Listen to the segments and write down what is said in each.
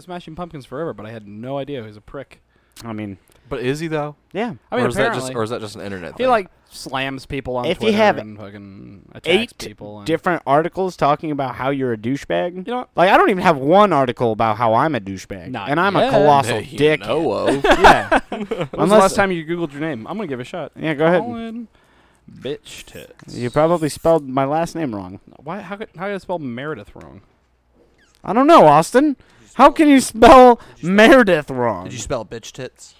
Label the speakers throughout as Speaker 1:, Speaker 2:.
Speaker 1: Smashing Pumpkins forever, but I had no idea he was a prick.
Speaker 2: I mean,
Speaker 3: But is he though?
Speaker 2: yeah.
Speaker 1: I mean,
Speaker 3: or is that just
Speaker 1: apparently.
Speaker 3: or is that just an internet
Speaker 1: He
Speaker 3: thing?
Speaker 1: like slams people on
Speaker 2: If you
Speaker 1: Twitter
Speaker 2: have
Speaker 1: and fucking attacks
Speaker 2: Eight
Speaker 1: people. And,
Speaker 2: different articles talking about how you're a douchebag.
Speaker 1: you know, what?
Speaker 2: Like I don't even have one article about how I'm a douchebag,
Speaker 1: Not
Speaker 2: and I'm
Speaker 1: yet.
Speaker 2: a colossal
Speaker 3: That you
Speaker 2: dick.
Speaker 3: know of.
Speaker 2: Yeah.
Speaker 1: when was the last time you googled your name? I'm gonna give it a shot.
Speaker 2: Yeah, go ahead.
Speaker 1: Colin bitch tits.
Speaker 2: You probably spelled my last name wrong.
Speaker 1: Why? How could how did I spell Meredith wrong?
Speaker 2: I don't know, Austin. How can you spell Meredith wrong?
Speaker 4: Did you spell bitch tits?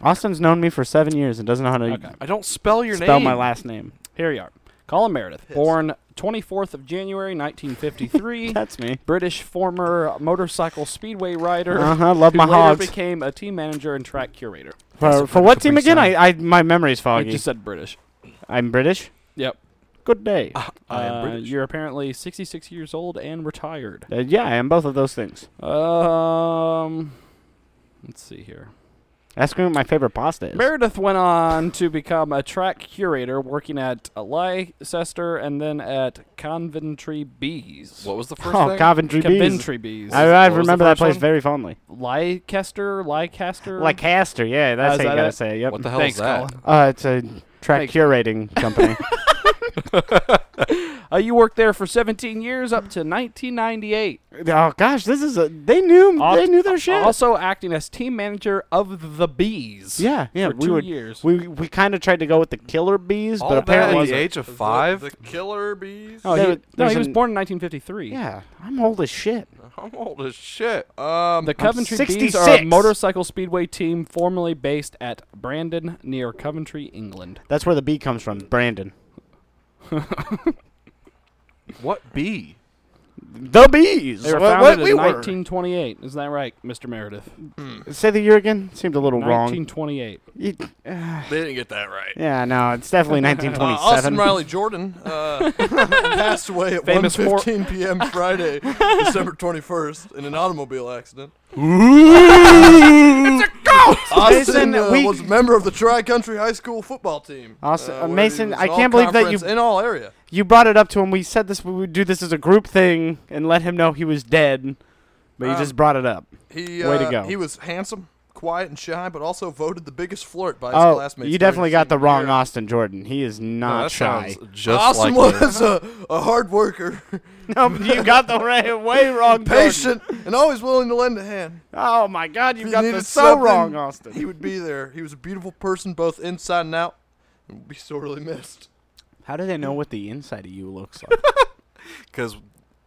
Speaker 2: Austin's known me for seven years and doesn't know how to
Speaker 1: Okay.
Speaker 3: I don't spell your
Speaker 2: spell
Speaker 3: name.
Speaker 2: my last name.
Speaker 1: Here you are. Colin Meredith, born 24th of January 1953,
Speaker 2: That's me.
Speaker 1: British former motorcycle speedway rider.
Speaker 2: Uh huh. Love
Speaker 1: who
Speaker 2: my
Speaker 1: later
Speaker 2: hogs.
Speaker 1: became a team manager and track curator.
Speaker 2: For, for what team
Speaker 3: Capri
Speaker 2: again?
Speaker 3: Sun.
Speaker 2: I, I my memory's
Speaker 1: I
Speaker 2: foggy.
Speaker 1: just said British.
Speaker 2: I'm British.
Speaker 1: Yep.
Speaker 2: Good day.
Speaker 3: I am
Speaker 1: Uh,
Speaker 3: British.
Speaker 1: You're apparently 66 years old and retired.
Speaker 2: Uh, yeah, I am both of those things.
Speaker 1: Um, let's see here.
Speaker 2: Ask me what my favorite pasta is.
Speaker 1: Meredith went on to become a track curator, working at uh, Leicester and then at Coventry Bees.
Speaker 3: What was the first
Speaker 2: oh,
Speaker 3: thing?
Speaker 2: Coventry bees.
Speaker 1: Coventry Bees.
Speaker 2: I, I
Speaker 3: What was the
Speaker 2: remember that
Speaker 3: first
Speaker 2: place
Speaker 3: one?
Speaker 2: very fondly.
Speaker 1: Leicester, Leicester.
Speaker 2: Like Caster, yeah, that's
Speaker 1: Mm. is
Speaker 2: how you
Speaker 1: that
Speaker 2: gotta
Speaker 1: it?
Speaker 2: say it. Yep.
Speaker 3: What the hell
Speaker 1: Thanks,
Speaker 3: is that?
Speaker 1: Colin.
Speaker 2: Uh, it's a track
Speaker 1: Thanks.
Speaker 2: curating company.
Speaker 1: Uh, you worked there for 17 years up to 1998.
Speaker 2: oh gosh, this is a. They knew.
Speaker 1: Al-
Speaker 2: they knew their shit.
Speaker 1: Also acting as team manager of the Bees.
Speaker 2: yeah, yeah.
Speaker 1: for
Speaker 2: we
Speaker 1: two
Speaker 2: would.
Speaker 1: years.
Speaker 2: We we kind of tried to go with the killer bees,
Speaker 3: All
Speaker 2: but
Speaker 3: that
Speaker 2: apparently,
Speaker 3: at the age of five.
Speaker 4: The, killer bees.
Speaker 1: oh, he,
Speaker 2: there-
Speaker 1: no,
Speaker 2: there's
Speaker 1: he was
Speaker 2: an-
Speaker 1: born in 1953.
Speaker 2: yeah, I'm old as shit.
Speaker 3: I'm old as shit. Um,
Speaker 1: The Coventry Bees are a
Speaker 2: 66.
Speaker 1: motorcycle speedway team formerly based at Brandon near Coventry, England.
Speaker 2: That's where the bee comes from, Brandon.
Speaker 3: what bee?
Speaker 2: The bees.
Speaker 1: They were
Speaker 2: What-
Speaker 1: founded
Speaker 2: what
Speaker 1: in
Speaker 2: we were.
Speaker 1: 1928. Is that right, Mr. Meredith?
Speaker 2: Say the year again. Seemed a little wrong.
Speaker 1: 1928.
Speaker 2: You-
Speaker 4: They didn't get that right.
Speaker 2: yeah, no, it's definitely
Speaker 4: Uh, Austin
Speaker 2: 1927.
Speaker 4: Riley Jordan uh, passed away at
Speaker 1: Famous
Speaker 4: 1:15 p.m. Friday, December 21st, in an automobile accident. Austin
Speaker 2: Mason,
Speaker 4: uh,
Speaker 2: we-
Speaker 4: was a member of the Tri Country High School football team.
Speaker 2: Austin-
Speaker 4: uh,
Speaker 2: uh,
Speaker 4: where he
Speaker 2: Mason,
Speaker 4: was
Speaker 2: I
Speaker 4: an
Speaker 2: can't believe that you-
Speaker 4: all-conference in all area.
Speaker 2: you brought it up to him. We said this. We would do this as a group thing and let him know he was dead, but you
Speaker 4: Um,
Speaker 2: just brought it up.
Speaker 4: He
Speaker 2: Way
Speaker 4: uh,
Speaker 2: to go.
Speaker 4: He was handsome, quiet, and shy, but also voted the biggest flirt by his
Speaker 2: Oh,
Speaker 4: classmates.
Speaker 2: you
Speaker 4: during
Speaker 2: definitely got the
Speaker 4: senior
Speaker 2: wrong
Speaker 4: year.
Speaker 2: Austin Jordan. He is not
Speaker 3: that
Speaker 2: shy.
Speaker 3: sounds just
Speaker 4: Austin
Speaker 3: like me.
Speaker 4: was a, a hard worker,
Speaker 2: No, you got the way, way wrong. Jordan.
Speaker 4: patient, and always willing to lend a hand.
Speaker 2: Oh my God, you
Speaker 4: If
Speaker 2: got
Speaker 4: he
Speaker 2: this
Speaker 4: needed
Speaker 2: so wrong,
Speaker 4: something,
Speaker 2: Austin.
Speaker 4: He would be there. He was a beautiful person, both inside and out, and would be sorely missed.
Speaker 2: How do they know what the inside of you looks like?
Speaker 3: Because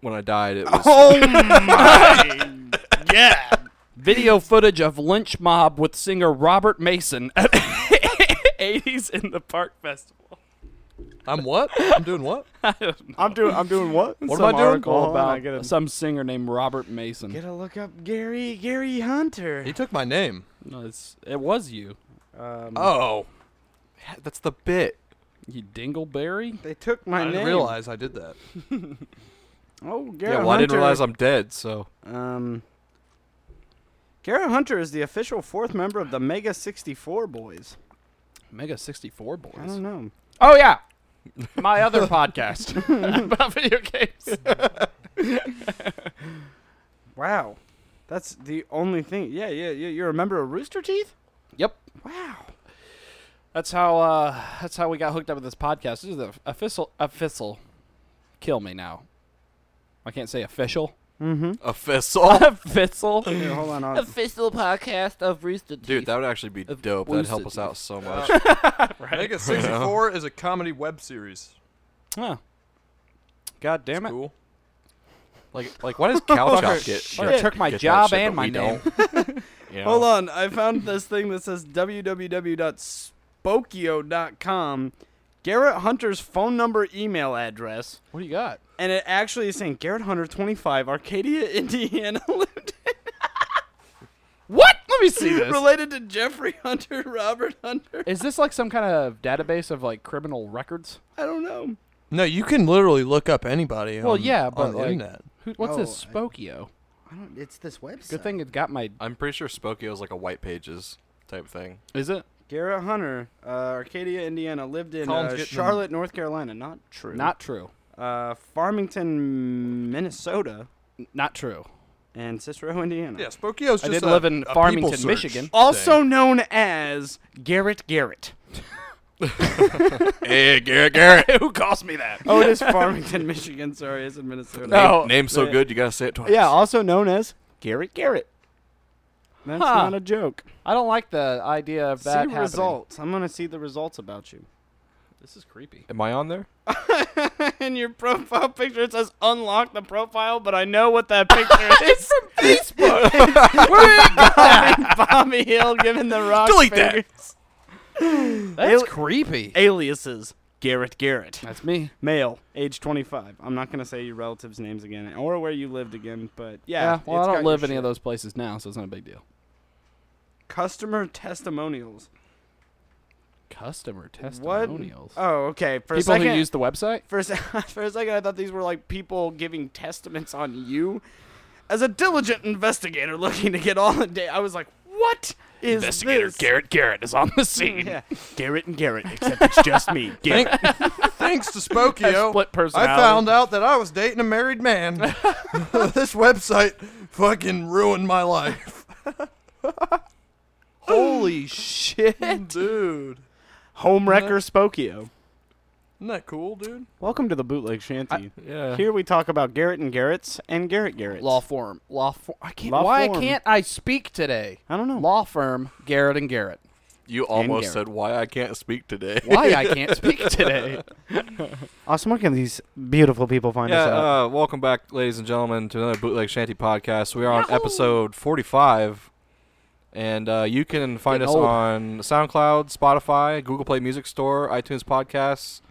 Speaker 3: when I died, it was.
Speaker 2: oh my God!
Speaker 1: Video footage of lynch mob with singer Robert Mason at 80s in the Park Festival.
Speaker 4: I'm what? I'm doing what?
Speaker 2: I'm doing. I'm doing what?
Speaker 1: What
Speaker 2: Some
Speaker 1: am I doing?
Speaker 2: article, hold on,
Speaker 1: about
Speaker 2: I gotta,
Speaker 1: some singer named Robert Mason.
Speaker 2: gotta look up Gary Gary Hunter.
Speaker 4: He took my name.
Speaker 1: No, it's, it was you,
Speaker 2: Um,
Speaker 4: Oh,
Speaker 3: That's the bit.
Speaker 1: you dingleberry.
Speaker 2: they took
Speaker 4: I
Speaker 2: my
Speaker 4: didn't
Speaker 2: name.
Speaker 4: realize I did that.
Speaker 2: Oh, Gary
Speaker 3: Yeah, well, I didn't realize I'm dead. So
Speaker 2: Um, Garrett Hunter is the official fourth member of the Mega 64 Boys.
Speaker 1: Mega 64 boys.
Speaker 2: I don't know.
Speaker 1: Oh yeah, my other podcast about video games.
Speaker 2: Wow. That's the only thing. Yeah, yeah, yeah. You're a member of Rooster Teeth?
Speaker 1: Yep,
Speaker 2: Wow.
Speaker 1: that's how uh, that's how we got hooked up with this podcast. This is the official official. Kill me now. I can't say official.
Speaker 3: a fistful,
Speaker 1: Official.
Speaker 2: Mm-hmm. Here, hold on. I'll-
Speaker 1: official podcast of Rooster
Speaker 3: dude. That would actually be
Speaker 1: Of
Speaker 3: dope. That'd help
Speaker 1: boosted.
Speaker 3: us out so much.
Speaker 4: Mega 64 is a comedy web series.
Speaker 1: Huh.
Speaker 2: God damn it.
Speaker 4: Cool.
Speaker 3: like, like, why does cow chop get?
Speaker 1: Fucker took my job and my name.
Speaker 2: Hold on. I found this thing that says www.spokio.com. Garrett Hunter's phone number, email address,
Speaker 1: What do you got?
Speaker 2: and it actually is saying Garrett Hunter, 25, Arcadia, Indiana, lived
Speaker 1: What? Let me see this.
Speaker 2: related to Jeffrey Hunter, Robert Hunter.
Speaker 1: Is this like some kind of database of like criminal records?
Speaker 2: I don't know.
Speaker 4: No, you can literally look up anybody.
Speaker 1: Well,
Speaker 4: on-
Speaker 1: yeah, but
Speaker 4: on the
Speaker 1: like,
Speaker 4: internet.
Speaker 1: Who, what's this
Speaker 5: Oh, I-
Speaker 1: Spokio?
Speaker 5: I don't, it's this website.
Speaker 1: Good thing it got my.
Speaker 3: I'm pretty sure Spokio is like a white pages type thing.
Speaker 1: Is it
Speaker 2: Garrett Hunter, uh, Arcadia, Indiana, lived in
Speaker 4: Colin's
Speaker 2: uh,
Speaker 4: getting
Speaker 2: Charlotte, North Carolina. Not true.
Speaker 1: not true?
Speaker 2: uh, Farmington, Minnesota,
Speaker 1: Not true.
Speaker 2: in Cicero, Indiana.
Speaker 3: Yeah, Spokio's just
Speaker 1: I did
Speaker 3: a,
Speaker 1: live in
Speaker 3: a
Speaker 1: Farmington,
Speaker 3: people search
Speaker 1: Michigan.
Speaker 2: Also known as Garrett Garrett.
Speaker 5: hey, Garrett, Garrett.
Speaker 1: Who cost me that?
Speaker 2: Oh, it is Farmington, Michigan. Sorry, it's in Minnesota.
Speaker 1: No.
Speaker 5: Name so
Speaker 2: Yeah.
Speaker 5: good, you gotta say it twice.
Speaker 2: Uh, Yeah, also known as Garrett Garrett. That's
Speaker 1: Huh.
Speaker 2: not a joke.
Speaker 1: I don't like the idea of
Speaker 2: See
Speaker 1: that happening.
Speaker 2: results. I'm gonna see the results about you.
Speaker 1: This is creepy.
Speaker 5: Am I on there?
Speaker 2: in your profile picture, it says unlock the profile, but I know what that picture is. from Facebook. Bobby Hill giving the rock.
Speaker 5: Delete that.
Speaker 1: That's
Speaker 2: Al-
Speaker 1: creepy.
Speaker 2: Aliases Garrett Garrett.
Speaker 1: That's me.
Speaker 2: Male, age 25. I'm not going to say your relatives' names again or where you lived again, but yeah.
Speaker 1: Yeah. well,
Speaker 2: it's
Speaker 1: I
Speaker 2: got
Speaker 1: don't
Speaker 2: your
Speaker 1: live any of
Speaker 2: shit.
Speaker 1: those places now, so it's not a big deal.
Speaker 2: Customer testimonials.
Speaker 1: Customer
Speaker 2: What?
Speaker 1: testimonials.
Speaker 2: Oh, okay. For a
Speaker 1: People
Speaker 2: second,
Speaker 1: who use the website.
Speaker 2: for, a se- for a second, I thought these were like people giving testaments on you. As a diligent investigator looking to get all the data, I was like, what is this?
Speaker 1: Garrett Garrett is on the scene.
Speaker 2: Yeah. Garrett and Garrett, except it's just me. Garrett.
Speaker 3: Thanks to Spokio,
Speaker 1: Split person.
Speaker 3: I found out that I was dating a married man. this website fucking ruined my life.
Speaker 1: Holy shit.
Speaker 3: dude.
Speaker 2: Homewrecker Spokio.
Speaker 3: Isn't that cool, dude?
Speaker 2: Welcome to the Bootleg Shanty.
Speaker 5: Yeah.
Speaker 2: Here we talk about Garrett and Garrett's and Garrett Garrett's.
Speaker 1: Law firm. Law firm. Oh. I can't.
Speaker 2: Law
Speaker 1: why
Speaker 2: firm.
Speaker 1: can't I speak today?
Speaker 2: I don't know.
Speaker 1: Law firm. Garrett and Garrett.
Speaker 5: You almost
Speaker 2: Garrett.
Speaker 5: said why I can't speak today.
Speaker 1: Why I can't speak today?
Speaker 2: Awesome. Where can these beautiful people find
Speaker 5: Yeah,
Speaker 2: us at?
Speaker 5: uh, welcome back, ladies and gentlemen, to another Bootleg Shanty podcast. We are on episode 45, and uh, you can find
Speaker 1: Getting
Speaker 5: us
Speaker 1: old.
Speaker 5: on SoundCloud, Spotify, Google Play Music Store, iTunes Podcasts,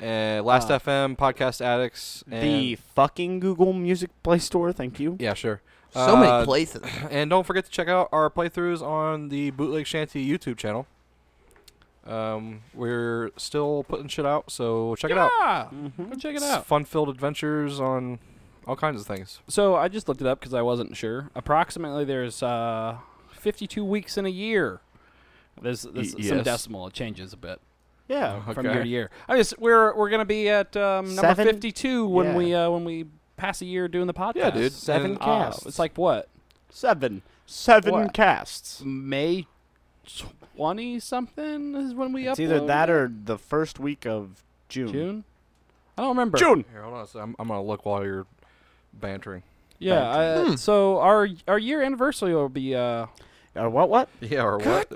Speaker 5: and Last
Speaker 2: Uh,
Speaker 5: FM, Podcast Addicts. And,
Speaker 2: the fucking Google Music Play Store. Thank you.
Speaker 5: yeah, sure.
Speaker 3: So many
Speaker 5: Uh,
Speaker 3: places.
Speaker 5: And don't forget to check out our playthroughs on the Bootleg Shanty YouTube channel. Um, we're still putting shit out, so check it out.
Speaker 1: Yeah.
Speaker 2: Mhm.
Speaker 1: Go check it
Speaker 5: It's
Speaker 1: out.
Speaker 5: Fun-filled adventures on all kinds of things.
Speaker 1: So I just looked it up because I wasn't sure. Approximately, there's uh, 52 weeks in a year. There's, there's
Speaker 5: Y-
Speaker 1: some
Speaker 5: yes.
Speaker 1: decimal. It changes a bit
Speaker 3: Oh,
Speaker 5: Uh,
Speaker 2: Yeah.
Speaker 1: from year to year. I guess we're we're gonna be at um, number
Speaker 2: Seven?
Speaker 1: 52 when
Speaker 2: Yeah.
Speaker 1: we uh, when we pass a year doing the podcast.
Speaker 5: Yeah, dude.
Speaker 2: Seven
Speaker 5: And-
Speaker 1: Uh,
Speaker 2: casts.
Speaker 1: it's like what
Speaker 2: Seven. Seven
Speaker 1: What?
Speaker 2: casts.
Speaker 1: May 20 something is when we
Speaker 2: It's
Speaker 1: upload.
Speaker 2: either that or the first week of June.
Speaker 1: June. I don't remember.
Speaker 2: June.
Speaker 5: Here, hold on. A sec. I'm, I'm gonna look while you're bantering.
Speaker 1: Yeah. I, So our our year anniversary will be uh,
Speaker 2: Or what? What?
Speaker 5: Yeah, or what?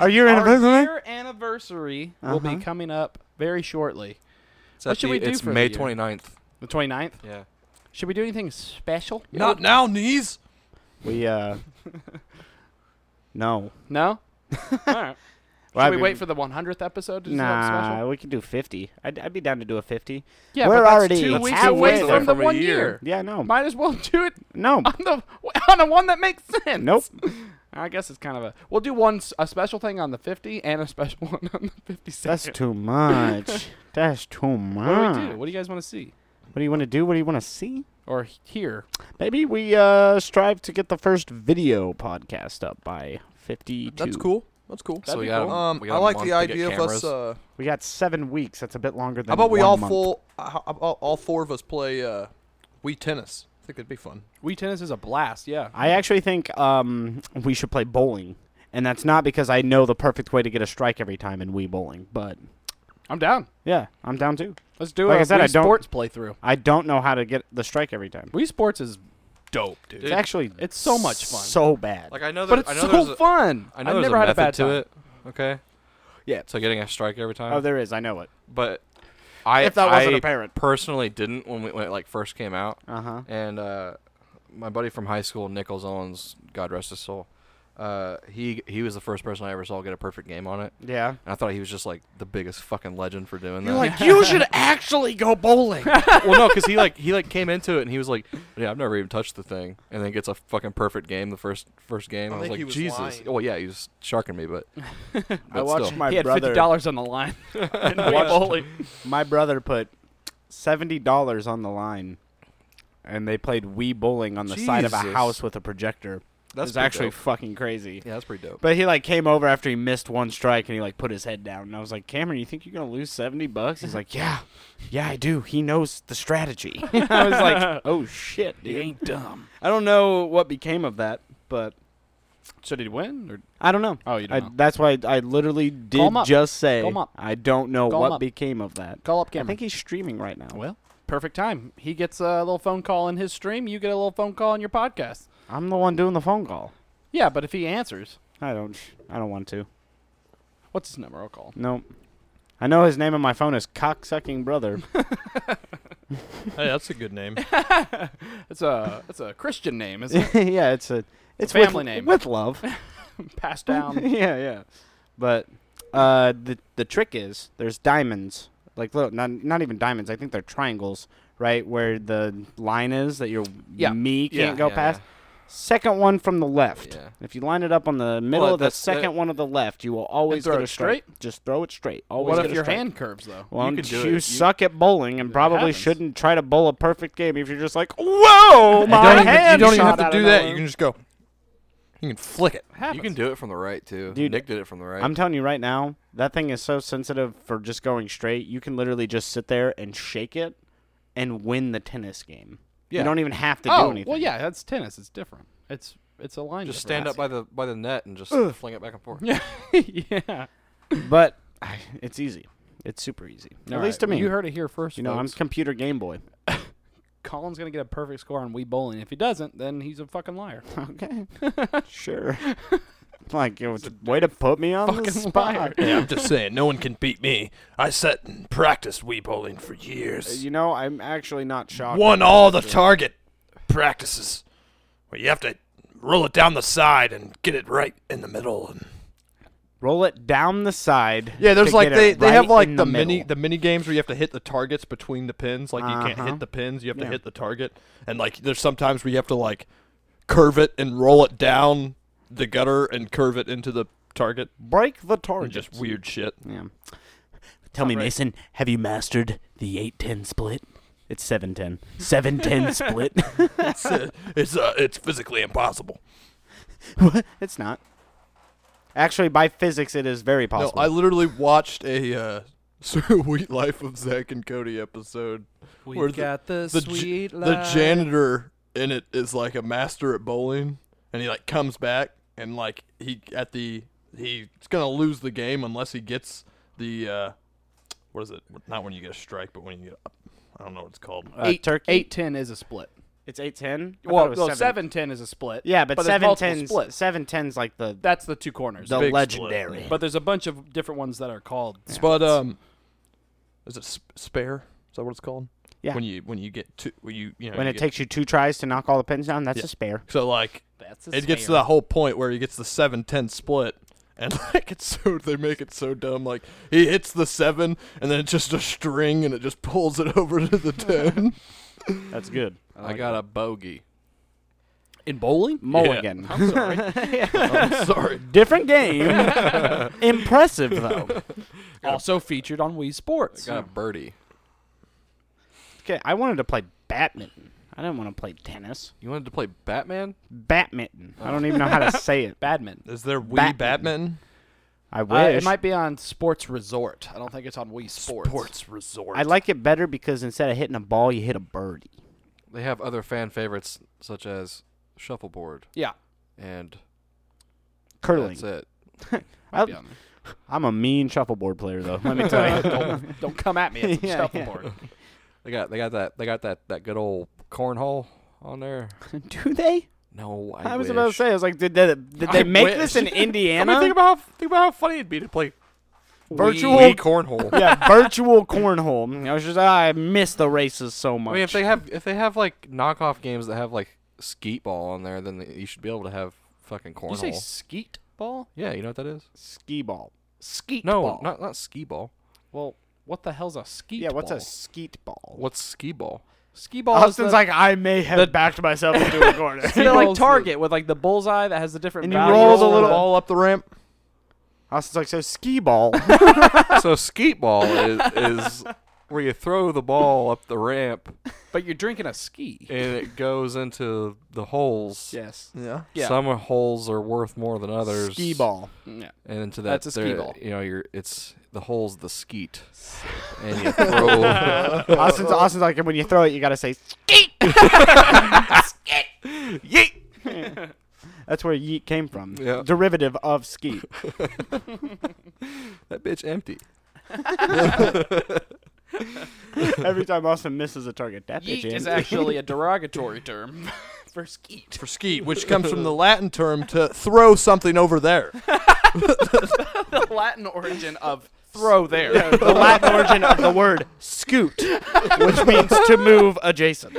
Speaker 2: Are you in
Speaker 1: our
Speaker 2: a
Speaker 1: year anniversary will be
Speaker 2: Uh-huh.
Speaker 1: coming up very shortly.
Speaker 5: It's
Speaker 1: What
Speaker 5: at
Speaker 1: should
Speaker 5: the-
Speaker 1: we do
Speaker 5: It's
Speaker 1: for the
Speaker 5: May
Speaker 1: year?
Speaker 5: 29th.
Speaker 1: The 29th.
Speaker 5: Yeah.
Speaker 1: Should we do anything special?
Speaker 3: Not now, knees.
Speaker 2: We uh. no.
Speaker 1: No. All right. Should
Speaker 2: Well,
Speaker 1: we
Speaker 2: I'd be-
Speaker 1: wait for the 100th episode to do something
Speaker 2: Nah,
Speaker 1: special?
Speaker 2: we could do fifty. I'd, I'd be down to do a fifty.
Speaker 1: Yeah,
Speaker 2: We're
Speaker 1: but that's
Speaker 2: already-
Speaker 1: two
Speaker 2: It's
Speaker 1: weeks
Speaker 2: halfway
Speaker 1: away
Speaker 2: there
Speaker 1: from the
Speaker 5: from a
Speaker 1: one
Speaker 5: year.
Speaker 1: year.
Speaker 2: Yeah, no,
Speaker 1: Might as well do it
Speaker 2: no.
Speaker 1: on the on a one that makes sense.
Speaker 2: Nope.
Speaker 1: I guess it's kind of a. We'll do one s- a special thing on the 50 and a special one on the 56.
Speaker 2: That's too much. That's too much.
Speaker 1: What do we do? What do you guys want to see
Speaker 2: What do you want to do? What do you want to see?
Speaker 1: or h- hear?
Speaker 2: Maybe we uh, strive to get the first video podcast up by 52.
Speaker 3: That's cool. That's cool.
Speaker 1: That'd
Speaker 5: so we
Speaker 1: be
Speaker 5: got
Speaker 1: cool.
Speaker 5: a-
Speaker 3: Um,
Speaker 5: we got
Speaker 3: I
Speaker 5: a
Speaker 3: like
Speaker 5: month
Speaker 3: the
Speaker 5: to get
Speaker 3: idea of us.
Speaker 5: cameras.
Speaker 3: Uh,
Speaker 2: We got seven weeks. That's a bit longer than.
Speaker 3: how about we
Speaker 2: one
Speaker 3: all
Speaker 2: month.
Speaker 3: full?
Speaker 5: uh,
Speaker 3: How about all four of us play uh, Wii tennis? I think that'd be fun.
Speaker 1: We tennis is a blast. Yeah.
Speaker 2: I actually think um, we should play bowling, and that's not because I know the perfect way to get a strike every time in Wii bowling, but
Speaker 1: I'm down.
Speaker 2: yeah, I'm down too.
Speaker 1: Let's do
Speaker 2: Like
Speaker 1: a
Speaker 2: I said,
Speaker 1: Wii
Speaker 2: I don't-
Speaker 1: Sports playthrough.
Speaker 2: I don't know how to get the strike every time.
Speaker 1: Wii Sports is dope, dude.
Speaker 2: It's actually
Speaker 1: It's so much fun.
Speaker 2: so bad.
Speaker 5: Like I know,
Speaker 1: but
Speaker 5: there,
Speaker 1: it's
Speaker 5: I know there's
Speaker 1: so
Speaker 5: a,
Speaker 1: fun.
Speaker 5: I know
Speaker 1: have
Speaker 5: there's
Speaker 1: never
Speaker 5: a
Speaker 1: had a
Speaker 5: method
Speaker 1: bad
Speaker 5: to
Speaker 1: time.
Speaker 5: it. Okay.
Speaker 1: Yeah.
Speaker 5: So getting a strike every time.
Speaker 2: oh, there is. I know it.
Speaker 5: but uh, I
Speaker 2: if that wasn't
Speaker 5: I
Speaker 2: apparent.
Speaker 5: personally didn't when we when it like first came out,
Speaker 2: Uh huh.
Speaker 5: and uh, my buddy from high school, Nichols Owens, God rest his soul. Uh, he he was the first person I ever saw get a perfect game on it,
Speaker 2: Yeah.
Speaker 5: and I thought he was just like the biggest fucking legend for doing that.
Speaker 2: you should actually go bowling.
Speaker 5: well, no, because he like he like came into it and he was like, "Yeah, I've never even touched the thing," and then gets a fucking perfect game the first first game.
Speaker 3: I
Speaker 5: I, was
Speaker 3: think
Speaker 5: like,
Speaker 3: he was
Speaker 5: "Jesus!"
Speaker 3: lying.
Speaker 5: Well, yeah, he was sharking me, but, but
Speaker 2: I watched
Speaker 5: still.
Speaker 2: my
Speaker 1: he had
Speaker 2: brother.
Speaker 1: fifty dollars on the line. and we
Speaker 2: watched-
Speaker 1: bowling.
Speaker 2: My brother put seventy dollars on the line, and they played Wii bowling on the side of a
Speaker 5: Jesus.
Speaker 2: house with a projector.
Speaker 3: That's
Speaker 2: is
Speaker 3: pretty
Speaker 2: actually
Speaker 3: dope.
Speaker 2: fucking crazy.
Speaker 3: Yeah, that's pretty dope.
Speaker 2: But he like came over after he missed one strike and he like put his head down and I was like, Cameron, you think you're gonna lose seventy bucks? He's like, Yeah, yeah, I do. He knows the strategy. I was like, Oh shit,
Speaker 1: He
Speaker 2: dude.
Speaker 1: ain't dumb.
Speaker 2: I don't know what became of that, but
Speaker 1: So did he win? Or
Speaker 2: I don't know.
Speaker 1: oh, you don't
Speaker 2: I,
Speaker 1: know.
Speaker 2: that's why I, I literally did
Speaker 1: 'em up.
Speaker 2: just say
Speaker 1: Call 'em up.
Speaker 2: I don't know
Speaker 1: Call 'em
Speaker 2: what
Speaker 1: up.
Speaker 2: became of that.
Speaker 1: Call up
Speaker 2: I
Speaker 1: Cameron.
Speaker 2: think he's streaming right now.
Speaker 1: well, perfect time. He gets a little phone call in his stream. You get a little phone call in your podcast.
Speaker 2: I'm the one doing the phone call.
Speaker 1: Yeah, but if he answers,
Speaker 2: I don't. I don't want to.
Speaker 1: what's his number? I'll call. him.
Speaker 2: Nope. I know his name on my phone is cocksucking brother.
Speaker 4: Hey, that's a good name.
Speaker 1: It's a it's a Christian name, isn't it?
Speaker 2: yeah, it's a it's
Speaker 1: family
Speaker 2: with,
Speaker 1: name.
Speaker 2: with love.
Speaker 1: Passed down.
Speaker 2: yeah, yeah. But uh, the the trick is there's diamonds. Like look, not not even diamonds. I think they're triangles, right? Where the line is that your
Speaker 1: Yeah.
Speaker 2: me
Speaker 1: Yeah,
Speaker 2: can't go
Speaker 1: yeah,
Speaker 2: past. Second one from the left.
Speaker 3: Yeah.
Speaker 2: If you line it up on the middle
Speaker 3: Well,
Speaker 2: of the
Speaker 3: that's- that-
Speaker 2: second one of the left, you will always
Speaker 1: throw
Speaker 2: get
Speaker 1: it
Speaker 2: a strike. Just throw it straight. Always
Speaker 1: What
Speaker 2: get
Speaker 1: if
Speaker 2: a
Speaker 1: your
Speaker 2: strike.
Speaker 1: hand curves though?
Speaker 2: Well,
Speaker 3: You
Speaker 2: you,
Speaker 3: could do it.
Speaker 2: you
Speaker 3: You-
Speaker 2: suck at bowling and probably
Speaker 1: happens.
Speaker 2: shouldn't try to bowl a perfect game if you're just like, whoa, my
Speaker 4: you don't even, you
Speaker 2: hand
Speaker 4: don't even
Speaker 2: shot
Speaker 4: have to
Speaker 2: out
Speaker 4: do
Speaker 2: of
Speaker 4: that.
Speaker 2: nowhere."
Speaker 4: You can just go. You can flick it.
Speaker 1: Happens.
Speaker 3: You can do it from the right too.
Speaker 2: Dude,
Speaker 3: Nick did it from the right.
Speaker 2: I'm telling you right now, that thing is so sensitive for just going straight. You can literally just sit there and shake it and win the tennis game.
Speaker 3: Yeah.
Speaker 2: You don't even have to do
Speaker 1: oh
Speaker 2: anything.
Speaker 1: well, yeah, that's tennis. It's different. It's it's a line.
Speaker 3: just stand up by the by the net and just fling it back and forth.
Speaker 1: yeah.
Speaker 2: But I, it's easy. It's super easy. at least to me.
Speaker 1: You heard it here first.
Speaker 2: You know, I'm
Speaker 1: folks.
Speaker 2: computer Game Boy.
Speaker 1: Colin's gonna get a perfect score on Wii Bowling. If he doesn't, then he's a fucking liar.
Speaker 2: Okay. sure. like, it was way to put me on the
Speaker 1: Fucking liar.
Speaker 2: spot.
Speaker 4: Yeah, I'm just saying, no one can beat me. I sat and practiced Wii bowling for years.
Speaker 2: You know, I'm actually not shocked.
Speaker 4: Won all the target practices where you have to roll it down the side and get it right in the middle. And
Speaker 2: Roll it down the side.
Speaker 4: yeah, there's
Speaker 2: to
Speaker 4: like
Speaker 2: get
Speaker 4: they,
Speaker 2: it
Speaker 4: they
Speaker 2: right
Speaker 4: have like
Speaker 2: in
Speaker 4: the, mini
Speaker 2: middle.
Speaker 4: the mini games where you have to hit the targets between the pins. Like you can't
Speaker 2: Uh-huh.
Speaker 4: hit the pins, you have
Speaker 2: Yeah.
Speaker 4: to hit the target. And like there's sometimes where you have to like curve it and roll it down the gutter and curve it into the target.
Speaker 2: break the
Speaker 4: Or
Speaker 2: target.
Speaker 4: just weird shit.
Speaker 2: Yeah. Tell me, Mason, have you mastered the eight ten split? It's seven ten. Seven ten split.
Speaker 4: It's uh, it's, uh, it's physically impossible.
Speaker 2: what? It's not. Actually, by physics, it is very
Speaker 4: No,
Speaker 2: possible.
Speaker 4: I literally watched a uh, Sweet Life of Zach and Cody episode.
Speaker 1: We
Speaker 4: Where the-
Speaker 1: got the,
Speaker 4: The, ja-
Speaker 1: sweet
Speaker 4: the janitor in it is like a master at bowling, and he like comes back and like he at the he's gonna lose the game unless he gets the uh, what is it? Not when you get a strike, but when you get I don't know what it's called.
Speaker 1: Oh,
Speaker 2: Uh, turkey.
Speaker 1: Eight ten is a split.
Speaker 2: It's eight ten.
Speaker 1: Well, no, seven ten is a split.
Speaker 2: Yeah, but,
Speaker 1: there's
Speaker 2: seven
Speaker 1: multiple
Speaker 2: tens.
Speaker 1: splits.
Speaker 2: Seven tens like the
Speaker 1: That's the two corners.
Speaker 2: the
Speaker 4: big split.
Speaker 2: legendary.
Speaker 1: but there's a bunch of different ones that are called.
Speaker 4: but um, is it sp- spare? Is that what it's called?
Speaker 2: Yeah.
Speaker 4: When you when you get two, when you you know
Speaker 2: when
Speaker 4: you
Speaker 2: it
Speaker 4: get-
Speaker 2: takes you two tries to knock all the pins down, that's
Speaker 4: Yeah.
Speaker 2: a spare.
Speaker 4: so like
Speaker 1: That's
Speaker 4: it gets to that whole point where he gets the 7-10 split and like it's so they make it so dumb like he hits the 7 and then it's just a string and it just pulls it over to the 10
Speaker 2: That's good.
Speaker 3: I got a bogey.
Speaker 1: in bowling.
Speaker 2: Mulligan.
Speaker 1: I'm sorry.
Speaker 4: i'm sorry
Speaker 2: Different game. Impressive though.
Speaker 1: also featured on Wii Sports.
Speaker 3: Got a birdie.
Speaker 2: Okay, I wanted to play badminton. I didn't want to play tennis.
Speaker 3: You wanted to play Batman?
Speaker 2: Badminton. I don't even know how to say it.
Speaker 1: Badminton.
Speaker 4: is there wii
Speaker 2: Batman.
Speaker 4: batman
Speaker 2: I
Speaker 1: Uh,
Speaker 2: wish.
Speaker 1: it might be on Sports Resort. I don't think it's on Wii Sports.
Speaker 4: resort
Speaker 2: I like it better because instead of hitting a ball, you hit a birdie.
Speaker 3: They have other fan favorites such as shuffleboard
Speaker 1: Yeah.
Speaker 3: and
Speaker 2: Curling.
Speaker 3: that's it.
Speaker 2: I,
Speaker 1: be on there.
Speaker 2: am a mean shuffleboard player, though. Let me tell you.
Speaker 1: don't, don't come at me. It's a
Speaker 2: Yeah,
Speaker 1: shuffleboard.
Speaker 3: They got they got that they got that that good old cornhole on there.
Speaker 2: Do they?
Speaker 3: No, I,
Speaker 2: I, was about to
Speaker 3: wish.
Speaker 2: say, I was like, did they, did they
Speaker 3: I
Speaker 2: make
Speaker 3: wish.
Speaker 2: this in
Speaker 3: I
Speaker 2: Indiana?
Speaker 3: I mean, think about how, think about how funny it'd be to play
Speaker 2: Virtual-
Speaker 3: Wii cornhole.
Speaker 2: yeah, virtual cornhole. I was just, ah, I miss the races so much.
Speaker 3: I mean, if they have if they have like knockoff games that have like skeet ball on there, then you should be able to have fucking cornhole.
Speaker 1: you say skeet ball?
Speaker 3: yeah, you know what that is?
Speaker 2: ski ball.
Speaker 1: Skeet
Speaker 3: No,
Speaker 1: ball.
Speaker 3: not not ski ball.
Speaker 1: well, what the hell's a Oh, skeet
Speaker 2: Yeah, what's
Speaker 1: ball?
Speaker 2: a skeet ball?
Speaker 3: What's ski ball?
Speaker 1: Ski ball is the,
Speaker 2: like, I may have backed myself into a corner.
Speaker 1: you know, like target with like the bullseye that has the different
Speaker 2: And you
Speaker 1: values.
Speaker 2: roll the little-
Speaker 4: ball up the ramp
Speaker 2: Austin's like, so ski ball.
Speaker 3: so skeet ball is, is
Speaker 5: where you throw the ball up the ramp
Speaker 1: But you're drinking a ski.
Speaker 5: and it goes into the holes.
Speaker 1: Yes.
Speaker 4: Yeah.
Speaker 1: Yeah.
Speaker 5: Some holes are worth more than others.
Speaker 2: Ski ball.
Speaker 1: Yeah.
Speaker 5: And into that,
Speaker 1: That's a ski
Speaker 5: there-
Speaker 1: ball.
Speaker 5: You know, you're it's the holes the skeet, and you throw.
Speaker 2: Austin's, Austin's like, when you throw it, you gotta say, skeet! skeet! Yeet! That's where yeet came from.
Speaker 5: Yeah.
Speaker 2: Derivative of skeet.
Speaker 5: that bitch empty.
Speaker 2: Every time Austin misses a target, that bitch
Speaker 1: Yeet
Speaker 2: in.
Speaker 1: is actually a derogatory term for skeet.
Speaker 4: For skeet, which comes from the Latin term to throw something over there.
Speaker 1: The Latin origin of throw there.
Speaker 2: the Latin origin of the word scoot, which means to move adjacent.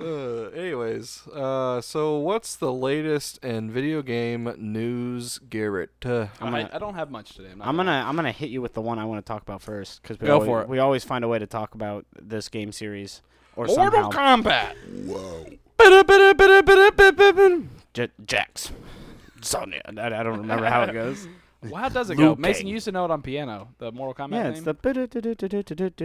Speaker 5: Uh, anyways, uh, so what's the latest in video game news, Garrett? Uh,
Speaker 1: I, might, I don't have much today. I'm, not
Speaker 2: I'm gonna I'm gonna hit you with the one I want to talk about first because we
Speaker 1: Go
Speaker 2: always,
Speaker 1: for it.
Speaker 2: we always find a way to talk about this game series or
Speaker 1: Mortal
Speaker 2: somehow
Speaker 1: Kombat.
Speaker 2: J- Jax. Sonya. I, I don't remember how it goes.
Speaker 1: Well, how does it go?
Speaker 2: Liu
Speaker 1: Mason
Speaker 2: Kang.
Speaker 1: used to know it on piano. The Mortal Kombat
Speaker 2: Yeah,
Speaker 1: name.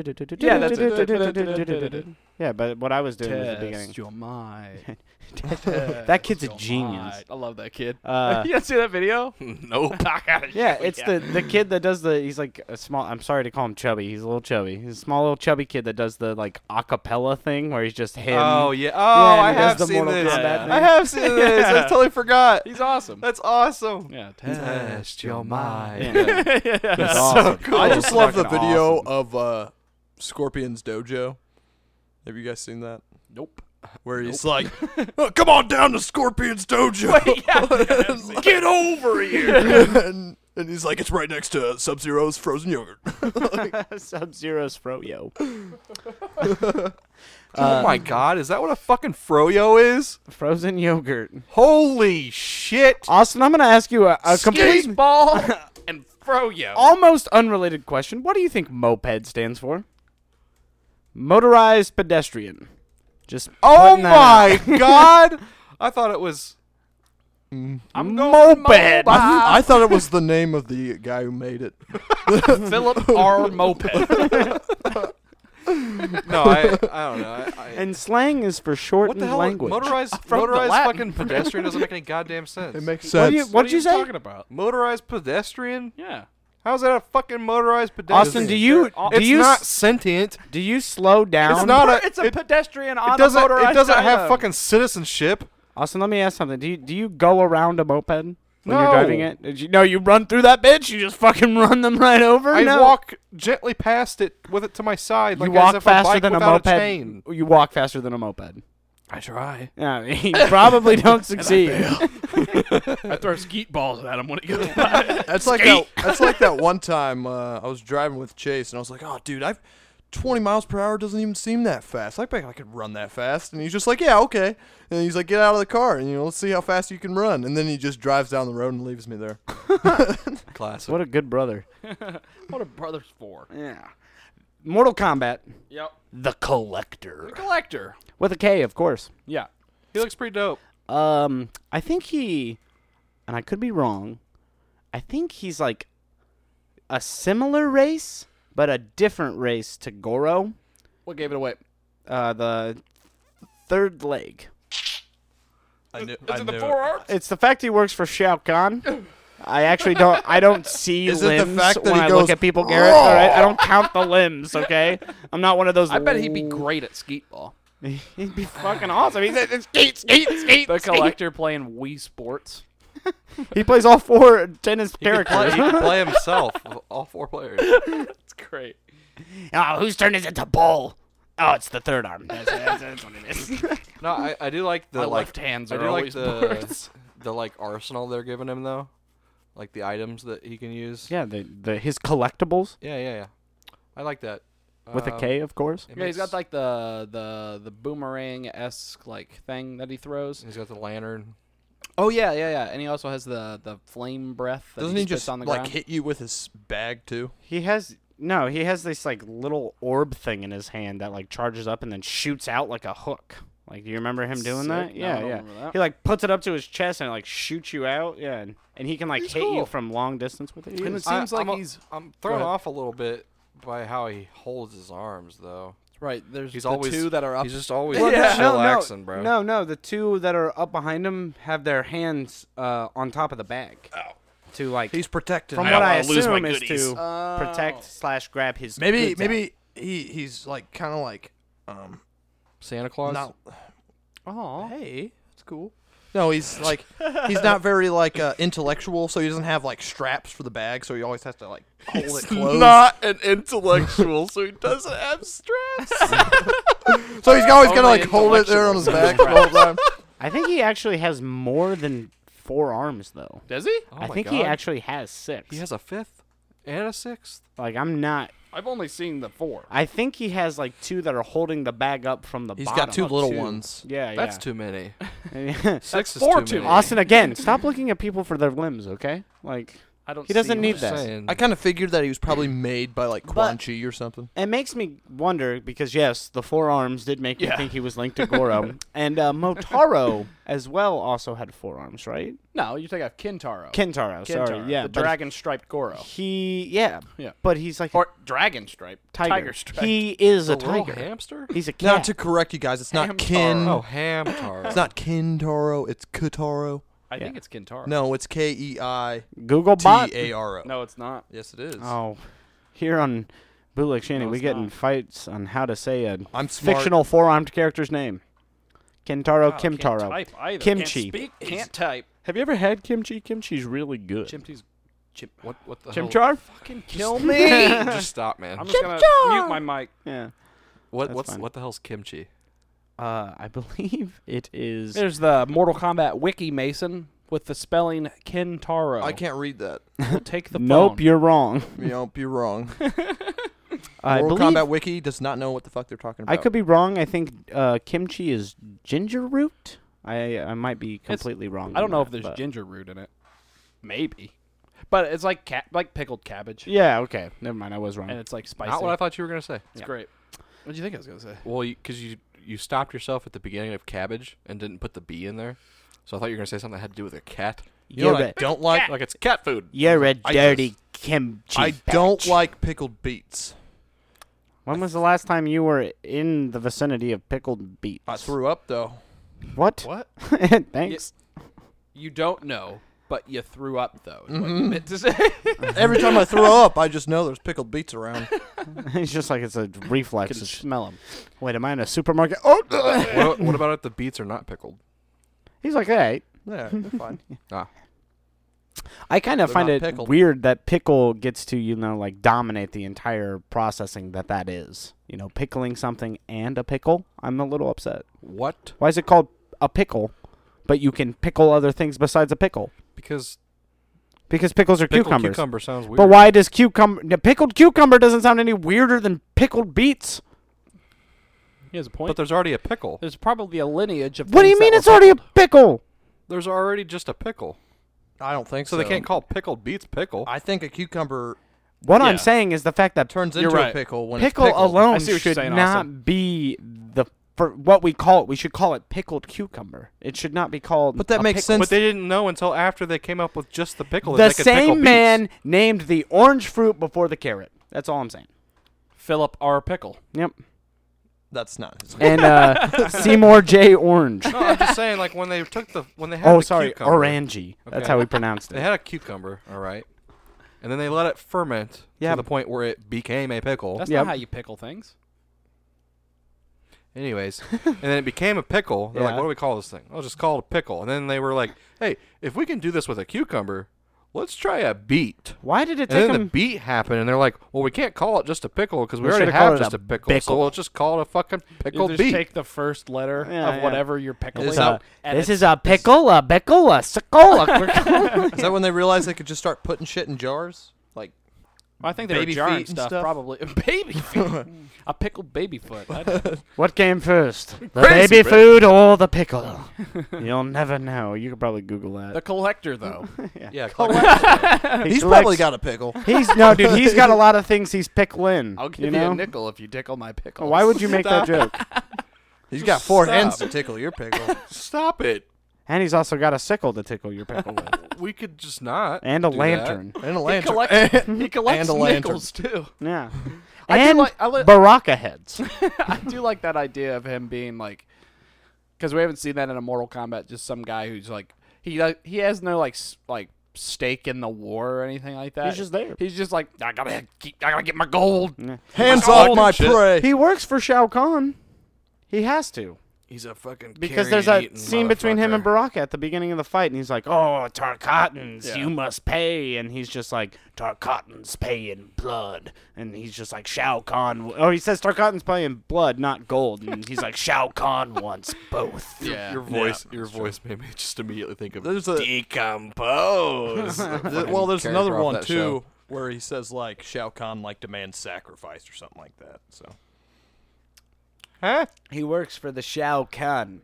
Speaker 2: it's the
Speaker 1: Yeah, that's it.
Speaker 2: yeah, but what I was doing was the beginning.
Speaker 1: your mind.
Speaker 2: That kid's a
Speaker 1: Your
Speaker 2: genius.
Speaker 1: mind. I love that kid.
Speaker 2: Uh,
Speaker 1: you guys see that video?
Speaker 5: nope.
Speaker 2: Yeah, it's the the kid that does the. He's like a small. I'm sorry to call him chubby. He's a little chubby. He's a small little chubby kid that does the like acapella thing where he's just him.
Speaker 5: Oh yeah.
Speaker 2: and
Speaker 5: Oh, I
Speaker 2: he does
Speaker 5: have
Speaker 2: the
Speaker 5: seen
Speaker 2: Mortal
Speaker 5: this.
Speaker 2: Kombat
Speaker 1: Yeah.
Speaker 2: thing.
Speaker 5: I have seen this. I totally forgot.
Speaker 1: He's awesome.
Speaker 5: That's awesome.
Speaker 1: Yeah,
Speaker 5: Test your mind.
Speaker 2: Yeah.
Speaker 5: That's
Speaker 2: awesome.
Speaker 5: so cool.
Speaker 4: I just love the
Speaker 5: Fucking
Speaker 4: video
Speaker 5: awesome.
Speaker 4: of uh, Scorpion's dojo. Have you guys seen that?
Speaker 1: Nope.
Speaker 4: Where he's like, "Oh, "Come on down to Scorpion's dojo, get over here," and, and he's like, "It's right next to Sub Zero's frozen yogurt."
Speaker 2: Sub Zero's Froyo. Um,
Speaker 5: oh my god, is that what a fucking froyo is?
Speaker 2: Frozen yogurt.
Speaker 5: Holy shit!
Speaker 2: Austin, I'm going to ask you a, a complete,
Speaker 1: ball and froyo.
Speaker 2: almost unrelated question. What do you think moped stands for? Motorized pedestrian. Just
Speaker 5: Oh
Speaker 2: putting that out.
Speaker 5: my god! I thought it was.
Speaker 1: I'm
Speaker 2: moped.
Speaker 4: I thought it was the name of the guy who made it.
Speaker 1: Philip R. Moped.
Speaker 5: No, I, I don't know. I, I,
Speaker 2: And slang is for short
Speaker 5: what
Speaker 2: and
Speaker 5: the hell?
Speaker 2: language.
Speaker 5: Motorized,
Speaker 1: From the
Speaker 5: motorized
Speaker 1: Latin.
Speaker 5: fucking pedestrian doesn't make any goddamn sense.
Speaker 4: It makes
Speaker 2: What
Speaker 4: sense.
Speaker 2: do you- what
Speaker 1: are
Speaker 2: did you
Speaker 1: you
Speaker 2: say?
Speaker 1: talking about?
Speaker 5: motorized pedestrian?
Speaker 1: Yeah.
Speaker 5: How's that a fucking motorized pedestrian?
Speaker 2: Austin, do you
Speaker 1: They're all-
Speaker 2: do
Speaker 5: It's
Speaker 2: you
Speaker 5: not
Speaker 2: s-
Speaker 5: sentient.
Speaker 2: do you slow down?
Speaker 5: It's not
Speaker 1: But
Speaker 5: a-
Speaker 1: it's a
Speaker 5: it-
Speaker 1: pedestrian on
Speaker 5: It doesn't.
Speaker 1: a motorized
Speaker 5: It doesn't have
Speaker 1: item.
Speaker 5: fucking citizenship.
Speaker 2: Austin, let me ask something. Do you do you go around a moped when you're
Speaker 5: No.
Speaker 2: driving it? Did you, no, you run through that bitch. You just fucking run them right over.
Speaker 5: I
Speaker 2: no.
Speaker 5: walk gently past it with it to my side.
Speaker 2: You
Speaker 5: like as
Speaker 2: walk
Speaker 5: if a
Speaker 2: faster
Speaker 5: bike
Speaker 2: than a
Speaker 5: without
Speaker 2: moped.
Speaker 5: chain.
Speaker 2: You walk faster than a moped.
Speaker 5: I try.
Speaker 2: Yeah, you probably don't succeed.
Speaker 1: I throw skeet balls at him when it goes
Speaker 4: That's like that, that's like that one time uh, I was driving with Chase and I was like, "Oh, dude, I've 20 miles per hour doesn't even seem that fast. I bet I could run that fast." And he's just like, "Yeah, okay." And he's like, "Get out of the car and you know, let's see how fast you can run." And then he just drives down the road and leaves me there.
Speaker 5: Classic.
Speaker 2: What a good brother.
Speaker 1: What are brothers for?
Speaker 2: Yeah. Mortal Kombat,
Speaker 1: Yep.
Speaker 2: the collector.
Speaker 1: Collector.
Speaker 2: With a K, of course.
Speaker 1: Yeah.
Speaker 5: He looks pretty dope.
Speaker 2: Um, I think he, and I could be wrong. I think he's like a similar race, but a different race to Goro,
Speaker 1: What gave it away?
Speaker 2: uh, the third leg.
Speaker 4: I knew,
Speaker 1: Is it the forearm?
Speaker 2: It's the fact he works for Shao Kahn. I actually don't. I don't see
Speaker 4: Is it the
Speaker 2: limbs
Speaker 4: fact that
Speaker 2: when
Speaker 4: he
Speaker 2: I
Speaker 4: goes,
Speaker 2: look at people, Garrett. All right, I don't count the limbs. Okay, I'm not one of those.
Speaker 1: I bet he'd be great at skeet ball.
Speaker 2: He'd be fucking awesome. He's it's skate, skate, skate.
Speaker 1: The
Speaker 2: skate.
Speaker 1: collector playing Wii Sports.
Speaker 2: He plays all four tennis
Speaker 5: He could play,
Speaker 2: characters.
Speaker 5: he could play himself. with all four players.
Speaker 1: That's great.
Speaker 2: oh, whose turn is it to bowl? Oh, it's the third arm. That's, that's, that's what it is.
Speaker 5: No, I, I do like the
Speaker 1: My
Speaker 5: like,
Speaker 1: left hands
Speaker 5: I
Speaker 1: are
Speaker 5: do like
Speaker 1: always
Speaker 5: the, the like arsenal they're giving him though, like the items that he can use.
Speaker 2: yeah, the, the his collectibles
Speaker 5: yeah, yeah. yeah. I like that.
Speaker 2: with a
Speaker 5: Um,
Speaker 2: K, of course.
Speaker 5: it
Speaker 1: Yeah, he's got
Speaker 5: makes-
Speaker 1: like the the the boomerang esque like thing that he throws.
Speaker 5: He's got the lantern.
Speaker 1: Oh yeah, yeah, yeah. And he also has the the flame breath. That
Speaker 4: Doesn't he
Speaker 1: spits
Speaker 4: just
Speaker 1: on the
Speaker 4: like
Speaker 1: ground.
Speaker 4: hit you with his bag too?
Speaker 2: He has no. He has this like little orb thing in his hand that like charges up and then shoots out like a hook. Like, do you remember him doing
Speaker 1: Sick.
Speaker 2: that?
Speaker 1: No, I
Speaker 2: yeah,
Speaker 1: don't
Speaker 2: yeah.
Speaker 1: remember that.
Speaker 2: He like puts it up to his chest and it, like shoots you out. Yeah, and, and he can like hit you
Speaker 1: cool.
Speaker 2: from long distance with it. He
Speaker 1: And
Speaker 2: is-
Speaker 1: Seems
Speaker 5: I,
Speaker 1: like
Speaker 5: I'm a-
Speaker 1: he's-
Speaker 5: I'm thrown
Speaker 1: ahead.
Speaker 5: off a little bit by how he holds his arms, though.
Speaker 1: Right. There's
Speaker 5: He's
Speaker 1: the
Speaker 5: always
Speaker 1: two that are up.
Speaker 5: He's just always
Speaker 2: Well,
Speaker 4: Yeah.
Speaker 2: no, no, no,
Speaker 5: chillaxing, bro.
Speaker 2: No, no, the two that are up behind him have their hands uh, on top of the bag.
Speaker 5: Oh.
Speaker 2: To like,
Speaker 5: He's protected.
Speaker 2: from
Speaker 6: I
Speaker 2: what
Speaker 6: don't
Speaker 2: I
Speaker 6: wanna lose my
Speaker 2: assume is
Speaker 6: goodies.
Speaker 2: to
Speaker 5: Oh.
Speaker 2: protect slash grab his.
Speaker 4: Maybe
Speaker 2: goods
Speaker 4: maybe he he's like kind of like um
Speaker 5: Santa Claus.
Speaker 4: not
Speaker 5: Oh.
Speaker 2: out. Aw.
Speaker 4: hey that's cool. No, he's like he's not very like uh, intellectual, so he doesn't have like straps for the bag, so he always has to like hold it closed.
Speaker 6: Not an intellectual, so he doesn't have straps.
Speaker 4: so he's always gonna
Speaker 6: Only
Speaker 4: like hold it there on his
Speaker 6: intellectuals
Speaker 4: back the whole time.
Speaker 2: I think he actually has more than four arms though.
Speaker 6: Does he?
Speaker 5: Oh
Speaker 2: I
Speaker 5: my
Speaker 2: think
Speaker 5: God.
Speaker 2: he actually has six.
Speaker 5: He has a fifth and a sixth.
Speaker 2: like I'm not.
Speaker 1: I've only seen the four.
Speaker 2: I think he has like two that are holding the bag up from the
Speaker 4: He's
Speaker 2: bottom.
Speaker 4: got two little ones.
Speaker 2: Yeah,
Speaker 5: That's
Speaker 2: yeah.
Speaker 5: too many.
Speaker 2: That's
Speaker 5: Six is
Speaker 1: four
Speaker 5: too
Speaker 1: too
Speaker 5: many.
Speaker 2: Austin again. Stop looking at people for their limbs, okay? Like
Speaker 1: I don't.
Speaker 2: He doesn't
Speaker 1: see
Speaker 2: need
Speaker 1: much.
Speaker 2: that.
Speaker 5: Saying.
Speaker 4: I kind of figured that he was probably made by like Quan
Speaker 2: But-
Speaker 4: Chi or something.
Speaker 2: it makes me wonder because yes, the four arms did make me
Speaker 6: Yeah.
Speaker 2: think he was linked to Goro, and uh, Motaro as well also had four arms, right?
Speaker 1: No, you take off Kintaro.
Speaker 2: Kentaro,
Speaker 1: Kintaro,
Speaker 2: sorry, yeah,
Speaker 1: the
Speaker 2: but
Speaker 1: dragon striped Goro.
Speaker 2: He yeah,
Speaker 1: Yeah.
Speaker 2: but he's like a
Speaker 1: Or dragon striped.
Speaker 2: tiger.
Speaker 1: Tiger striped.
Speaker 2: He is a,
Speaker 5: a little
Speaker 2: tiger.
Speaker 5: hamster.
Speaker 2: He's a cat.
Speaker 4: Not to correct you guys, it's not
Speaker 1: Hamtaro.
Speaker 4: Kin.
Speaker 5: Oh, hamtar.
Speaker 4: It's not Kintaro. It's Kataro.
Speaker 1: I
Speaker 2: Yeah.
Speaker 1: think it's Kintaro.
Speaker 4: No, it's K E I
Speaker 2: Google
Speaker 4: T
Speaker 2: bot.
Speaker 4: A R O.
Speaker 1: No, it's not.
Speaker 4: Yes, it is.
Speaker 2: Oh, here on Bootleg Shanty,
Speaker 1: No,
Speaker 2: we
Speaker 1: it's
Speaker 2: get in
Speaker 1: not.
Speaker 2: fights on how to say a
Speaker 4: I'm smart.
Speaker 2: fictional four-armed character's name. Kentaro
Speaker 1: Wow, can't
Speaker 2: Kimtaro.
Speaker 1: type either.
Speaker 2: Kimchi.
Speaker 1: Can't speak. Can't type.
Speaker 2: Have you ever had kimchi? Kimchi's really good.
Speaker 1: Chimchi's. Chim.
Speaker 5: What? What the hell?
Speaker 2: Chimchar?
Speaker 1: Fucking kill
Speaker 2: Just-
Speaker 1: me.
Speaker 5: Just stop, man.
Speaker 1: I'm just gonna mute my mic.
Speaker 2: Yeah.
Speaker 5: What?
Speaker 2: That's
Speaker 5: What's?
Speaker 2: fine.
Speaker 5: What the hell's kimchi?
Speaker 2: Uh, I believe it is.
Speaker 1: There's the Mortal Kombat wiki, Mason, with the spelling Kintaro.
Speaker 4: I can't read that.
Speaker 1: We'll take the
Speaker 2: nope,
Speaker 1: phone.
Speaker 2: you're wrong.
Speaker 4: You know, you're wrong.
Speaker 2: I
Speaker 4: Mortal
Speaker 2: believe
Speaker 4: Kombat Wiki does not know what the fuck they're talking
Speaker 2: I
Speaker 4: about.
Speaker 2: could be wrong. I think uh, kimchi is ginger root. I I might be completely wrong.
Speaker 1: I don't
Speaker 2: on
Speaker 1: know if
Speaker 2: that,
Speaker 1: there's
Speaker 2: but-
Speaker 1: ginger root in it. Maybe, but it's like ca- like pickled cabbage,
Speaker 2: Yeah. Okay. Never mind. I was wrong.
Speaker 1: and it's like spicy.
Speaker 5: Not what I thought you were gonna say.
Speaker 1: it's great. What do you think I was gonna say?
Speaker 5: Well, because you, you stopped yourself at the beginning of cabbage and didn't put the B in there, so I thought you were gonna say something that had to do with a cat.
Speaker 4: You know
Speaker 2: you're
Speaker 4: what I
Speaker 2: a,
Speaker 4: don't like?
Speaker 5: Like it's cat food.
Speaker 2: you're a
Speaker 4: I
Speaker 2: dirty kimchi.
Speaker 4: I don't
Speaker 2: bitch.
Speaker 4: like pickled beets.
Speaker 2: When was the last time you were in the vicinity of pickled beets?
Speaker 4: I threw up though.
Speaker 2: What?
Speaker 1: What?
Speaker 2: Thanks.
Speaker 1: You don't know, but you threw up though. is What you
Speaker 2: Mm-hmm.
Speaker 1: meant to say?
Speaker 4: Every time I throw up, I just know there's pickled beets around.
Speaker 2: it's just like it's a reflex.
Speaker 1: Can
Speaker 2: It's-
Speaker 1: smell them.
Speaker 2: Wait, am I in a supermarket? Oh,
Speaker 5: what, what about if the beets are not pickled?
Speaker 2: he's like, hey.
Speaker 4: Yeah, they're fine.
Speaker 2: I kind of
Speaker 4: They're
Speaker 2: find
Speaker 4: not
Speaker 2: it
Speaker 4: pickled.
Speaker 2: weird that pickle gets to you know like dominate the entire processing that that is. You know, pickling something and a pickle. I'm a little upset.
Speaker 5: What?
Speaker 2: Why is it called a pickle, but you can pickle other things besides a pickle?
Speaker 5: Because
Speaker 2: Because pickles are
Speaker 5: pickled
Speaker 2: cucumbers.
Speaker 5: cucumber sounds weird.
Speaker 2: But why does cucumber no, pickled cucumber doesn't sound any weirder than pickled beets?
Speaker 1: He has a point.
Speaker 5: But there's already a pickle.
Speaker 1: there's probably a lineage of.
Speaker 2: What do you
Speaker 1: things
Speaker 2: mean
Speaker 1: that
Speaker 2: it's
Speaker 1: were
Speaker 2: already a
Speaker 1: pickled.
Speaker 2: pickle?
Speaker 5: There's already just a pickle,
Speaker 4: I don't think
Speaker 5: so
Speaker 4: so.
Speaker 5: they can't call pickled beets pickle.
Speaker 4: I think a cucumber
Speaker 2: What
Speaker 1: Yeah.
Speaker 2: I'm saying is the fact that
Speaker 4: turns
Speaker 1: You're
Speaker 4: into
Speaker 1: right.
Speaker 4: a pickle when
Speaker 2: pickle
Speaker 4: it's pickled.
Speaker 1: I
Speaker 2: alone
Speaker 1: see what you're
Speaker 2: should
Speaker 1: saying,
Speaker 2: not
Speaker 1: Austin.
Speaker 2: be the for what we call it. We should call it pickled cucumber. It should not be called.
Speaker 4: But that
Speaker 2: a
Speaker 4: makes
Speaker 2: pickle.
Speaker 4: sense.
Speaker 5: but they didn't know until after they came up with just the pickle. that
Speaker 2: The
Speaker 5: they could pickle
Speaker 2: same
Speaker 5: beets.
Speaker 2: man named the orange fruit before the carrot. That's all I'm saying.
Speaker 1: Philip R. Pickle.
Speaker 2: Yep.
Speaker 4: That's not his name.
Speaker 2: And uh, Seymour J. Orange.
Speaker 5: No, I'm just saying, like when they took the when they had
Speaker 2: Oh,
Speaker 5: the
Speaker 2: sorry,
Speaker 5: cucumber,
Speaker 2: orangy. That's
Speaker 5: Okay.
Speaker 2: how we pronounced
Speaker 5: They
Speaker 2: it.
Speaker 5: had a cucumber, all right, and then they let it ferment
Speaker 2: Yeah,
Speaker 5: to the point where it became a pickle.
Speaker 1: That's
Speaker 2: Yep.
Speaker 1: not how you pickle things.
Speaker 5: Anyways, and then it became a pickle. They're like,
Speaker 2: Yeah.
Speaker 5: what do we call this thing? I'll just call it a pickle. And then they were like, hey, if we can do this with a cucumber, let's try a beet.
Speaker 2: Why did it
Speaker 5: And
Speaker 2: take
Speaker 5: then the
Speaker 2: him?
Speaker 5: beet happened, and they're like, well, we can't call it just a pickle because we,
Speaker 2: We
Speaker 5: already
Speaker 2: should've called
Speaker 5: have
Speaker 2: it
Speaker 5: just
Speaker 2: a
Speaker 5: a pickle, So
Speaker 2: bickle.
Speaker 5: we'll just call it a fucking
Speaker 1: You
Speaker 5: pickled
Speaker 1: just
Speaker 5: beet.
Speaker 1: take the first letter
Speaker 2: Yeah,
Speaker 1: of
Speaker 2: yeah.
Speaker 1: whatever you're pickling.
Speaker 4: It's
Speaker 2: Uh,
Speaker 4: out.
Speaker 1: and
Speaker 2: this
Speaker 1: it's-
Speaker 2: is a pickle, a pickle, a sickle, a quickle.
Speaker 4: Is that when they realized they could just start putting shit in jars? Like
Speaker 1: I think they were
Speaker 4: baby
Speaker 1: jarring
Speaker 4: feet and
Speaker 1: stuff,
Speaker 4: stuff?
Speaker 1: probably. baby feet. a pickled baby foot. I don't-
Speaker 2: What came first, the
Speaker 6: Crazy
Speaker 2: baby
Speaker 6: bitch.
Speaker 2: food or the pickle? You'll never know. You could probably Google
Speaker 1: the
Speaker 2: that.
Speaker 1: collector, though.
Speaker 5: yeah,
Speaker 2: He
Speaker 4: he's
Speaker 2: collects-
Speaker 4: probably got a pickle.
Speaker 2: He's no, dude. He's got a lot of things he's pickling.
Speaker 1: I'll give
Speaker 2: you
Speaker 1: you,
Speaker 2: know.
Speaker 1: a nickel if you tickle my pickle.
Speaker 2: Why would you make that joke?
Speaker 4: He's got four
Speaker 5: Stop.
Speaker 4: hands to tickle your pickle.
Speaker 5: stop it.
Speaker 2: And he's also got a sickle to tickle your pickle with,
Speaker 3: We could just not.
Speaker 2: and a
Speaker 3: do that.
Speaker 2: lantern.
Speaker 4: And a
Speaker 5: He
Speaker 4: lantern.
Speaker 5: collects, he collects
Speaker 4: and a lantern.
Speaker 5: nickels too.
Speaker 2: Yeah,
Speaker 5: I do
Speaker 2: and
Speaker 5: like- I li-
Speaker 2: baraka heads.
Speaker 1: I do like that idea of him being like, because we haven't seen that in a Mortal Kombat. Just some guy who's like, he does- he has no like s- like stake in the war or anything like that.
Speaker 2: He's just there.
Speaker 1: He's just like, I gotta keep, I gotta get my gold.
Speaker 4: Hands off my prey.
Speaker 2: He works for Shao Kahn. He has to.
Speaker 3: He's a fucking
Speaker 2: Because there's that scene between him and Baraka at the beginning of the fight, and he's like, "Oh, Tarkatans, you must pay," and he's just like, "Tarkatans pay in blood," and he's just like, "Shao Kahn." w- Oh, he says Tarkatans pay in blood, not gold, and he's like, "Shao Kahn wants both."
Speaker 1: Yeah.
Speaker 3: Your voice, your voice made me just immediately think of
Speaker 4: There's a
Speaker 3: decompose.
Speaker 4: th- well. There's
Speaker 3: Karen
Speaker 4: another
Speaker 3: Croft,
Speaker 4: one
Speaker 3: that
Speaker 4: too
Speaker 3: show.
Speaker 4: where he says like Shao Kahn like demands sacrifice or something like that. So
Speaker 3: huh?
Speaker 2: He works for the Shao Kahn.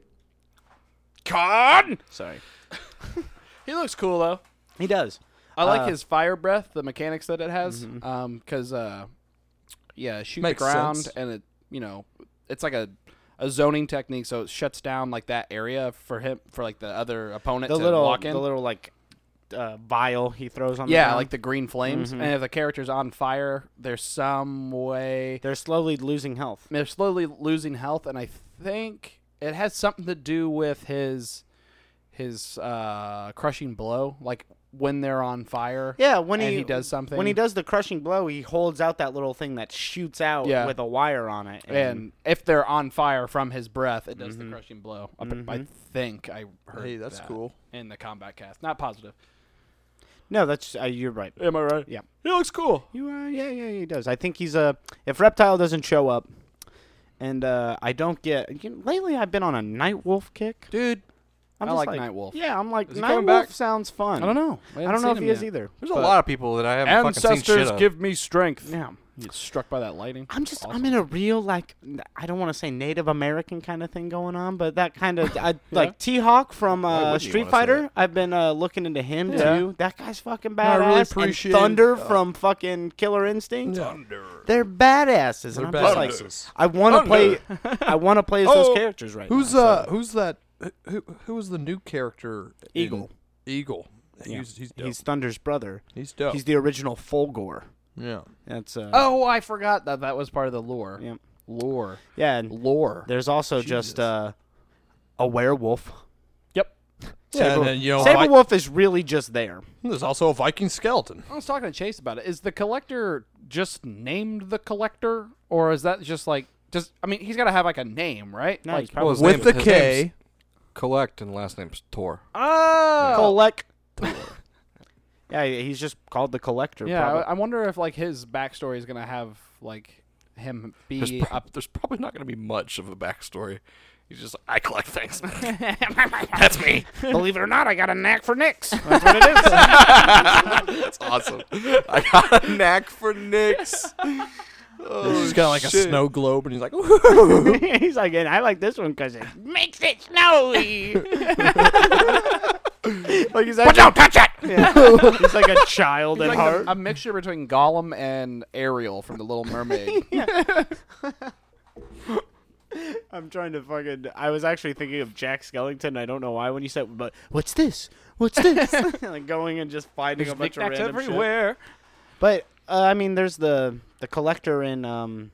Speaker 2: Kahn. Sorry,
Speaker 1: He looks cool though.
Speaker 2: he does.
Speaker 1: I like
Speaker 2: Uh, Mm-hmm.
Speaker 1: his fire breath, the mechanics that it has, Um 'cause because uh, yeah, shoot
Speaker 4: Makes
Speaker 1: the ground
Speaker 4: sense.
Speaker 1: and it, you know, it's like a, a zoning technique, so it shuts down like that area for him for like the other opponent
Speaker 2: The
Speaker 1: to
Speaker 2: little,
Speaker 1: walk in.
Speaker 2: the little like uh, vial he throws on. the
Speaker 1: yeah,
Speaker 2: ground.
Speaker 1: like the green flames, and if the character's on fire, there's some way
Speaker 2: they're slowly losing health.
Speaker 1: they're slowly losing health, and I think it has something to do with his his uh, crushing blow, like when they're on fire.
Speaker 2: Yeah, when
Speaker 1: and
Speaker 2: he,
Speaker 1: he does something.
Speaker 2: When he does the crushing blow, he holds out that little thing that shoots out
Speaker 1: Yeah.
Speaker 2: with a wire on it.
Speaker 1: and if they're on fire from his breath, it does the crushing blow. I, I think I heard.
Speaker 4: Hey, that's
Speaker 1: that
Speaker 4: cool.
Speaker 1: In the combat cast, not positive.
Speaker 2: no, that's uh, you're right.
Speaker 1: Am I right?
Speaker 2: Yeah.
Speaker 4: he looks cool.
Speaker 2: You are, yeah, yeah, he does. I think he's a. If Reptile doesn't show up, and uh, I don't get you know, lately, I've been on a Night Wolf kick.
Speaker 1: dude.
Speaker 2: I'm
Speaker 1: I
Speaker 2: just
Speaker 1: like Night Wolf.
Speaker 2: Yeah, I'm like
Speaker 3: he
Speaker 2: Night Wolf
Speaker 3: coming back?
Speaker 2: sounds fun.
Speaker 1: I don't know. I
Speaker 2: I,
Speaker 1: haven't
Speaker 2: don't know
Speaker 1: seen
Speaker 2: if
Speaker 1: him
Speaker 2: he is
Speaker 1: yet.
Speaker 2: either.
Speaker 3: There's a lot of people that I haven't fucking seen shit
Speaker 1: Ancestors
Speaker 3: of.
Speaker 1: give me strength.
Speaker 2: Yeah.
Speaker 1: He's struck by that lightning.
Speaker 2: I'm just I'm in a real like n- I don't want to say Native American kind of thing going on, but that kind of I, like T Hawk from uh,
Speaker 3: wouldn't you
Speaker 2: Street
Speaker 3: wanna say that?
Speaker 2: Fighter. I've been uh, looking into him
Speaker 1: Yeah.
Speaker 2: too. That guy's fucking badass.
Speaker 4: I really
Speaker 2: And
Speaker 4: appreciate,
Speaker 2: Thunder
Speaker 4: uh,
Speaker 2: from fucking Killer Instinct.
Speaker 4: Thunder.
Speaker 2: They're badasses,
Speaker 4: They're
Speaker 2: and I'm just like
Speaker 4: badasses.
Speaker 2: I want to play. I want to play as
Speaker 4: Oh,
Speaker 2: those characters right
Speaker 4: Who's
Speaker 2: now. so-
Speaker 4: uh who's that who who was the new character? in-
Speaker 2: Eagle.
Speaker 4: Eagle. He's he's dope.
Speaker 2: He's
Speaker 4: He's,
Speaker 2: Thunder's brother.
Speaker 4: dope.
Speaker 2: He's the original Fulgore.
Speaker 4: yeah.
Speaker 2: That's uh,
Speaker 1: Oh, I forgot that that was part of the lore.
Speaker 2: Yep.
Speaker 1: Lore.
Speaker 2: yeah. And
Speaker 1: Lore.
Speaker 2: there's also just uh, a werewolf.
Speaker 1: Yep.
Speaker 4: yeah and then, you know, Vi-
Speaker 2: Saber Wolf is really just there.
Speaker 4: there's also a Viking skeleton.
Speaker 1: I was talking to Chase about it. Is the collector just named the collector, or is that just like just? I mean, he's got to have like a name, right?
Speaker 2: No,
Speaker 1: like,
Speaker 2: he's probably
Speaker 3: his
Speaker 4: With
Speaker 3: name-
Speaker 4: the
Speaker 3: his
Speaker 4: K.
Speaker 3: name's collect and last name's Tor.
Speaker 2: Oh. collect. yeah, he's just called the collector.
Speaker 1: yeah. I,
Speaker 2: probably.
Speaker 1: I wonder if like his backstory is gonna have like him
Speaker 3: There's,
Speaker 1: be
Speaker 3: prob-
Speaker 1: up.
Speaker 3: there's probably not going to be much of a backstory. He's just like, I collect things. That's me.
Speaker 2: believe it or not, I got a knack for nicks. That's what it is.
Speaker 3: That's awesome. I got a knack for nicks.
Speaker 4: he's got like a snow globe, and he's like,
Speaker 2: he's like, and I like this one because it makes it snowy. like he's actually,
Speaker 5: Don't touch it!
Speaker 2: yeah. he's like a child at
Speaker 1: Like
Speaker 2: heart.
Speaker 1: a, a mixture between Gollum and Ariel from The Little Mermaid.
Speaker 2: I'm trying to fucking. I was actually thinking of Jack Skellington. I don't know why when you said, but what's this? What's this? like going and just finding a bunch of
Speaker 1: knickknacks
Speaker 2: random shit. But uh, I mean, there's the the collector in um,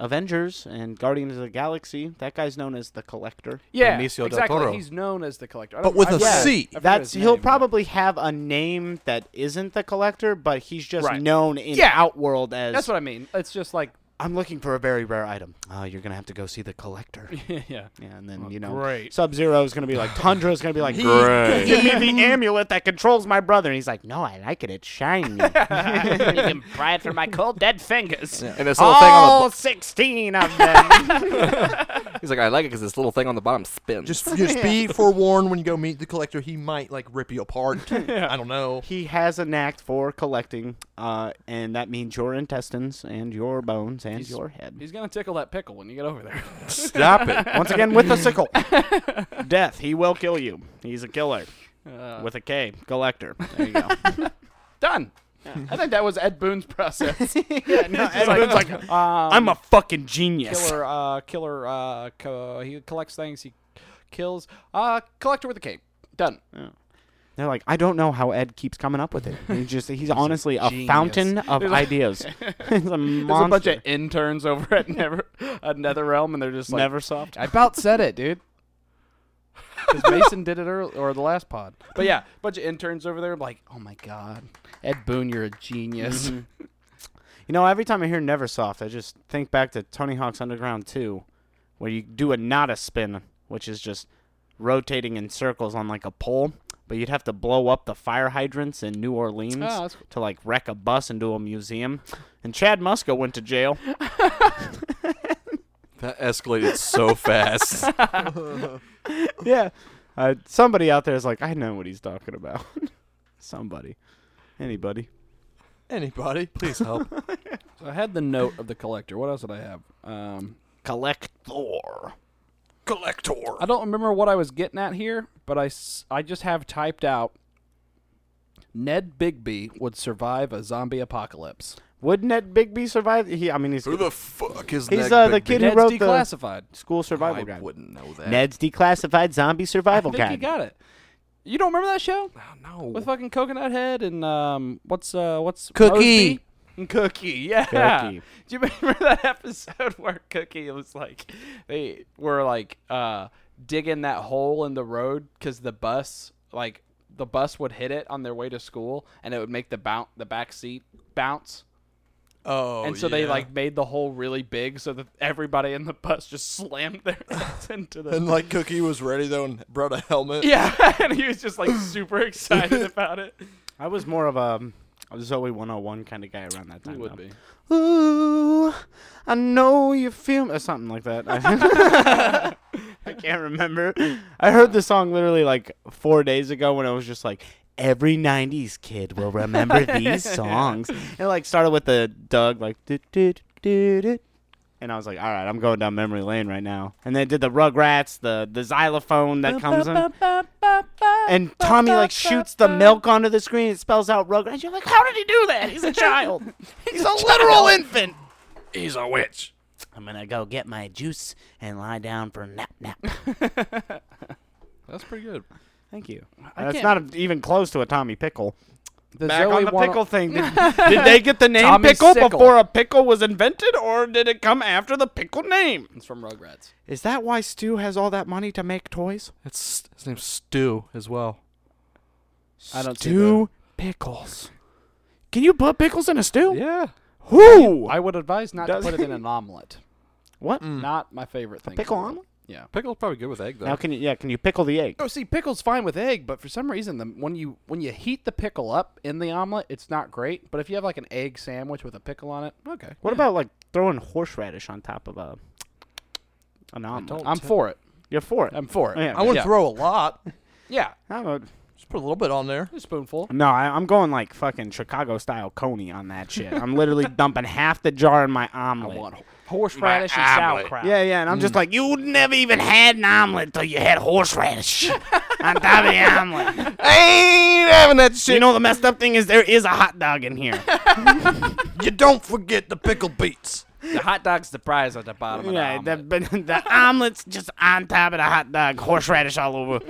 Speaker 2: Avengers and Guardians of the Galaxy. That guy's known as the collector.
Speaker 1: Yeah,
Speaker 3: Benicio del
Speaker 1: exactly.
Speaker 3: Toro.
Speaker 1: He's known as the collector, I
Speaker 4: But
Speaker 1: don't-
Speaker 4: with
Speaker 1: I
Speaker 4: a
Speaker 1: forget-
Speaker 4: C.
Speaker 1: I forget
Speaker 2: That's
Speaker 1: his
Speaker 2: he'll
Speaker 1: name, but-
Speaker 2: probably have a name that isn't the collector, but he's just
Speaker 1: Right.
Speaker 2: known in
Speaker 1: Yeah.
Speaker 2: Outworld as.
Speaker 1: That's what I mean. It's just like
Speaker 2: I'm looking for a very rare item. Oh, you're gonna have to go see the collector.
Speaker 1: yeah.
Speaker 2: Yeah, and then you know,
Speaker 1: great.
Speaker 2: Sub Zero is gonna be like Tundra is gonna be like,
Speaker 3: Great.
Speaker 2: give me the amulet that controls my brother. And he's like, no, I like it. It's shiny. you can pry it from my cold dead fingers.
Speaker 3: And this little thing on
Speaker 2: All sixteen of them.
Speaker 3: the, he's like, I like it because this little thing on the bottom spins.
Speaker 4: just just be forewarned when you go meet the collector. He might like rip you apart. I don't know.
Speaker 2: he has a knack for collecting, uh, and that means your intestines and your bones and your head.
Speaker 1: He's gonna tickle that pickle when you get over there.
Speaker 3: stop it.
Speaker 2: Once again, with the sickle, death. He will kill you. He's a killer
Speaker 1: Uh,
Speaker 2: with a K, collector. There you go.
Speaker 1: Done. I think that was Ed Boone's process.
Speaker 2: no,
Speaker 1: He's like,
Speaker 2: Edmund's like, I'm a fucking genius.
Speaker 1: killer uh killer uh co- he collects things he kills uh collector with a cape Done.
Speaker 2: They're like, I don't know how Ed keeps coming up with it. He's just he's honestly a
Speaker 5: genius.
Speaker 2: fountain of ideas. he's a
Speaker 1: There's a bunch
Speaker 2: monster.
Speaker 1: of interns over at Never at Netherrealm, and they're just like,
Speaker 2: Never soft.
Speaker 1: I about said it, dude. Because Mason did it early, or the last pod. But yeah, bunch of interns over there, like, oh my god, Ed Boone, you're a genius.
Speaker 2: Mm-hmm. You know, every time I hear Never Soft, I just think back to Tony Hawk's Underground 2, where you do a nada spin, which is just rotating in circles on like a pole, but you'd have to blow up the fire hydrants in New Orleans
Speaker 1: Oh, that's cool.
Speaker 2: to like wreck a bus into a museum. And Chad Muska went to jail.
Speaker 3: That escalated so fast.
Speaker 2: yeah. Uh, somebody out there is like, I know what he's talking about. somebody. Anybody.
Speaker 4: Anybody?
Speaker 3: Please help.
Speaker 1: So I had the note of the collector. What else did I have? Um,
Speaker 2: Collector.
Speaker 4: Collector.
Speaker 1: I don't remember what I was getting at here, but I, s- I just have typed out Ned Bigby would survive a zombie apocalypse.
Speaker 2: Would Ned Bigby survive? He, I mean, he's,
Speaker 4: Who the fuck is
Speaker 2: he's
Speaker 4: Ned
Speaker 2: uh, the
Speaker 4: Bigby?
Speaker 2: kid who
Speaker 1: Ned's
Speaker 2: wrote the
Speaker 1: declassified.
Speaker 2: school survival
Speaker 4: I
Speaker 2: guide.
Speaker 4: wouldn't know that.
Speaker 2: Ned's Declassified Zombie Survival
Speaker 1: I think you
Speaker 2: Guide.
Speaker 1: got it. You don't remember that show
Speaker 3: "Oh,
Speaker 4: Ah, no.
Speaker 1: with fucking Coconut Head and um, what's uh, what's
Speaker 2: Cookie.
Speaker 1: Mosby? And Cookie, yeah.
Speaker 2: Cookie.
Speaker 1: Do you remember that episode where Cookie was like, they were like uh, digging that hole in the road because the bus, like the bus would hit it on their way to school and it would make the bounce, the back seat bounce.
Speaker 4: Oh,
Speaker 1: and so they
Speaker 4: yeah.
Speaker 1: like made the hole really big so that everybody in the bus just slammed their heads into the
Speaker 4: And like Cookie was ready though and brought a helmet.
Speaker 1: yeah, and he was just like super excited about it.
Speaker 2: I was more of a a Zoe 101 kind of guy around that time. though.
Speaker 1: be.
Speaker 2: Ooh, I know you feel me. Or something like that. I I can't remember. I heard the song literally like four days ago when I was just like, every 90s kid will remember these songs. And it like started with the Doug, like, "Doot, doot, doot, doot." and I was like, all right, I'm going down memory lane right now. And they did the Rugrats, the, the xylophone that comes in. And Tommy like shoots the milk onto the screen. It spells out Rugrats. You're like, how did he do that? He's a child. He's a literal infant.
Speaker 4: He's a witch.
Speaker 2: I'm gonna go get my juice and lie down for a nap nap.
Speaker 3: That's pretty good.
Speaker 2: Thank you.
Speaker 1: I
Speaker 2: That's
Speaker 1: can't-
Speaker 2: not a, even close to a Tommy Pickle.
Speaker 1: The
Speaker 2: Back
Speaker 1: Zoe
Speaker 2: on the
Speaker 1: one-
Speaker 2: pickle thing. Did, did they get the name
Speaker 1: Tommy
Speaker 2: pickle
Speaker 1: Sickle.
Speaker 2: before a pickle was invented, or did it come after the pickle name?
Speaker 1: It's from Rugrats.
Speaker 2: Is that why Stu has all that money to make toys?
Speaker 3: It's his name's Stu as well.
Speaker 1: I don't see
Speaker 2: Stew pickles. Can you put pickles in a stew?
Speaker 3: Yeah.
Speaker 2: Who?
Speaker 1: I mm, would advise not
Speaker 2: Does-
Speaker 1: to put it in an omelet.
Speaker 2: what?
Speaker 1: Not my favorite thing. in
Speaker 2: Pickle
Speaker 1: the world.
Speaker 2: omelet?
Speaker 1: Yeah.
Speaker 3: Pickle's probably good with egg though.
Speaker 2: Now can you? Yeah, can you pickle the egg?
Speaker 1: Oh, see, pickle's fine with egg, but for some reason, the, when you when you heat the pickle up in the omelet, it's not great. But if you have like an egg sandwich with a pickle on it, okay,
Speaker 2: What about like throwing horseradish on top of a an
Speaker 3: don't-
Speaker 2: omelet?
Speaker 1: I'm for it.
Speaker 2: You're for it.
Speaker 1: I'm for it.
Speaker 2: Yeah.
Speaker 4: I wouldn't
Speaker 1: Yeah.
Speaker 4: throw a lot.
Speaker 1: Yeah,
Speaker 2: I'm a-
Speaker 4: Just put a little bit on there.
Speaker 1: a spoonful.
Speaker 2: no, I, I'm going like fucking Chicago style coney on that shit. I'm literally dumping half the jar in my
Speaker 1: I
Speaker 2: omelet. Oh, Mm.
Speaker 1: want horseradish and sauerkraut.
Speaker 2: Yeah, yeah, and I'm just like, you never even had an omelet till you had horseradish on top of the omelet.
Speaker 3: ain't having that shit.
Speaker 2: you know the messed up thing is there is a hot dog in here.
Speaker 4: You don't forget the pickle beets.
Speaker 1: The hot dog's the prize at the bottom. of the
Speaker 2: yeah, the,
Speaker 1: omelet.
Speaker 2: but the omelet's just on top of the hot dog, horseradish all over,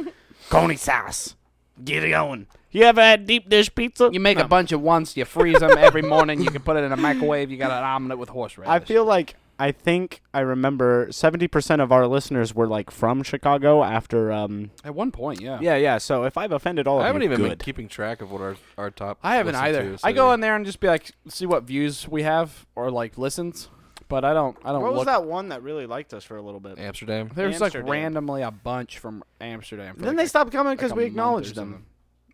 Speaker 2: coney sauce. Get it going. You ever had deep dish pizza?
Speaker 1: You make a bunch of once, you freeze them every morning, you can put it in a microwave, you got an omelet with horseradish.
Speaker 2: I feel like I think I remember seventy percent of our listeners were like from Chicago after um
Speaker 1: At one point, yeah.
Speaker 2: Yeah, yeah. So if I've offended all of
Speaker 3: I haven't
Speaker 2: you,
Speaker 3: even been
Speaker 2: good.
Speaker 3: keeping track of what our, our top.
Speaker 1: I haven't
Speaker 3: listen
Speaker 1: either.
Speaker 3: to,
Speaker 1: I go
Speaker 3: so-
Speaker 1: in there and just be like, see what views we have or like listens, but I don't. I don't.
Speaker 2: What was
Speaker 1: look.
Speaker 2: that one that really liked us for a little bit?
Speaker 3: Amsterdam.
Speaker 1: There's
Speaker 2: Amsterdam.
Speaker 1: like randomly a bunch from Amsterdam. for,
Speaker 2: Then
Speaker 1: like,
Speaker 2: they
Speaker 1: a-
Speaker 2: stopped coming
Speaker 1: like
Speaker 2: because
Speaker 1: a
Speaker 2: we
Speaker 1: month or
Speaker 2: acknowledged them.
Speaker 1: something.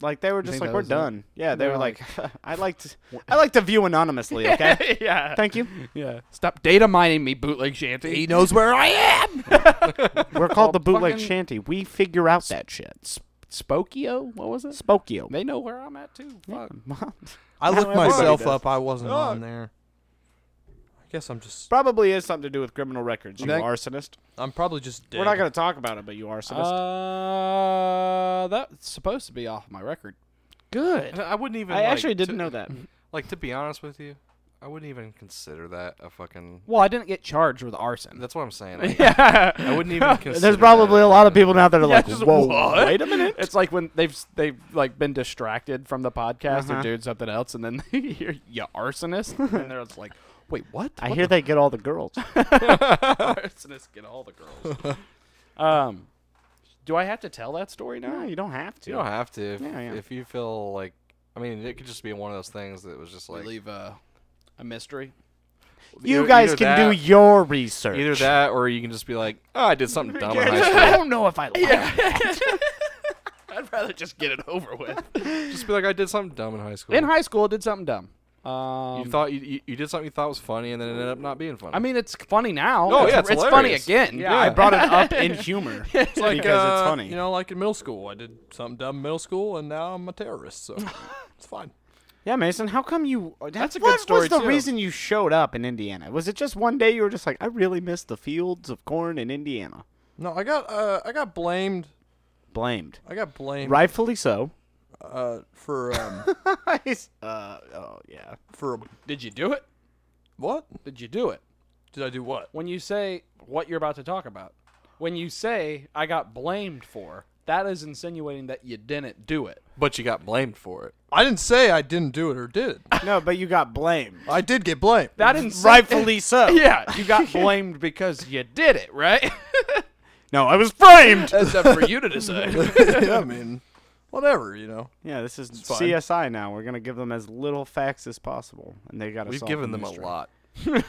Speaker 2: Like they were just
Speaker 1: think
Speaker 2: like
Speaker 1: that
Speaker 2: we're
Speaker 1: was it?
Speaker 2: done. Yeah, they
Speaker 1: They
Speaker 2: were
Speaker 1: were
Speaker 2: like, I like to, I like to view anonymously. Okay,
Speaker 1: yeah.
Speaker 2: thank you.
Speaker 1: yeah. Stop data mining me, bootleg shanty.
Speaker 4: He knows where I am.
Speaker 2: We're called the bootleg
Speaker 1: fucking-
Speaker 2: shanty. We figure out that shit.
Speaker 1: Spokio? What was it?
Speaker 2: Spoke you.
Speaker 1: They know where I'm at too. Fuck.
Speaker 4: I looked
Speaker 2: Everybody
Speaker 4: myself
Speaker 2: does.
Speaker 4: up. I wasn't on there. I guess I'm just.
Speaker 2: Probably is something to do with criminal records. You
Speaker 4: That-
Speaker 2: arsonist.
Speaker 4: I'm probably just dead.
Speaker 2: We're not gonna talk about it, but you arsonist.
Speaker 1: Uh, that's supposed to be off my record.
Speaker 2: Good.
Speaker 3: I wouldn't even.
Speaker 2: I
Speaker 3: like,
Speaker 2: actually
Speaker 3: to-
Speaker 2: didn't know that.
Speaker 3: Like to be honest with you, I wouldn't even consider that a fucking.
Speaker 1: Well, I didn't get charged with arson.
Speaker 3: That's what I'm saying. I,
Speaker 1: yeah.
Speaker 3: I wouldn't even consider.
Speaker 2: There's probably
Speaker 3: that.
Speaker 2: a lot of people now that are like,
Speaker 1: just,
Speaker 2: whoa,
Speaker 1: "What?"
Speaker 2: wait a minute.
Speaker 1: It's like when they've they've like been distracted from the podcast,
Speaker 2: Uh-huh.
Speaker 1: they're doing something else, and then they hear you arsonist, and they're just like, "Wait, what?"
Speaker 2: I
Speaker 1: What
Speaker 2: hear they get all the girls.
Speaker 1: arsonists get all the girls. um, do I have to tell that story now?
Speaker 2: no, you don't have to.
Speaker 3: You don't have to if,
Speaker 2: Yeah, yeah.
Speaker 3: if you feel like. I mean, it could just be one of those things that was just like
Speaker 1: leave a a mystery.
Speaker 2: You
Speaker 3: Either-
Speaker 2: guys
Speaker 3: either
Speaker 2: can
Speaker 3: that-
Speaker 2: do your research.
Speaker 3: either that or you can just be like, oh, I did something dumb in high school.
Speaker 2: I don't know if I like that.
Speaker 1: I'd rather just get it over with.
Speaker 3: Just be like, I did something dumb in high school.
Speaker 1: In high school, I did something dumb. Um,
Speaker 3: you thought you, you, you did something you thought was funny, and then it ended up not being funny.
Speaker 1: I mean, it's funny now.
Speaker 3: Oh,
Speaker 1: it's,
Speaker 3: yeah, it's
Speaker 1: it's funny
Speaker 3: hilarious.
Speaker 1: again.
Speaker 2: Yeah, I brought it up in humor
Speaker 4: It's like,
Speaker 2: because
Speaker 4: uh,
Speaker 2: it's funny.
Speaker 4: You know, like in middle school, I did something dumb in middle school, and now I'm a terrorist. So it's fine.
Speaker 2: yeah, Mason, how come you? That's
Speaker 1: a good
Speaker 2: what
Speaker 1: story,
Speaker 2: was the
Speaker 1: too.
Speaker 2: reason you showed up in Indiana? Was it just one day you were just like, I really miss the fields of corn in Indiana?
Speaker 4: No, I got uh, I got blamed.
Speaker 2: Blamed,
Speaker 4: I got blamed
Speaker 2: rightfully so.
Speaker 4: uh, for um,
Speaker 2: Nice. uh, oh yeah.
Speaker 4: for
Speaker 1: Did you do it?
Speaker 4: what?
Speaker 1: Did you do it?
Speaker 4: Did I do what?
Speaker 1: When you say what you're about to talk about, when you say I got blamed for, that is insinuating that you didn't do it.
Speaker 3: but you got blamed for it.
Speaker 4: I didn't say I didn't do it or did. it.
Speaker 2: No, but you got blamed.
Speaker 4: I did get blamed.
Speaker 1: That is
Speaker 2: Rightfully so.
Speaker 1: Yeah, you got blamed because you did it, right?
Speaker 2: No, I was framed.
Speaker 1: That's up for you to decide.
Speaker 4: I mean, whatever, you know.
Speaker 2: Yeah, this is
Speaker 4: fine.
Speaker 2: CSI now. We're gonna give them as little facts as possible, and they got to.
Speaker 3: We've given them a lot.
Speaker 2: Yeah,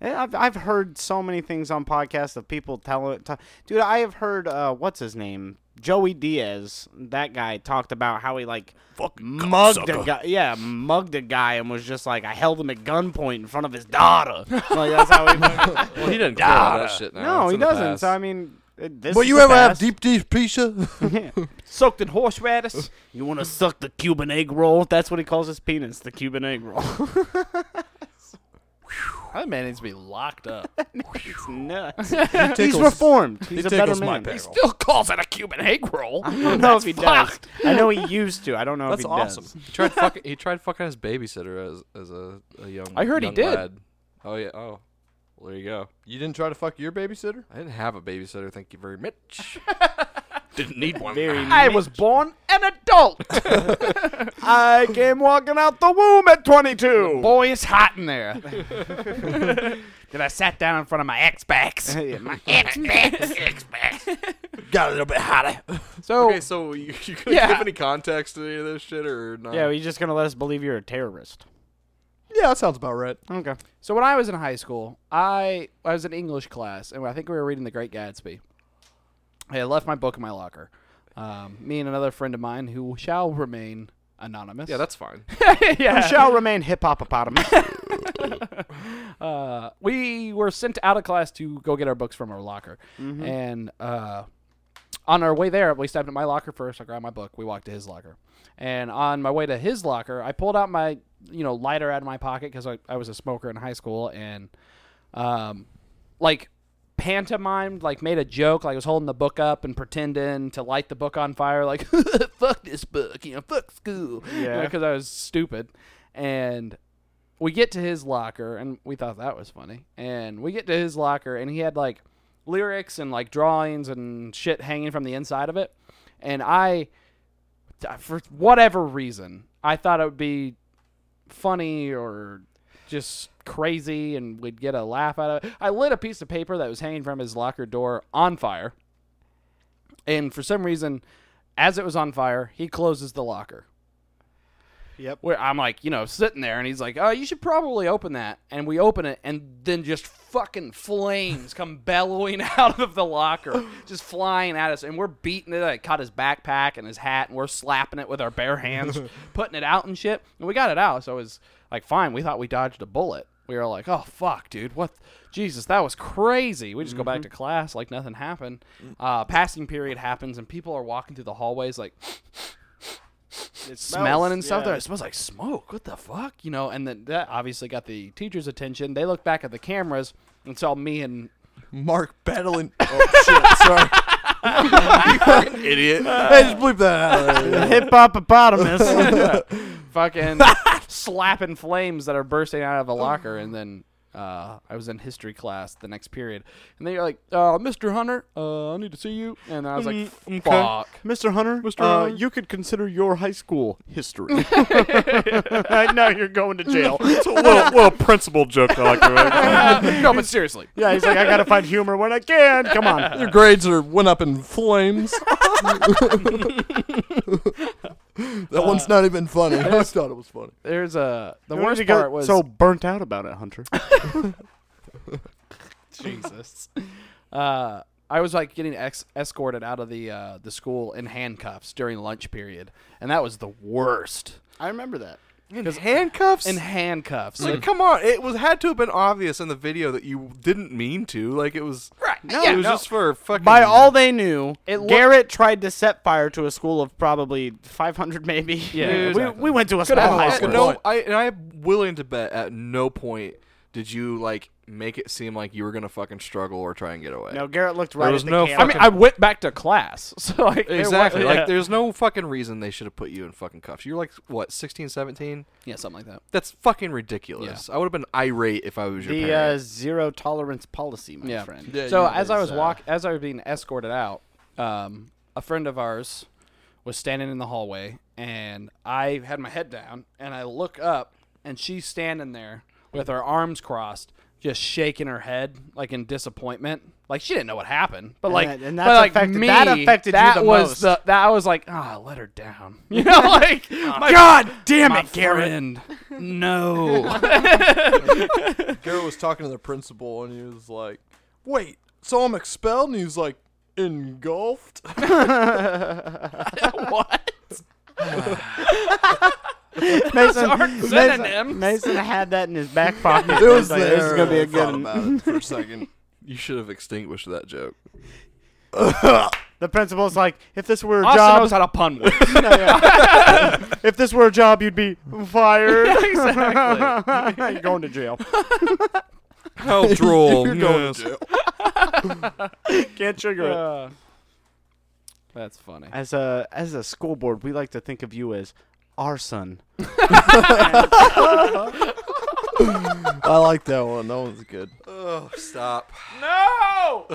Speaker 2: Eh, I've, I've heard so many things on podcasts of people telling. T- Dude, I have heard uh, what's his name, Joey Diaz. That guy talked about how he like mugged a guy. Yeah, mugged a guy and was just like, I held him at gunpoint in front of his daughter. like that's how he.
Speaker 3: Well, he didn't care about that shit.
Speaker 2: no,
Speaker 3: Now. It's
Speaker 2: he
Speaker 3: in the
Speaker 2: doesn't.
Speaker 3: past.
Speaker 2: So I mean, it, this.
Speaker 4: But
Speaker 2: is
Speaker 4: you
Speaker 2: the
Speaker 4: ever have
Speaker 2: past.
Speaker 4: deep dish pizza?
Speaker 1: Soaked in horseradish.
Speaker 2: You want to suck the Cuban egg roll? That's what he calls his penis, the Cuban egg roll.
Speaker 1: That man needs to be locked up.
Speaker 2: it's nuts. He's
Speaker 4: tickles-
Speaker 2: reformed. He's a better
Speaker 4: tickles my
Speaker 2: man.
Speaker 4: pickle.
Speaker 1: Still calls it a Cuban egg roll.
Speaker 2: I don't know if he does. I know he used to. I don't know
Speaker 4: That's
Speaker 2: if he
Speaker 4: awesome.
Speaker 2: does.
Speaker 3: He tried fucking. He tried fucking his babysitter as as a, a young.
Speaker 1: I heard he
Speaker 3: young
Speaker 1: did.
Speaker 3: lad. Oh yeah. Oh, well, there you go.
Speaker 4: You didn't try to fuck your babysitter?
Speaker 3: I didn't have a babysitter. Thank you very much.
Speaker 5: Didn't need one.
Speaker 2: Very
Speaker 1: I was born an adult.
Speaker 2: I came walking out the womb at 22.
Speaker 1: Boy, it's hot in there. Did I sat down in front of my ex backs?
Speaker 2: My
Speaker 4: Got a little bit hotter.
Speaker 1: So
Speaker 3: okay, so you, you could
Speaker 1: Oh. Yeah.
Speaker 3: give any context to any of this shit or not?
Speaker 2: Yeah, well, you just gonna let us believe you're a terrorist.
Speaker 4: yeah, that sounds about right.
Speaker 2: Okay.
Speaker 1: So when I was in high school, I I was in English class, and I think we were reading The Great Gatsby. I had left my book in my locker. Um, me and another friend of mine who shall remain anonymous.
Speaker 3: Yeah, that's fine.
Speaker 2: Who shall remain hip hopopotamus.
Speaker 1: uh, we were sent out of class to go get our books from our locker,
Speaker 3: Mm-hmm.
Speaker 1: and uh, on our way there, we stopped at my locker first. I grabbed my book. We walked to his locker, and on my way to his locker, I pulled out my you know lighter out of my pocket because I, I was a smoker in high school, and um, like pantomimed, like made a joke, like I was holding the book up and pretending to light the book on fire, like fuck this book, you know, fuck school,
Speaker 2: Yeah.
Speaker 1: because I was stupid. And we get to his locker, and we thought that was funny. And we get to his locker, and he had like lyrics and like drawings and shit hanging from the inside of it. And I, for whatever reason, I thought it would be funny or just crazy and we'd get a laugh out of it. I lit a piece of paper that was hanging from his locker door on fire. And for some reason, as it was on fire, he closes the locker.
Speaker 2: Yep.
Speaker 1: Where I'm like, you know, sitting there and he's like, "Oh, you should probably open that." And we open it and then just fucking flames come bellowing out of the locker, just flying at us and we're beating it. I caught his backpack and his hat and we're slapping it with our bare hands, putting it out and shit. And we got it out, so it was like fine. We thought we dodged a bullet. We were like, "Oh fuck, dude. What Jesus, that was crazy." We just go back to class like nothing happened. Uh, passing period happens and people are walking through the hallways like smelling and stuff.
Speaker 2: yeah.
Speaker 1: There, it smells like smoke. What the fuck, you know? And then that obviously got the teacher's attention. They looked back at the cameras and saw me and
Speaker 4: Mark battling. Oh shit! Sorry,
Speaker 5: Idiot.
Speaker 4: I just bleep that out.
Speaker 2: Hip hopopotamus.
Speaker 1: fucking slapping flames that are bursting out of a locker. And then uh, I was in history class the next period, and they were like, uh, "Mr. Hunter, uh, I need to see you." And I was like,
Speaker 2: Mm, okay.
Speaker 1: "Fuck."
Speaker 2: Mr. Hunter,
Speaker 4: Mr.
Speaker 2: uh,
Speaker 4: Hunter?
Speaker 2: you could consider your high school history. I know you're going to jail.
Speaker 5: It's a little, little principal joke I like to make.
Speaker 1: no, but seriously.
Speaker 2: Yeah, he's like, I gotta find humor when I can. Come on.
Speaker 4: Your grades are went up in flames. that one's not even funny. I thought it was funny.
Speaker 1: There's a the
Speaker 2: Why did
Speaker 1: worst
Speaker 2: you get
Speaker 1: part was
Speaker 2: so burnt out about it, Hunter.
Speaker 1: Jesus. Uh, I was like getting ex- escorted out of the uh, the school in handcuffs during lunch period, and that was the worst.
Speaker 2: I remember that.
Speaker 3: In handcuffs?
Speaker 1: In handcuffs,
Speaker 3: like, come on. It was had to have been obvious in the video that you didn't mean to. Like, it was.
Speaker 1: right?
Speaker 3: No, it was just for fucking.
Speaker 2: By all they knew,
Speaker 1: It loo-
Speaker 2: Garrett tried to set fire to a school of probably 500, maybe.
Speaker 1: Yeah,
Speaker 2: we,
Speaker 1: exactly.
Speaker 2: we went to a
Speaker 1: Could have
Speaker 2: small high
Speaker 1: lost
Speaker 2: school.
Speaker 1: it.
Speaker 3: no, I and I'm willing to bet at no point did you like make it seem like you were gonna fucking struggle or try and get away.
Speaker 2: No, Garrett looked right
Speaker 3: was
Speaker 2: at the
Speaker 3: no
Speaker 2: camera.
Speaker 1: I mean, I went back to class, so like there
Speaker 3: Exactly.
Speaker 1: wa-
Speaker 3: Like
Speaker 1: yeah.
Speaker 3: there's no fucking reason they should have put you in fucking cuffs. You're like what, 16, 17?
Speaker 1: yeah, something like that.
Speaker 3: That's fucking ridiculous. I would have been irate if I was your
Speaker 2: the uh,
Speaker 3: parent.
Speaker 2: zero tolerance policy, my
Speaker 1: yeah.
Speaker 2: friend.
Speaker 4: Yeah,
Speaker 1: so
Speaker 4: you-
Speaker 1: as I
Speaker 4: it's,
Speaker 1: was
Speaker 4: uh,
Speaker 1: walk, as I was being escorted out, um, a friend of ours was standing in the hallway, and I had my head down, and I look up, and she's standing there with her arms crossed, just shaking her head like in disappointment, like she didn't know what happened. But like,
Speaker 2: that- and
Speaker 1: but,
Speaker 2: that's
Speaker 1: like
Speaker 2: affected-
Speaker 1: me,
Speaker 2: that affected you
Speaker 1: that
Speaker 2: the
Speaker 1: was
Speaker 2: most.
Speaker 1: the that I was like, ah, let her down, you know, like my God damn
Speaker 2: it, Garrett.
Speaker 1: no.
Speaker 4: Garrett was talking to the principal, and he was like, "Wait, so I'm expelled?" And he was like, "Engulfed."
Speaker 1: what?
Speaker 2: Mason,
Speaker 1: aren't synonyms.
Speaker 2: Mason, Mason had that in his back pocket.
Speaker 4: It was
Speaker 2: He's like,
Speaker 4: there.
Speaker 2: This is gonna be
Speaker 4: I
Speaker 2: a good
Speaker 4: thought
Speaker 2: one.
Speaker 4: about it for a second.
Speaker 3: you should have extinguished that joke.
Speaker 2: The principal's like, if this were a
Speaker 1: Austin
Speaker 2: job,
Speaker 1: knows how to pun words.
Speaker 2: No, yeah. if this were a job, you'd be fired.
Speaker 1: exactly.
Speaker 2: You're going to jail.
Speaker 3: How droll.
Speaker 4: You're going to jail.
Speaker 2: Can't trigger it.
Speaker 1: Uh, That's funny.
Speaker 2: As a as a school board, we like to think of you as our son.
Speaker 4: I like that one. That one's good.
Speaker 3: Oh, stop.
Speaker 1: No.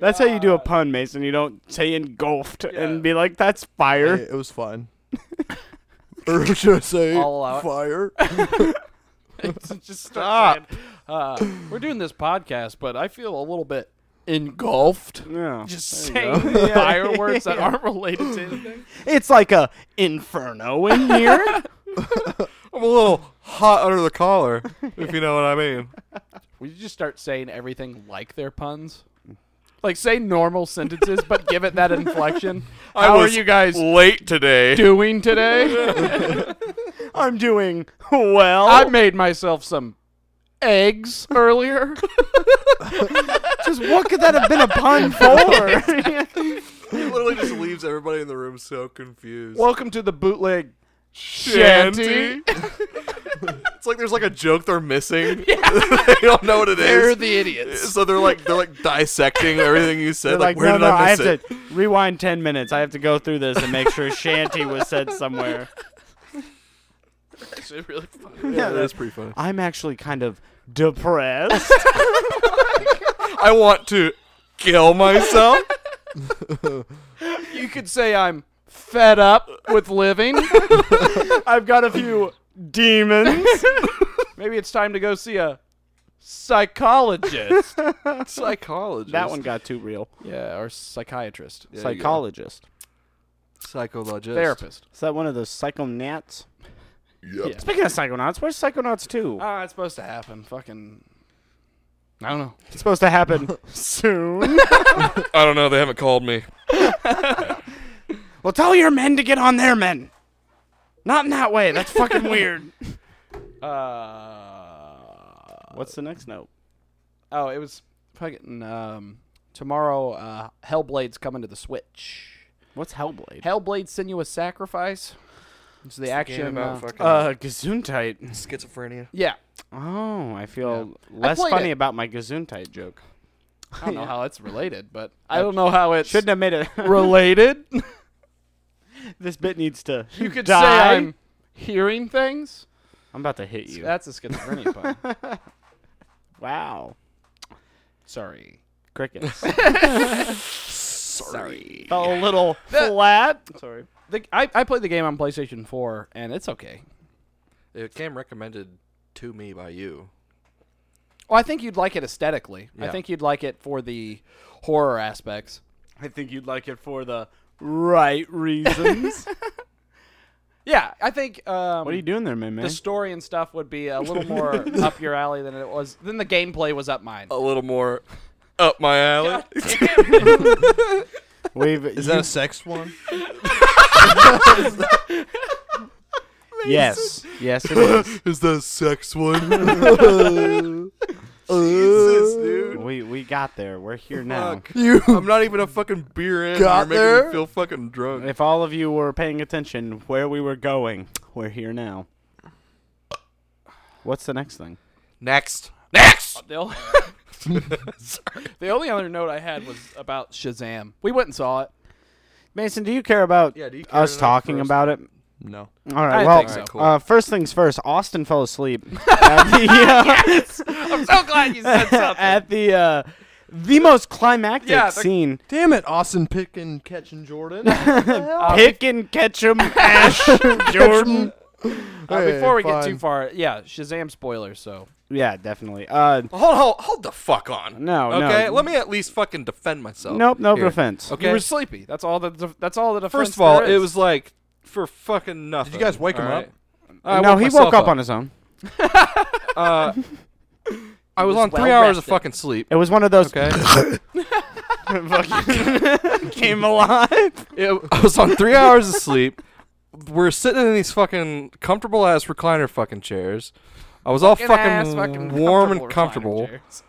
Speaker 2: That's how you do a pun, Mason. You don't say engulfed and be like, "That's fire."
Speaker 4: Hey, it was fine. or should I say
Speaker 1: I'll allow it.
Speaker 4: fire?
Speaker 1: Just stop. Uh, we're doing this podcast, but I feel a little bit engulfed.
Speaker 2: Yeah.
Speaker 1: Just saying fire words that aren't related to anything.
Speaker 2: It's like a inferno in here.
Speaker 3: I'm a little hot under the collar, if you know what I mean.
Speaker 1: We should just start saying everything like their puns. Like say normal sentences, but give it that inflection.
Speaker 5: I
Speaker 1: How are
Speaker 5: was
Speaker 1: you guys
Speaker 5: late today.
Speaker 1: doing today?
Speaker 2: I'm doing well.
Speaker 1: I made myself some eggs earlier.
Speaker 2: just what could that have been a pun for?
Speaker 3: He literally just leaves everybody in the room so confused.
Speaker 1: Welcome to the bootleg
Speaker 5: Shanty.
Speaker 3: It's like there's like a joke they're missing. they don't know what it is.
Speaker 1: They're the idiots.
Speaker 3: so they're like they're like dissecting everything you said.
Speaker 2: They're like,
Speaker 3: Like, where
Speaker 2: no,
Speaker 3: did
Speaker 2: no,
Speaker 3: I
Speaker 2: I have
Speaker 3: miss it?
Speaker 2: to rewind 10 minutes. I have to go through this and make sure shanty was said somewhere.
Speaker 1: Actually, really funny.
Speaker 2: Yeah,
Speaker 3: that's pretty funny.
Speaker 2: I'm actually kind of depressed.
Speaker 3: I want to kill myself.
Speaker 1: You could say I'm fed up with living.
Speaker 2: I've got a few demons.
Speaker 1: Maybe it's time to go see a psychologist.
Speaker 3: Psychologist.
Speaker 2: that one got too real.
Speaker 1: yeah, or psychiatrist.
Speaker 3: There you go.
Speaker 2: Psychologist.
Speaker 3: Psychologist.
Speaker 1: Therapist.
Speaker 2: Is that one of those psychonauts?
Speaker 1: Yeah.
Speaker 2: Speaking of psychonauts, where's psychonauts 2?
Speaker 1: Ah, it's supposed to happen. Fucking. I don't know.
Speaker 2: It's supposed to happen soon.
Speaker 5: I don't know. They haven't called me.
Speaker 2: well, tell your men to get on their men. Not in that way. That's fucking weird.
Speaker 1: Uh.
Speaker 2: What's the next note?
Speaker 1: Oh, it was fucking. Um, tomorrow, uh, Hellblade's coming to the Switch.
Speaker 2: What's Hellblade?
Speaker 1: Hellblade Sinuous Sacrifice. It's the action. uh,
Speaker 2: Uh, Gesundheit.
Speaker 3: schizophrenia.
Speaker 1: yeah.
Speaker 2: Oh, I feel
Speaker 1: I
Speaker 2: less
Speaker 1: played
Speaker 2: funny
Speaker 1: it.
Speaker 2: about my Gesundheit joke.
Speaker 1: I don't know how it's related, but I don't know how it's
Speaker 2: Shouldn't have made it.
Speaker 1: related.
Speaker 2: this bit needs to.
Speaker 1: You could
Speaker 2: die.
Speaker 1: say I'm hearing things.
Speaker 2: I'm about to hit you.
Speaker 1: That's a schizophrenia pun.
Speaker 2: wow.
Speaker 1: Sorry.
Speaker 2: Crickets.
Speaker 1: Sorry.
Speaker 2: Felt a little flat.
Speaker 1: Sorry. The, I, I played the game on PlayStation 4, and it's okay.
Speaker 3: It came recommended to me by you.
Speaker 1: Well, I think you'd like it aesthetically. I
Speaker 3: Yeah.
Speaker 1: think you'd like it for the horror aspects.
Speaker 2: I think you'd like it for the right reasons.
Speaker 1: Yeah, I think. Um,
Speaker 2: what are you doing there, man?
Speaker 1: The story and stuff would be a little more up your alley than it was. Than the gameplay was up mine.
Speaker 5: A little more up my alley.
Speaker 2: We've
Speaker 4: Is that a sex one?
Speaker 2: yes, yes, it is.
Speaker 4: Is that a sex one?
Speaker 5: Jesus, dude.
Speaker 2: we we got there. We're here now.
Speaker 5: Fuck.
Speaker 4: you
Speaker 5: I'm not even a fucking beer in. You're
Speaker 4: Got
Speaker 5: making
Speaker 4: there?
Speaker 5: me feel fucking drunk.
Speaker 2: If all of you were paying attention where we were going, we're here now. What's the next thing?
Speaker 5: Next. Next.
Speaker 1: The only, the only other note I had was about Shazam. We went and saw it.
Speaker 2: Mason, do you care about
Speaker 5: Yeah, do you care
Speaker 2: us
Speaker 5: enough
Speaker 2: talking
Speaker 5: for us
Speaker 2: about it?
Speaker 4: no.
Speaker 2: All right.
Speaker 1: I
Speaker 2: well,
Speaker 1: think so.
Speaker 5: cool.
Speaker 2: uh, first things first. Austin fell asleep. at the, uh,
Speaker 1: I'm so glad you said something.
Speaker 2: at the uh, the most climactic
Speaker 1: Yeah, the-
Speaker 2: scene.
Speaker 4: Damn it, Austin Pickin catching Jordan.
Speaker 2: Pick and catch 'em, Ash Jordan.
Speaker 1: Uh,
Speaker 4: Hey,
Speaker 1: before we get
Speaker 4: fine.
Speaker 1: too far, yeah, Shazam spoilers. So
Speaker 2: Yeah, definitely. Uh,
Speaker 5: Hold, hold, hold the fuck on.
Speaker 2: No, no.
Speaker 5: Okay, let me at least fucking defend myself.
Speaker 2: nope, no
Speaker 5: Here.
Speaker 2: defense.
Speaker 1: you
Speaker 5: Okay.
Speaker 1: were sleepy. That's all the that's all the defense
Speaker 5: First of all,
Speaker 1: there
Speaker 5: it
Speaker 1: is.
Speaker 5: was like for fucking nothing.
Speaker 4: you guys wake him
Speaker 5: alright? I
Speaker 2: No, he
Speaker 5: myself
Speaker 2: woke up on his own.
Speaker 5: Uh, I was,
Speaker 1: was
Speaker 5: on three
Speaker 1: well
Speaker 5: hours of
Speaker 1: rested.
Speaker 5: fucking sleep.
Speaker 2: It was one of those
Speaker 5: Okay.
Speaker 2: came alive.
Speaker 5: It- I was on three hours of sleep. We're sitting in these fucking comfortable ass recliner fucking chairs. I was all fucking,
Speaker 1: ass fucking
Speaker 5: warm and
Speaker 1: recliner
Speaker 5: comfortable.
Speaker 1: chairs.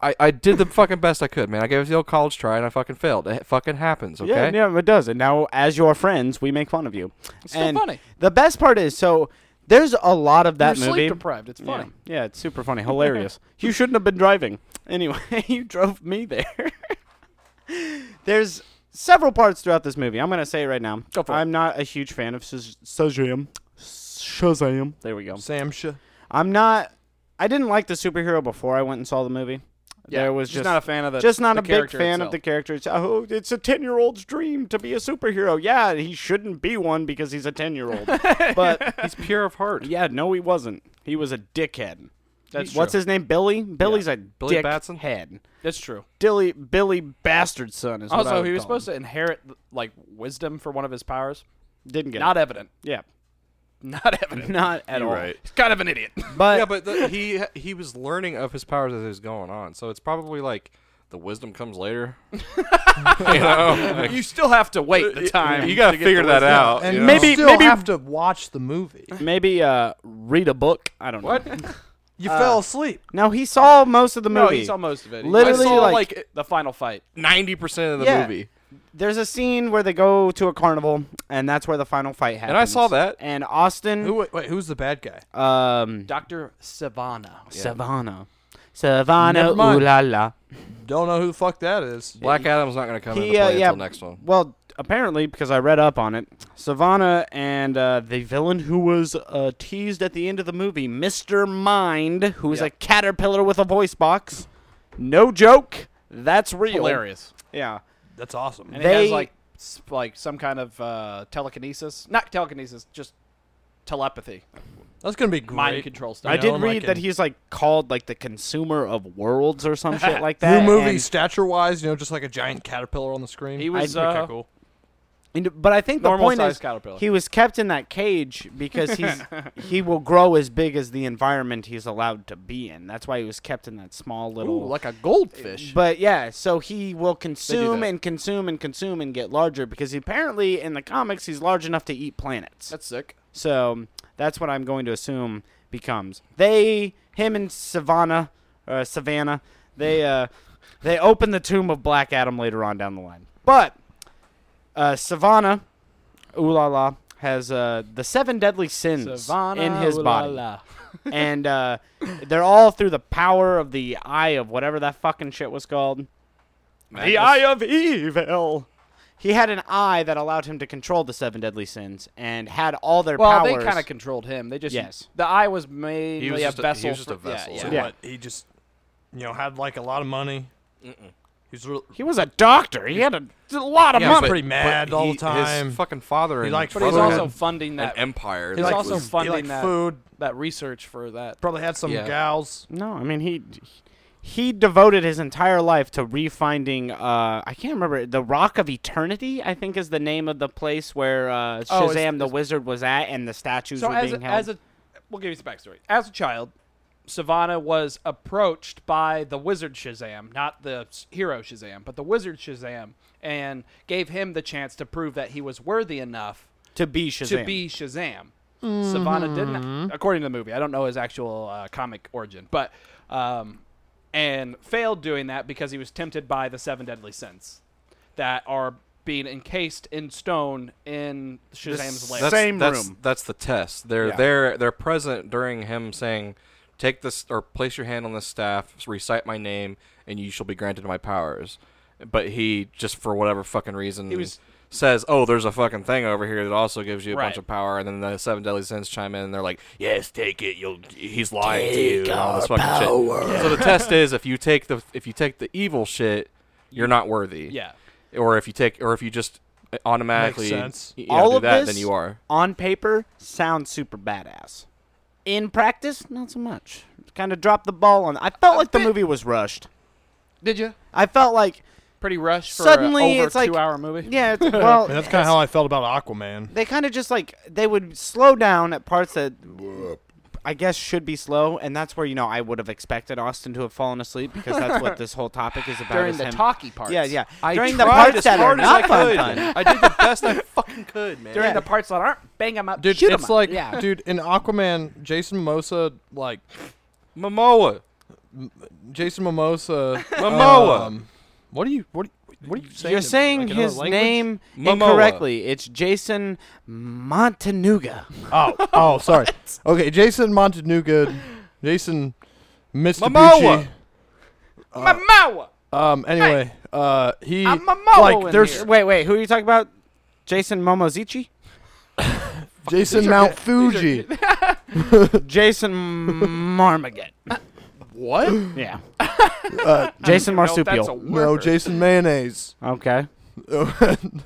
Speaker 5: I, I did the fucking best I could, man. I gave it the old college try and I fucking failed. It fucking happens, okay?
Speaker 2: Yeah, yeah, it does. And now, as your friends, we make fun of you. It's
Speaker 1: still funny.
Speaker 2: The best part is, so there's a lot of that
Speaker 1: You're
Speaker 2: movie.
Speaker 1: sleep deprived. It's funny.
Speaker 2: Yeah. yeah, it's super funny, hilarious. you shouldn't have been driving. Anyway, you drove me there. There's several parts throughout this movie. I'm gonna say it right now.
Speaker 1: Go for it.
Speaker 2: I'm not a huge fan of Shaz- Shazam. Shazam. There we go.
Speaker 4: Samsha.
Speaker 2: I'm not. I didn't like the superhero before I went and saw the movie.
Speaker 1: Yeah,
Speaker 2: there was
Speaker 1: just
Speaker 2: just
Speaker 1: not a fan of the-
Speaker 2: just not
Speaker 1: the
Speaker 2: a big
Speaker 1: character
Speaker 2: fan
Speaker 1: itself.
Speaker 2: of the character. It's, oh, it's a ten year old's dream to be a superhero. Yeah, he shouldn't be one because he's a ten year old. but
Speaker 5: He's pure of heart.
Speaker 2: yeah, no, he wasn't. He was a dickhead.
Speaker 1: That's
Speaker 2: What's
Speaker 1: true.
Speaker 2: his name? Billy. Billy's a
Speaker 5: Billy
Speaker 2: dick
Speaker 5: Batson?
Speaker 2: head.
Speaker 1: That's true.
Speaker 2: Dilly Billy bastard son is
Speaker 1: Also, he was supposed to inherit like wisdom for one of his powers.
Speaker 2: to didn't get
Speaker 1: Not
Speaker 2: it.
Speaker 1: evident.
Speaker 2: yeah
Speaker 1: Not evident.
Speaker 2: not at all.
Speaker 5: right.
Speaker 1: He's kind of an idiot.
Speaker 2: But
Speaker 5: yeah, but the, he he was learning of his powers as it was going on, so it's probably like the wisdom comes later. you know, Like,
Speaker 1: you still have to wait the time.
Speaker 5: you gotta figure that out.
Speaker 4: And
Speaker 5: you know?
Speaker 2: maybe-
Speaker 4: maybe still
Speaker 2: maybe-
Speaker 4: have to watch the movie.
Speaker 2: maybe uh, read a book. I don't know.
Speaker 4: You fell asleep.
Speaker 2: No, he saw most of the movie.
Speaker 1: No, he's almost of it. He-
Speaker 2: Literally,
Speaker 1: I saw,
Speaker 2: like-
Speaker 1: the final fight.
Speaker 5: ninety percent of the
Speaker 2: Yeah.
Speaker 5: movie.
Speaker 2: There's a scene where they go to a carnival, and that's where the final fight happens.
Speaker 5: I saw that.
Speaker 2: And Austin,
Speaker 4: Who, wait, who's the bad guy?
Speaker 2: um,
Speaker 1: Doctor Savannah.
Speaker 2: Savannah, Savannah,
Speaker 4: Never
Speaker 2: ooh
Speaker 4: mind.
Speaker 2: la la.
Speaker 4: Don't know who the fuck that is.
Speaker 5: Black Adam's not gonna come into
Speaker 2: He,
Speaker 5: play
Speaker 2: uh, yeah.
Speaker 5: until next one.
Speaker 2: Well, apparently, because I read up on it, Savannah and uh, the villain who was uh, teased at the end of the movie, Mr. Mind, who is a caterpillar with a voice box. No joke. That's real.
Speaker 1: Hilarious.
Speaker 2: Yeah.
Speaker 4: That's awesome.
Speaker 1: And he
Speaker 2: They-
Speaker 1: has like s- like some kind of uh, telekinesis. Not telekinesis, just telepathy,
Speaker 4: That's gonna be great.
Speaker 1: mind control stuff.
Speaker 2: I
Speaker 4: know,
Speaker 2: did
Speaker 4: I'm
Speaker 2: read
Speaker 4: liking-
Speaker 2: that he's like called like the consumer of worlds or some shit like
Speaker 4: New
Speaker 2: that.
Speaker 4: movie,
Speaker 2: and-
Speaker 4: stature wise, you know, just like a giant caterpillar on the screen.
Speaker 1: He was
Speaker 2: I-
Speaker 1: uh,
Speaker 2: And, but I think the
Speaker 1: Normal
Speaker 2: point
Speaker 1: size
Speaker 2: is
Speaker 1: caterpillar.
Speaker 2: he was kept in that cage because he's he will grow as big as the environment he's allowed to be in. That's why he was kept in that small little.
Speaker 1: ooh, like a goldfish.
Speaker 2: but yeah, so he will consume
Speaker 1: that.
Speaker 2: and consume and consume and get larger because apparently in the comics he's large enough to eat planets.
Speaker 1: That's sick.
Speaker 2: So that's what I'm going to assume becomes they him and Savannah uh, Savannah they uh, they open the tomb of Black Adam later on down the line. But uh, Savannah, ooh la la, has uh, the seven deadly sins
Speaker 1: Savannah
Speaker 2: in his
Speaker 1: ooh la
Speaker 2: body,
Speaker 1: la.
Speaker 2: and uh, they're all through the power of the Eye of whatever that fucking shit was called. The Eye of Evil. He had an eye that allowed him to control the seven deadly sins and had all their
Speaker 1: Well,
Speaker 2: powers.
Speaker 1: they kind of controlled him. They just
Speaker 2: Yes.
Speaker 1: The eye was mainly
Speaker 5: He was
Speaker 1: a
Speaker 5: just a- he
Speaker 1: vessel.
Speaker 5: was just
Speaker 1: for-
Speaker 5: a vessel.
Speaker 1: Yeah,
Speaker 4: So
Speaker 1: yeah.
Speaker 2: Yeah.
Speaker 4: what? He just, you know, had like a lot of money. He's real.
Speaker 2: he was a doctor. He had a, a lot of
Speaker 4: Yeah,
Speaker 2: money.
Speaker 4: but- pretty mad all the time.
Speaker 5: His fucking father
Speaker 4: He
Speaker 5: and
Speaker 4: liked
Speaker 1: But he's
Speaker 4: Brother
Speaker 1: also
Speaker 4: had
Speaker 1: funding
Speaker 5: an
Speaker 1: that.
Speaker 5: empire.
Speaker 1: He's
Speaker 5: that
Speaker 1: also
Speaker 5: was-
Speaker 4: he liked
Speaker 1: funding that,
Speaker 4: food.
Speaker 1: that research for that.
Speaker 4: Probably had some
Speaker 5: Yeah.
Speaker 4: gals.
Speaker 2: No, I mean he he devoted his entire life to refinding. Uh, I can't remember the Rock of Eternity. I think is the name of the place where uh, Shazam
Speaker 1: Oh, it's-
Speaker 2: the Wizard was at, and the statues
Speaker 1: So
Speaker 2: were
Speaker 1: as
Speaker 2: being
Speaker 1: a,
Speaker 2: held.
Speaker 1: as a, we'll give you some backstory. As a child, Savannah was approached by the wizard Shazam, not the s- hero Shazam, but the wizard Shazam, and gave him the chance to prove that he was worthy enough
Speaker 2: to be Shazam.
Speaker 1: to be Shazam. Savannah didn't, according to the movie. I don't know his actual uh, comic origin, but um, and failed doing that because he was tempted by the seven deadly sins that are being encased in stone in Shazam's lair.
Speaker 5: that's,
Speaker 2: Same
Speaker 5: that's,
Speaker 2: room.
Speaker 5: That's the test. They're
Speaker 1: Yeah.
Speaker 5: they're they're present during him saying, "Take this or place your hand on this staff, recite my name, and you shall be granted my powers." But he just for whatever fucking reason
Speaker 1: was-
Speaker 5: says, "Oh, there's a fucking thing over here that also gives you a
Speaker 1: Right.
Speaker 5: bunch of power." And then the seven deadly sins chime in, and they're like, "Yes, take it. You'll." He's lying to you and all this fucking shit. So the test is if you take the if you take the evil shit, you're not worthy.
Speaker 1: yeah.
Speaker 5: Or if you take or if you just automatically
Speaker 4: sense.
Speaker 5: you know,
Speaker 2: All
Speaker 5: do
Speaker 2: of
Speaker 5: that,
Speaker 2: this
Speaker 5: then you are.
Speaker 2: on paper sounds super badass. In practice, not so much. Kind of dropped the ball on. I felt like the movie was rushed.
Speaker 1: Did you?
Speaker 2: I felt like
Speaker 1: Pretty rushed for
Speaker 2: Suddenly,
Speaker 1: a over
Speaker 2: it's like-
Speaker 1: two-hour movie.
Speaker 2: yeah, it's, well,
Speaker 4: I mean, that's kind of how I felt about Aquaman.
Speaker 2: they kind of just like they would slow down at parts that I guess should be slow, and that's where you know I would have expected Austin to have fallen asleep because that's what this whole topic is about.
Speaker 1: during
Speaker 2: is
Speaker 1: the
Speaker 2: him.
Speaker 1: talky parts.
Speaker 2: Yeah, yeah.
Speaker 5: I
Speaker 2: during the
Speaker 5: tried
Speaker 2: parts
Speaker 5: as
Speaker 2: that are
Speaker 5: hard as I
Speaker 2: not fun,
Speaker 5: could.
Speaker 2: fun.
Speaker 5: I did the best I fucking could, man.
Speaker 1: During
Speaker 2: Yeah.
Speaker 1: the parts that aren't, bang them up,
Speaker 4: Dude,
Speaker 1: shoot 'em
Speaker 4: it's
Speaker 1: up.
Speaker 4: like,
Speaker 1: yeah.
Speaker 4: dude, in Aquaman, Jason Mimosa, like
Speaker 5: Momoa.
Speaker 4: Jason Mimosa,
Speaker 5: Momoa.
Speaker 4: um, what are you, what, are- what are you saying?
Speaker 2: You're
Speaker 4: to me?
Speaker 2: saying
Speaker 4: Like, another
Speaker 2: his
Speaker 4: language?
Speaker 2: name
Speaker 5: Momoa.
Speaker 2: incorrectly. It's Jason Montanuga.
Speaker 4: Oh, oh, sorry. Okay, Jason Montanuga, Jason Mr.
Speaker 5: Momoa.
Speaker 4: Bucci.
Speaker 2: Uh,
Speaker 1: Momoa.
Speaker 4: Um. Anyway, uh, he
Speaker 1: I'm Momoa in
Speaker 4: like there's
Speaker 1: here.
Speaker 2: Wait, wait, who are you talking about? Jason Momozichi?
Speaker 4: Jason Mount Fuji.
Speaker 2: Jason Marmaget.
Speaker 4: What?
Speaker 2: Yeah.
Speaker 4: Uh,
Speaker 2: Jason
Speaker 1: No, that's a
Speaker 2: Marsupial.
Speaker 4: no,
Speaker 1: word.
Speaker 4: Jason Mayonnaise.
Speaker 2: okay.
Speaker 4: no.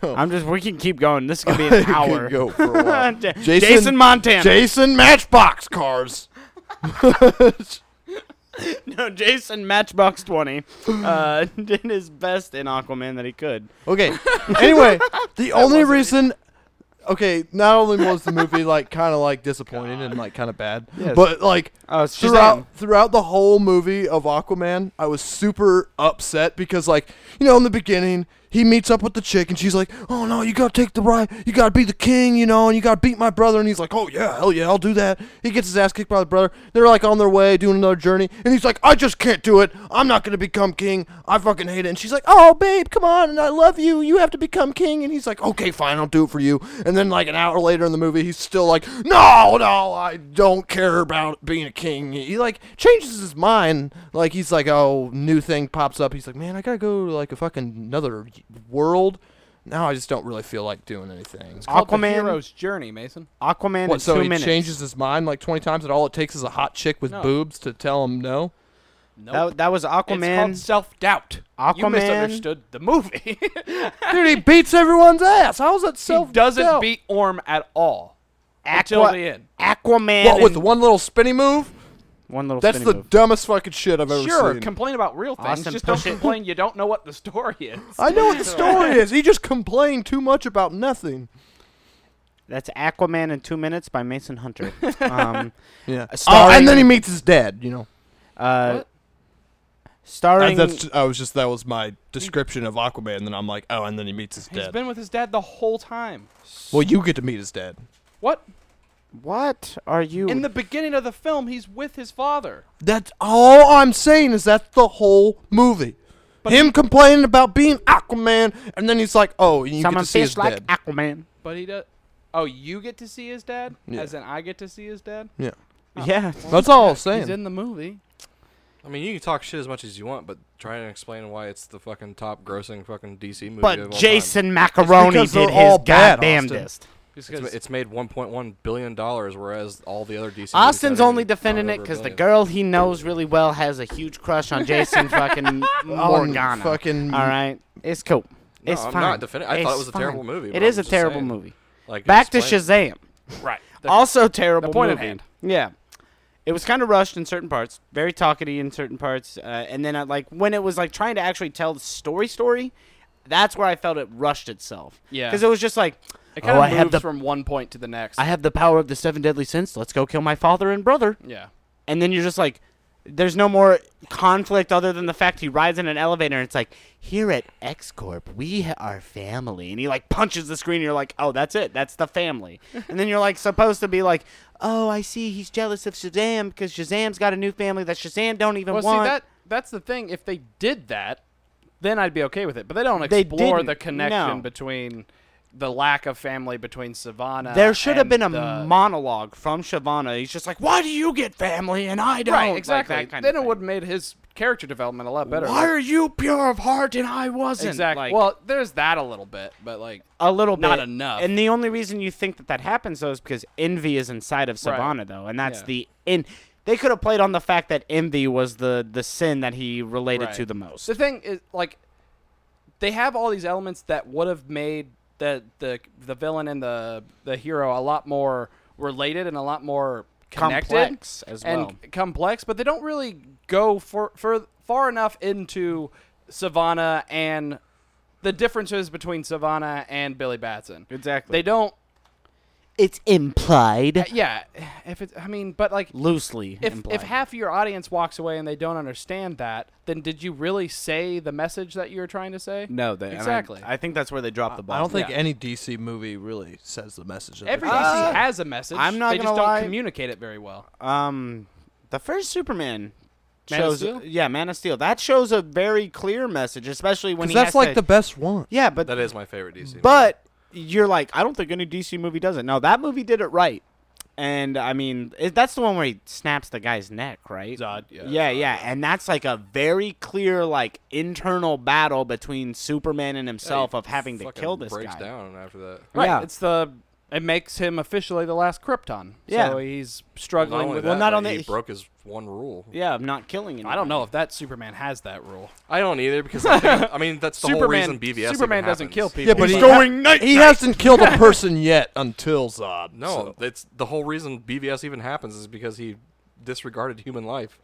Speaker 2: I'm just. We can keep going. This could be an hour.
Speaker 4: Go for a while.
Speaker 2: Ja- Jason,
Speaker 4: Jason-
Speaker 2: Montana.
Speaker 4: Jason Matchbox Cars.
Speaker 2: no, Jason Matchbox Twenty uh, did his best in Aquaman that he could.
Speaker 4: Okay. Anyway, the only reason. Okay, not only was the movie like kind of like disappointing and like kind of bad, but like
Speaker 2: Oh, it's Shazam.
Speaker 4: throughout throughout the whole movie of Aquaman, I was super upset because like you know in the beginning he meets up with the chick and she's like, oh no, you gotta take the ride, you gotta be the king, you know, and you gotta beat my brother, and he's like, oh yeah, hell yeah, I'll do that. He gets his ass kicked by the brother. They're like on their way doing another journey, and he's like, I just can't do it. I'm not gonna become king. I fucking hate it. And she's like, oh babe, come on, and I love you. You have to become king. And he's like, okay, fine, I'll do it for you. And then like an hour later in the movie, he's still like, no, no, I don't care about being a king. He like changes his mind. Like he's like, oh, new thing pops up. He's like, man, I gotta go to like a fucking another world. Now I just don't really feel like doing anything.
Speaker 1: Called the
Speaker 2: Aquaman.
Speaker 1: hero's journey, Mason.
Speaker 2: Aquaman in
Speaker 4: What? So
Speaker 2: two
Speaker 4: he
Speaker 2: minutes.
Speaker 4: changes his mind like twenty times, and all it takes is a hot chick with
Speaker 1: No.
Speaker 4: boobs to tell him no.
Speaker 1: No,
Speaker 2: that, that was
Speaker 1: it's called
Speaker 2: Aquaman.
Speaker 1: self-doubt. You
Speaker 2: Aquaman-
Speaker 1: misunderstood the movie.
Speaker 4: Dude, he beats everyone's ass. How's that
Speaker 1: he
Speaker 4: so?
Speaker 1: doesn't beat Orm at all until
Speaker 2: Aqua-
Speaker 1: the end.
Speaker 2: Aquaman.
Speaker 4: What with
Speaker 2: in-
Speaker 4: one little spinny move?
Speaker 2: one little
Speaker 4: That's
Speaker 2: spinning
Speaker 4: the
Speaker 2: move.
Speaker 4: dumbest fucking shit
Speaker 2: Oh,
Speaker 4: I've ever
Speaker 1: Sure,
Speaker 4: seen.
Speaker 1: complain about real things.
Speaker 2: Austin,
Speaker 1: Just don't
Speaker 2: push it.
Speaker 1: complain you don't know what the story is.
Speaker 4: I know what the story is. He just complained too much about nothing.
Speaker 2: That's Aquaman in two minutes by Mason Hunter. um,
Speaker 4: Yeah.
Speaker 2: starring-
Speaker 4: oh, and then he meets his dad. You know.
Speaker 2: uh,
Speaker 1: What?
Speaker 2: starring.
Speaker 4: that's. I was just. That was my description of Aquaman. And then I'm like, oh, and then he meets his
Speaker 1: He's
Speaker 4: dad.
Speaker 1: been with his dad the whole time.
Speaker 4: well, you get to meet his dad.
Speaker 1: What?
Speaker 2: what are you?
Speaker 1: In the beginning of the film, he's with his father.
Speaker 4: That's all I'm saying is that's the whole movie. Him complaining about being Aquaman, and then he's like, oh, you
Speaker 2: Someone
Speaker 4: get to see
Speaker 2: fish
Speaker 4: his
Speaker 2: like
Speaker 4: dad.
Speaker 2: Aquaman.
Speaker 1: But he does. Oh, you get to see his dad,
Speaker 4: Yeah.
Speaker 1: as in I get to see his dad.
Speaker 4: yeah.
Speaker 2: Yeah.
Speaker 4: That's all I'm
Speaker 1: He's
Speaker 4: saying.
Speaker 1: in the movie.
Speaker 5: I mean, you can talk shit as much as you want, but try and explain why it's the fucking top grossing fucking DC movie. of
Speaker 2: But
Speaker 5: all time.
Speaker 2: Jason Macaroni
Speaker 4: because they're
Speaker 2: did his
Speaker 4: all bad,
Speaker 2: goddamnedest.
Speaker 5: It's, ma- it's made 1.1 billion dollars, whereas all the other DC. movies
Speaker 2: Austin's
Speaker 5: haven't
Speaker 2: only
Speaker 5: even
Speaker 2: defending
Speaker 5: gone
Speaker 2: it
Speaker 5: over a
Speaker 2: because the
Speaker 5: billion.
Speaker 2: girl he knows really well has a huge crush on Jason fucking Morgana.
Speaker 4: fucking-
Speaker 2: All right, it's cool.
Speaker 5: No,
Speaker 2: it's
Speaker 5: I'm
Speaker 2: fine.
Speaker 5: not defending- I
Speaker 2: It's
Speaker 5: thought it was a
Speaker 2: fine.
Speaker 5: terrible movie,
Speaker 2: It
Speaker 5: but
Speaker 2: is
Speaker 5: I'm
Speaker 2: a
Speaker 5: just
Speaker 2: terrible
Speaker 5: saying.
Speaker 2: movie.
Speaker 5: Like,
Speaker 2: Back to
Speaker 5: explain it.
Speaker 2: Shazam.
Speaker 1: Right.
Speaker 2: also terrible.
Speaker 1: the point at
Speaker 2: movie.
Speaker 1: hand.
Speaker 2: Yeah, it was kind of rushed in certain parts, very talkative in certain parts, uh, and then I, like when it was like trying to actually tell the story, story, that's where I felt it rushed itself.
Speaker 1: Yeah.
Speaker 2: because it was just like,
Speaker 1: It kind
Speaker 2: oh,
Speaker 1: of
Speaker 2: I
Speaker 1: moves
Speaker 2: have the
Speaker 1: from one point to the next.
Speaker 2: I have the power of the seven deadly sins. Let's go kill my father and brother,
Speaker 1: yeah.
Speaker 2: and then you're just like. There's no more conflict other than the fact he rides in an elevator and it's like, here at X Corp, we ha- are family. And he like punches the screen and you're like, oh, that's it. That's the family. and then you're like supposed to be like, oh, I see he's jealous of Shazam because Shazam's got a new family that Shazam don't even
Speaker 1: Well,
Speaker 2: want.
Speaker 1: see that that's the thing. If they did that, then I'd be okay with it. But they don't
Speaker 2: They
Speaker 1: explore the
Speaker 2: didn't,
Speaker 1: connection
Speaker 2: no.
Speaker 1: between the lack of family between Savannah.
Speaker 2: there should have
Speaker 1: uh, and
Speaker 2: been a
Speaker 1: the-
Speaker 2: monologue from Shavana. He's just like, why do you get family and I don't?
Speaker 1: right
Speaker 2: Like
Speaker 1: exactly.
Speaker 2: that kind
Speaker 1: then it
Speaker 2: of thing.
Speaker 1: would have made his character development a lot better.
Speaker 2: Why are you pure of heart and I wasn't?
Speaker 1: exactly?
Speaker 2: Like-
Speaker 1: well, there's that a little bit, but like
Speaker 2: a little bit,
Speaker 1: Not enough.
Speaker 2: And the only reason you think that that happens though is because envy is inside of Savannah, though, and that's
Speaker 1: Yeah.
Speaker 2: the in. They could have played on the fact that envy was the the sin that he related
Speaker 1: Right.
Speaker 2: to the most.
Speaker 1: the thing is like they have all these elements that would have made the the the villain and the the hero a lot more related and a lot more connected
Speaker 2: Complex as
Speaker 1: and
Speaker 2: well.
Speaker 1: c- complex but they don't really go for, for far enough into savannah and the differences between savannah and billy batson
Speaker 2: Exactly.
Speaker 1: they don't
Speaker 2: it's implied
Speaker 1: yeah if it's i mean but like
Speaker 2: loosely.
Speaker 1: if,
Speaker 2: implied.
Speaker 1: if half of your audience walks away and they don't understand that, then did you really say the message that you were trying to say?
Speaker 2: no, they, and I-
Speaker 1: Exactly.
Speaker 2: I, think that's where they dropped the ball.
Speaker 4: I don't think
Speaker 1: Yeah.
Speaker 4: any DC movie really says the message. that they're
Speaker 1: Every
Speaker 4: trying to
Speaker 1: DC
Speaker 4: say.
Speaker 1: has a message.
Speaker 2: I'm not
Speaker 1: they just
Speaker 2: gonna
Speaker 1: don't
Speaker 2: lie.
Speaker 1: communicate it very well.
Speaker 2: Um, the first Superman.
Speaker 1: Man of
Speaker 2: shows,
Speaker 1: Steel?
Speaker 2: yeah, Man of Steel. That shows a very clear message, especially when
Speaker 4: 'Cause
Speaker 2: he
Speaker 4: that's
Speaker 2: has
Speaker 4: like
Speaker 2: to-
Speaker 4: the best one.
Speaker 2: yeah, but
Speaker 5: That is my favorite DC. movie.
Speaker 2: But you're like, I don't think any DC movie does it. No, that movie did it right. And I mean, it, that's the one where he snaps the guy's neck, right?
Speaker 1: Zod, yeah.
Speaker 2: Yeah, yeah. And that's like a very clear, like, internal battle between Superman and himself of having to
Speaker 5: Fucking
Speaker 2: kill this
Speaker 5: breaks
Speaker 2: guy.
Speaker 5: down after that.
Speaker 1: Right.
Speaker 2: Yeah.
Speaker 1: It's the it makes him officially the last Krypton.
Speaker 2: Yeah.
Speaker 1: So he's
Speaker 5: Not
Speaker 1: struggling
Speaker 5: only
Speaker 1: with
Speaker 5: that,
Speaker 2: Well, not
Speaker 5: but
Speaker 2: only-
Speaker 5: he broke his one rule.
Speaker 2: Yeah, of not killing him.
Speaker 1: I don't know if that Superman has that rule.
Speaker 5: I don't either because I, think, I mean that's the
Speaker 1: Superman
Speaker 5: whole reason BVS.
Speaker 1: Superman
Speaker 5: even
Speaker 1: doesn't
Speaker 5: happens.
Speaker 1: kill people.
Speaker 4: Yeah, but
Speaker 1: he,
Speaker 4: he,
Speaker 2: going night,
Speaker 4: he hasn't killed a person yet until Zod.
Speaker 5: No, it's the whole reason BVS even happens is because he disregarded human life.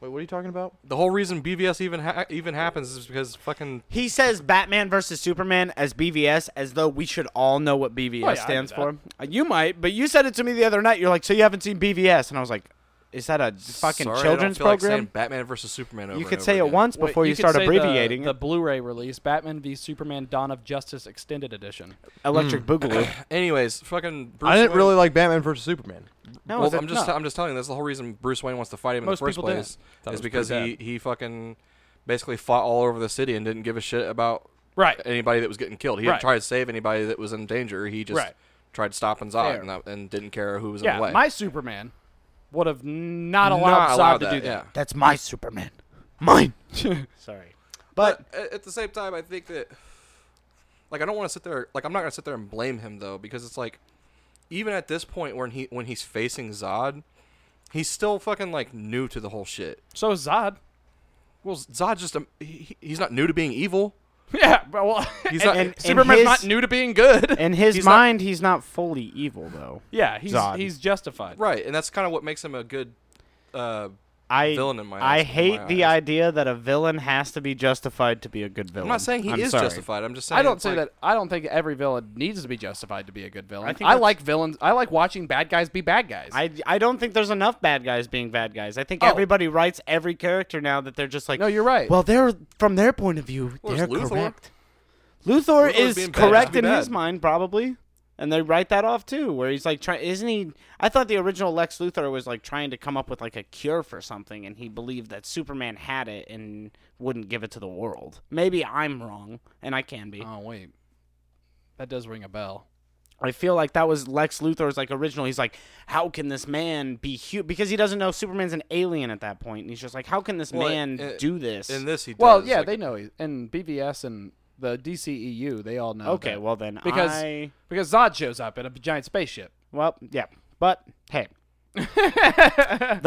Speaker 4: Wait, what are you talking about?
Speaker 5: The whole reason BVS even ha- even happens is because fucking
Speaker 2: He says Batman versus Superman as BVS as though we should all know what BVS
Speaker 1: Oh, yeah, I
Speaker 2: stands
Speaker 1: do
Speaker 2: for. Uh, You might, but you said it to me the other night. You're like, so you haven't seen BVS? And I was like, is that a fucking
Speaker 5: Sorry,
Speaker 2: children's
Speaker 5: I don't feel like
Speaker 2: program?
Speaker 5: saying Batman versus Superman. Over
Speaker 2: you
Speaker 5: and
Speaker 2: could
Speaker 5: over
Speaker 2: say it
Speaker 5: again.
Speaker 2: once before you,
Speaker 1: could
Speaker 2: start
Speaker 1: say the-
Speaker 2: abbreviating
Speaker 1: the,
Speaker 2: it.
Speaker 1: Blu-ray release, Batman v Superman: Dawn of Justice Extended Edition.
Speaker 2: Electric
Speaker 5: Mm.
Speaker 2: Boogaloo.
Speaker 5: Anyways, fucking. Bruce
Speaker 4: I didn't
Speaker 5: Wayne-
Speaker 4: really like Batman versus Superman.
Speaker 2: No,
Speaker 5: well,
Speaker 2: is it-
Speaker 5: I'm just
Speaker 2: no.
Speaker 5: I'm just telling you that's the whole reason Bruce Wayne wants to fight him
Speaker 1: Most
Speaker 5: in the first
Speaker 1: people
Speaker 5: place
Speaker 4: That
Speaker 5: is
Speaker 4: was
Speaker 5: because
Speaker 4: pretty
Speaker 5: he he fucking basically fought all over the city and didn't give a shit about
Speaker 1: Right.
Speaker 5: anybody that was getting killed. He
Speaker 1: Right.
Speaker 5: didn't try to save anybody that was in danger. He just
Speaker 1: Right.
Speaker 5: tried to stop and Zod
Speaker 1: Fair.
Speaker 5: and, that, and didn't care who was in
Speaker 1: Yeah.
Speaker 5: the way.
Speaker 1: My Superman would have not allowed
Speaker 5: Not
Speaker 1: Zod
Speaker 5: allowed
Speaker 1: to
Speaker 5: that,
Speaker 1: do that.
Speaker 5: yeah.
Speaker 2: That's my Superman. Mine. Sorry. But
Speaker 5: at, at the same time, I think that like I don't want to sit there like I'm not gonna sit there and blame him though because it's like even at this point when he when he's facing Zod, he's still fucking like new to the whole shit.
Speaker 1: So is Zod.
Speaker 5: Well, Zod just um, he, he's not new to being evil.
Speaker 1: Yeah, but well,
Speaker 5: He's
Speaker 1: and-
Speaker 5: not-
Speaker 1: and
Speaker 5: and
Speaker 1: Superman's
Speaker 2: his-
Speaker 1: not new to being good.
Speaker 2: in his
Speaker 5: He's not-
Speaker 2: mind, he's not fully evil though.
Speaker 1: yeah, he's
Speaker 2: Zod.
Speaker 1: he's justified.
Speaker 5: Right, and that's kind of what makes him a good uh,
Speaker 2: I
Speaker 5: villain in my.
Speaker 2: I
Speaker 5: eyes- in
Speaker 2: hate
Speaker 5: my
Speaker 2: the
Speaker 5: eyes.
Speaker 2: idea that a villain has to be justified to be a good villain.
Speaker 5: I'm not saying he is
Speaker 2: sorry.
Speaker 5: justified. I'm just saying
Speaker 1: I don't
Speaker 5: it's
Speaker 1: say
Speaker 5: like-
Speaker 1: that. I don't think every villain needs to be justified to be a good villain.
Speaker 2: I
Speaker 1: I,
Speaker 2: think that's-
Speaker 1: like villains. I like watching bad guys be bad guys.
Speaker 2: I, I don't think there's enough bad guys being bad guys. I think
Speaker 1: Oh.
Speaker 2: everybody writes every character now that they're just like
Speaker 1: no, you're right.
Speaker 2: Well, they're from their point of view,
Speaker 5: Well,
Speaker 2: they're
Speaker 5: there's Luthor.
Speaker 2: correct. Luthor
Speaker 5: Luthor's
Speaker 2: is
Speaker 5: being bad,
Speaker 2: correct
Speaker 5: just
Speaker 2: in
Speaker 5: be
Speaker 2: his
Speaker 5: bad.
Speaker 2: mind, probably, and they write that off too. Where he's like, trying, isn't he? I thought the original Lex Luthor was like trying to come up with like a cure for something, and he believed that Superman had it and wouldn't give it to the world. Maybe I'm wrong, and I can be.
Speaker 1: oh wait, that does ring a bell.
Speaker 2: I feel like that was Lex Luthor's like original. He's like, how can this man be huge? Because he doesn't know Superman's an alien at that point, and he's just like, how can this
Speaker 5: Well,
Speaker 2: man
Speaker 5: it-
Speaker 2: do this?
Speaker 5: In this, he
Speaker 1: Well,
Speaker 5: does,
Speaker 1: yeah,
Speaker 5: like-
Speaker 1: they know he- and BVS and the DCEU, they all know.
Speaker 2: okay,
Speaker 1: that.
Speaker 2: well then,
Speaker 1: because
Speaker 2: I
Speaker 1: because Zod shows up in a giant spaceship.
Speaker 2: well yeah, but hey, the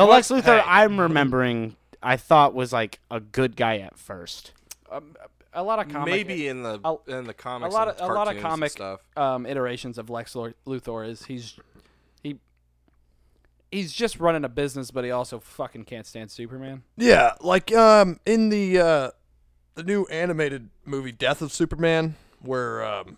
Speaker 2: Lex Luthor I'm remembering, I thought was like a good guy at first.
Speaker 1: Um, a lot of comic
Speaker 5: maybe in the
Speaker 1: a-
Speaker 5: in the
Speaker 1: a
Speaker 5: comics,
Speaker 1: lot of
Speaker 5: and
Speaker 1: a lot
Speaker 5: cartoons
Speaker 1: of
Speaker 5: and
Speaker 1: comic
Speaker 5: stuff.
Speaker 1: um, iterations of Lex Lor- Luthor is he's he he's just running a business, but he also fucking can't stand Superman.
Speaker 4: Yeah, like um in the uh the new animated movie Death of Superman where um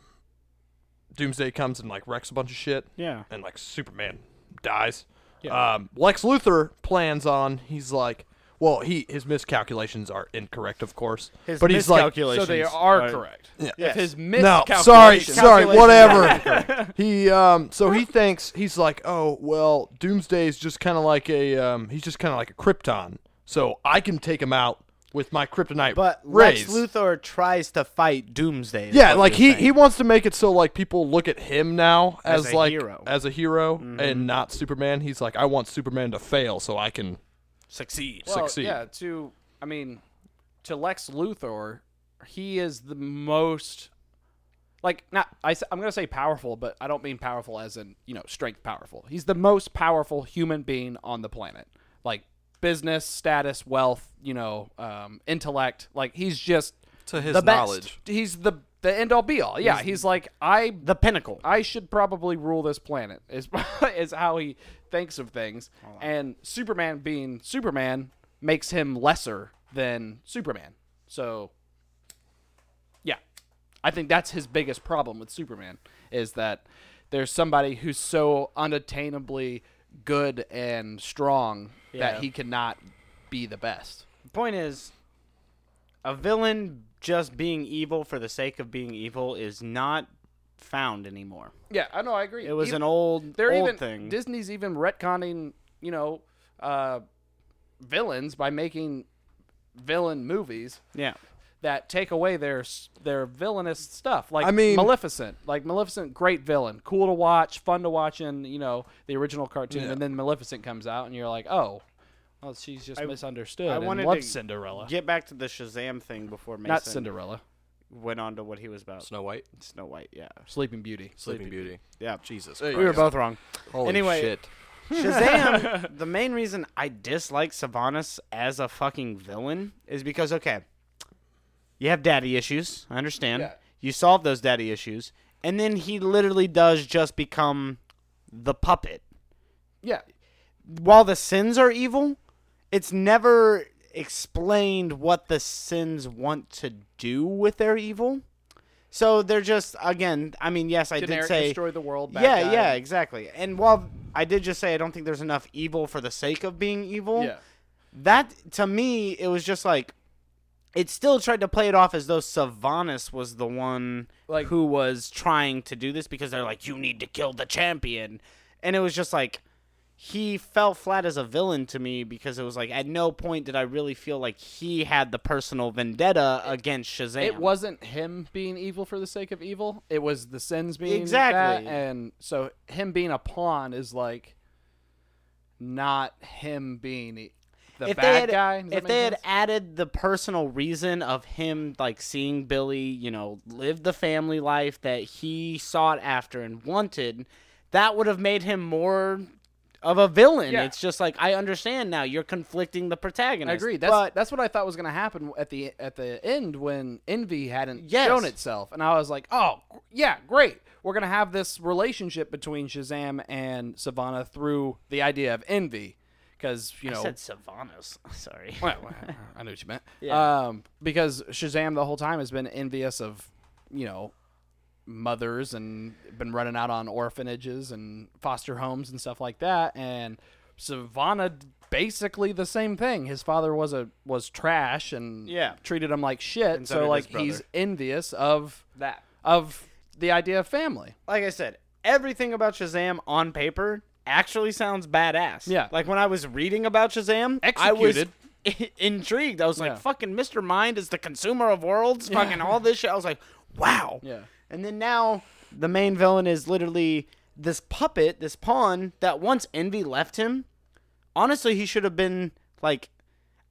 Speaker 4: Doomsday comes and like wrecks a bunch of shit
Speaker 2: Yeah,
Speaker 4: and like Superman dies.
Speaker 1: Yeah.
Speaker 4: Um Lex Luthor plans on he's like well, he his miscalculations are incorrect, of course.
Speaker 2: His
Speaker 4: but he's like
Speaker 1: So
Speaker 2: miscalculations
Speaker 1: they are correct. If
Speaker 2: Yes.
Speaker 1: his
Speaker 4: no,
Speaker 1: miscalculation,
Speaker 4: sorry, sorry, whatever. he um, so he thinks he's like, oh well, Doomsday's just kind of like a um, he's just kind of like a Krypton, so I can take him out with my kryptonite
Speaker 2: But
Speaker 4: rays.
Speaker 2: Lex Luthor tries to fight Doomsday. is
Speaker 4: yeah,
Speaker 2: what
Speaker 4: like
Speaker 2: you're
Speaker 4: he
Speaker 2: saying.
Speaker 4: he wants to make it so like people look at him now
Speaker 2: As
Speaker 4: as,
Speaker 2: a
Speaker 4: like
Speaker 2: hero.
Speaker 4: as a hero and not Superman. He's like, I want Superman to fail so I can
Speaker 2: succeeds.
Speaker 1: Well,
Speaker 4: succeed.
Speaker 1: Yeah, to I mean, to Lex Luthor, he is the most like not I, am gonna say powerful, but I don't mean powerful as in you know strength powerful. He's the most powerful human being on the planet. Like business status, wealth, you know, um, intellect. Like he's just
Speaker 5: To his
Speaker 1: the best.
Speaker 5: knowledge.
Speaker 1: He's the the end all be all. Yeah, he's, like I
Speaker 2: the pinnacle.
Speaker 1: I should probably rule this planet is is how he thinks of things. And Superman being Superman makes him lesser than Superman. So yeah. I think that's his biggest problem with Superman is that there's somebody who's so unattainably good and strong
Speaker 2: Yeah.
Speaker 1: that he cannot be the best.
Speaker 2: The point is, a villain just being evil for the sake of being evil is not found anymore.
Speaker 1: Yeah, I know, I agree.
Speaker 2: It was an old,
Speaker 1: they're
Speaker 2: old
Speaker 1: even
Speaker 2: thing.
Speaker 1: Disney's even retconning, you know, uh, villains by making villain movies
Speaker 2: yeah,
Speaker 1: that take away their s- their villainous stuff. Like
Speaker 4: I mean-
Speaker 1: Maleficent, like Maleficent, great villain, cool to watch, fun to watch in you know the original cartoon, and then Maleficent comes out, and you're like, oh, well, she's just misunderstood.
Speaker 2: I
Speaker 1: and
Speaker 2: wanted
Speaker 1: loves
Speaker 2: to
Speaker 1: Cinderella,
Speaker 2: get back to the Shazam thing before Mason
Speaker 1: not Cinderella,
Speaker 2: went on to what he was about.
Speaker 5: Snow White,
Speaker 2: Snow White. Yeah,
Speaker 1: Sleeping Beauty.
Speaker 5: Sleeping Beauty.
Speaker 2: yeah.
Speaker 5: Jesus,
Speaker 4: Hey,
Speaker 2: We were
Speaker 5: Christ.
Speaker 2: both wrong.
Speaker 5: Holy
Speaker 2: anyway,
Speaker 5: shit.
Speaker 2: Shazam, the main reason I dislike Sylvanas as a fucking villain is because, okay, you have daddy issues. I understand. You solve those daddy issues. And then he literally does just become the puppet.
Speaker 1: Yeah,
Speaker 2: While the sins are evil, it's never explained what the sins want to do with their evil. So they're just, again, I mean, yes, I
Speaker 1: generic
Speaker 2: did say
Speaker 1: destroy the world. Bad
Speaker 2: yeah,
Speaker 1: guy.
Speaker 2: yeah, exactly. And while I did just say I don't think there's enough evil for the sake of being evil,
Speaker 1: yeah.
Speaker 2: that to me it was just like it still tried to play it off as though Sylvanas was the one
Speaker 1: Like-
Speaker 2: who was trying to do this because they're like, You need to kill the champion and it was just like he fell flat as a villain to me because it was like at no point did I really feel like he had the personal vendetta against Shazam.
Speaker 1: It wasn't him being evil for the sake of evil. It was the sins being
Speaker 2: Exactly.
Speaker 1: that, and so him being a pawn is like not him being e- the
Speaker 2: if
Speaker 1: bad
Speaker 2: they had,
Speaker 1: guy. Does that
Speaker 2: if
Speaker 1: make
Speaker 2: they had
Speaker 1: sense?
Speaker 2: added the personal reason of him like seeing Billy, you know, live the family life that he sought after and wanted, that would have made him more of a villain.
Speaker 1: Yeah.
Speaker 2: It's just like I understand now you're conflicting the protagonist.
Speaker 1: I agree. That's
Speaker 2: but
Speaker 1: that's what I thought was going to happen at the at the end when envy hadn't
Speaker 2: Yes.
Speaker 1: shown itself, and I was like, oh gr- yeah, great. We're going to have this relationship between Shazam and Savannah through the idea of envy, because you
Speaker 2: I
Speaker 1: know
Speaker 2: said Sylvanas. Sorry.
Speaker 1: Well, well, I knew what you meant.
Speaker 2: Yeah.
Speaker 1: Um, because Shazam the whole time has been envious of, you know, mothers and been running out on orphanages and foster homes and stuff like that. And Savannah d- basically the same thing. His father was a was trash and
Speaker 2: Yeah.
Speaker 1: treated him like shit.
Speaker 2: so did
Speaker 1: so like
Speaker 2: his brother.
Speaker 1: he's envious of
Speaker 2: That.
Speaker 1: of the idea of family.
Speaker 2: like I said, everything about Shazam on paper actually sounds badass.
Speaker 1: Yeah.
Speaker 2: Like when I was reading about Shazam,
Speaker 5: Executed.
Speaker 2: I was intrigued. I was like,
Speaker 1: Yeah.
Speaker 2: fucking Mr. Mind is the consumer of worlds, fucking all this shit. I was like, wow.
Speaker 1: Yeah.
Speaker 2: And then now the main villain is literally this puppet, this pawn that once Envy left him. Honestly, he should have been like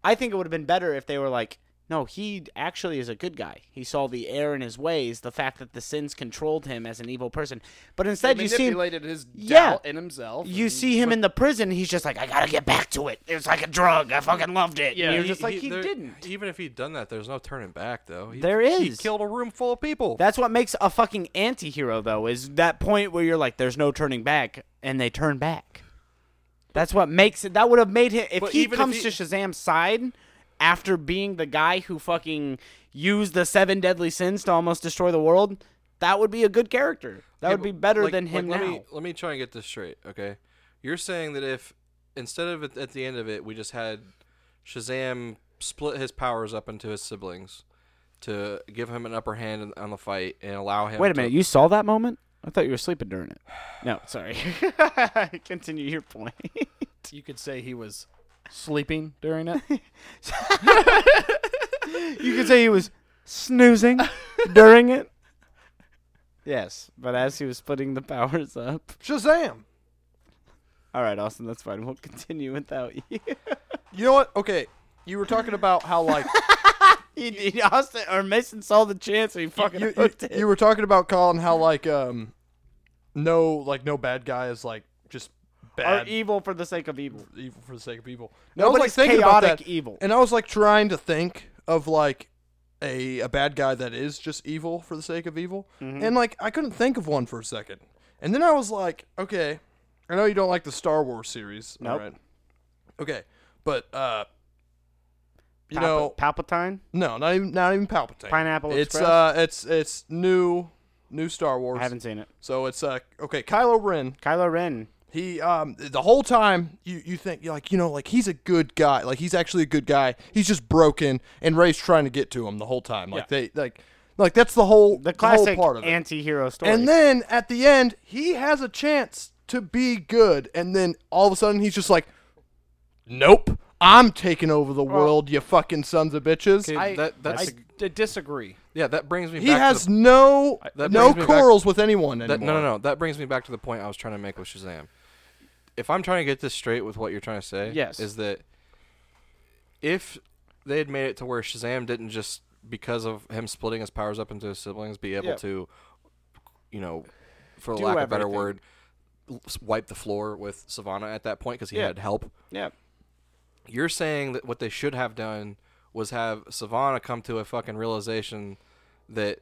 Speaker 2: I think it would have been better if they were like, no, he actually is a good guy. He saw the error in his ways, the fact that the sins controlled him as an evil person. But instead, you see
Speaker 1: manipulated his
Speaker 2: Yeah.
Speaker 1: doubt in himself.
Speaker 2: you
Speaker 1: and-
Speaker 2: see him in the prison. He's just like, I gotta get back to it. It's like a drug. I fucking loved it.
Speaker 1: Yeah.
Speaker 2: and you're
Speaker 1: He-
Speaker 2: just like, he,
Speaker 5: there-
Speaker 2: didn't.
Speaker 5: Even if he'd done that, there's no turning back though. He,
Speaker 2: There
Speaker 5: He
Speaker 2: is.
Speaker 5: killed a room full of people.
Speaker 2: That's what makes a fucking anti-hero though is that point where you're like there's no turning back and they turn back. That's what makes it that would have made him if
Speaker 5: But
Speaker 2: he
Speaker 5: even if
Speaker 2: comes
Speaker 5: he-
Speaker 2: to Shazam's side after being the guy who fucking used the seven deadly sins to almost destroy the world, that would be a good character. That
Speaker 5: Okay,
Speaker 2: would be
Speaker 5: but,
Speaker 2: better
Speaker 5: like-
Speaker 2: than
Speaker 5: like,
Speaker 2: him
Speaker 5: let
Speaker 2: now.
Speaker 5: Me, let me try and get this straight, okay? You're saying that if instead of at, at the end of it, we just had Shazam split his powers up into his siblings to give him an upper hand in, on the fight and allow him.
Speaker 2: Wait a
Speaker 5: to-
Speaker 2: minute, you saw that moment? I thought you were sleeping during it. No, sorry. Continue your point.
Speaker 1: You could say he was sleeping during it.
Speaker 2: you could say he was snoozing during it. Yes, but as he was splitting the powers up.
Speaker 4: Shazam.
Speaker 2: All right, Austin, that's fine. We'll continue without you.
Speaker 4: You know what? Okay, you were talking about how like
Speaker 2: He- he- Austin or Mason saw the chance and he fucking
Speaker 4: you, you,
Speaker 2: hooked it.
Speaker 4: you were talking about Colin how like um no like no bad guy is like just
Speaker 2: are
Speaker 4: bad
Speaker 2: evil for the sake of evil.
Speaker 4: evil for the sake of evil. And I was like
Speaker 2: Nobody's
Speaker 4: thinking about
Speaker 2: chaotic
Speaker 4: that,
Speaker 2: evil.
Speaker 4: and I was like trying to think of like a a bad guy that is just evil for the sake of evil,
Speaker 2: Mm-hmm.
Speaker 4: and like I couldn't think of one for a second. And then I was like, okay, I know you don't like the Star Wars series,
Speaker 2: Nope.
Speaker 4: alright. Okay, but uh, you
Speaker 2: Palpa-
Speaker 4: know,
Speaker 2: Palpatine.
Speaker 4: no, not even not even Palpatine.
Speaker 2: Pineapple
Speaker 4: It's
Speaker 2: Express?
Speaker 4: uh, it's it's new new Star Wars.
Speaker 2: I haven't seen it.
Speaker 4: So it's uh, okay, Kylo Ren.
Speaker 2: Kylo Ren.
Speaker 4: He um the whole time you you think you're like you know like he's a good guy like he's actually a good guy he's just broken and Ray's trying to get to him the whole time like they like like that's the whole
Speaker 2: The classic
Speaker 4: whole part of it
Speaker 2: anti-hero story.
Speaker 4: and then at the end he has a chance to be good and then all of a sudden he's just like nope I'm taking over the world you fucking sons of bitches
Speaker 5: Okay,
Speaker 1: I,
Speaker 5: that, that's
Speaker 1: I d-
Speaker 5: the-
Speaker 1: disagree.
Speaker 5: yeah. That brings me.
Speaker 4: he
Speaker 5: back
Speaker 4: has
Speaker 5: To the,
Speaker 4: no
Speaker 5: that
Speaker 4: no
Speaker 5: brings me back-
Speaker 4: quarrels with anyone anymore
Speaker 5: that, no, no, no. That brings me back to the point I was trying to make with Shazam. If I'm trying to get this straight with what you're trying to say,
Speaker 1: Yes.
Speaker 5: is that if they had made it to where Shazam didn't just because of him splitting his powers up into his siblings be able
Speaker 1: Yeah.
Speaker 5: to, you know, for
Speaker 1: Do
Speaker 5: lack of a better
Speaker 1: everything.
Speaker 5: word, l- s- wipe the floor with Savannah at that point because he
Speaker 1: Yeah.
Speaker 5: had help.
Speaker 1: Yeah.
Speaker 5: You're saying that what they should have done was have Savannah come to a fucking realization that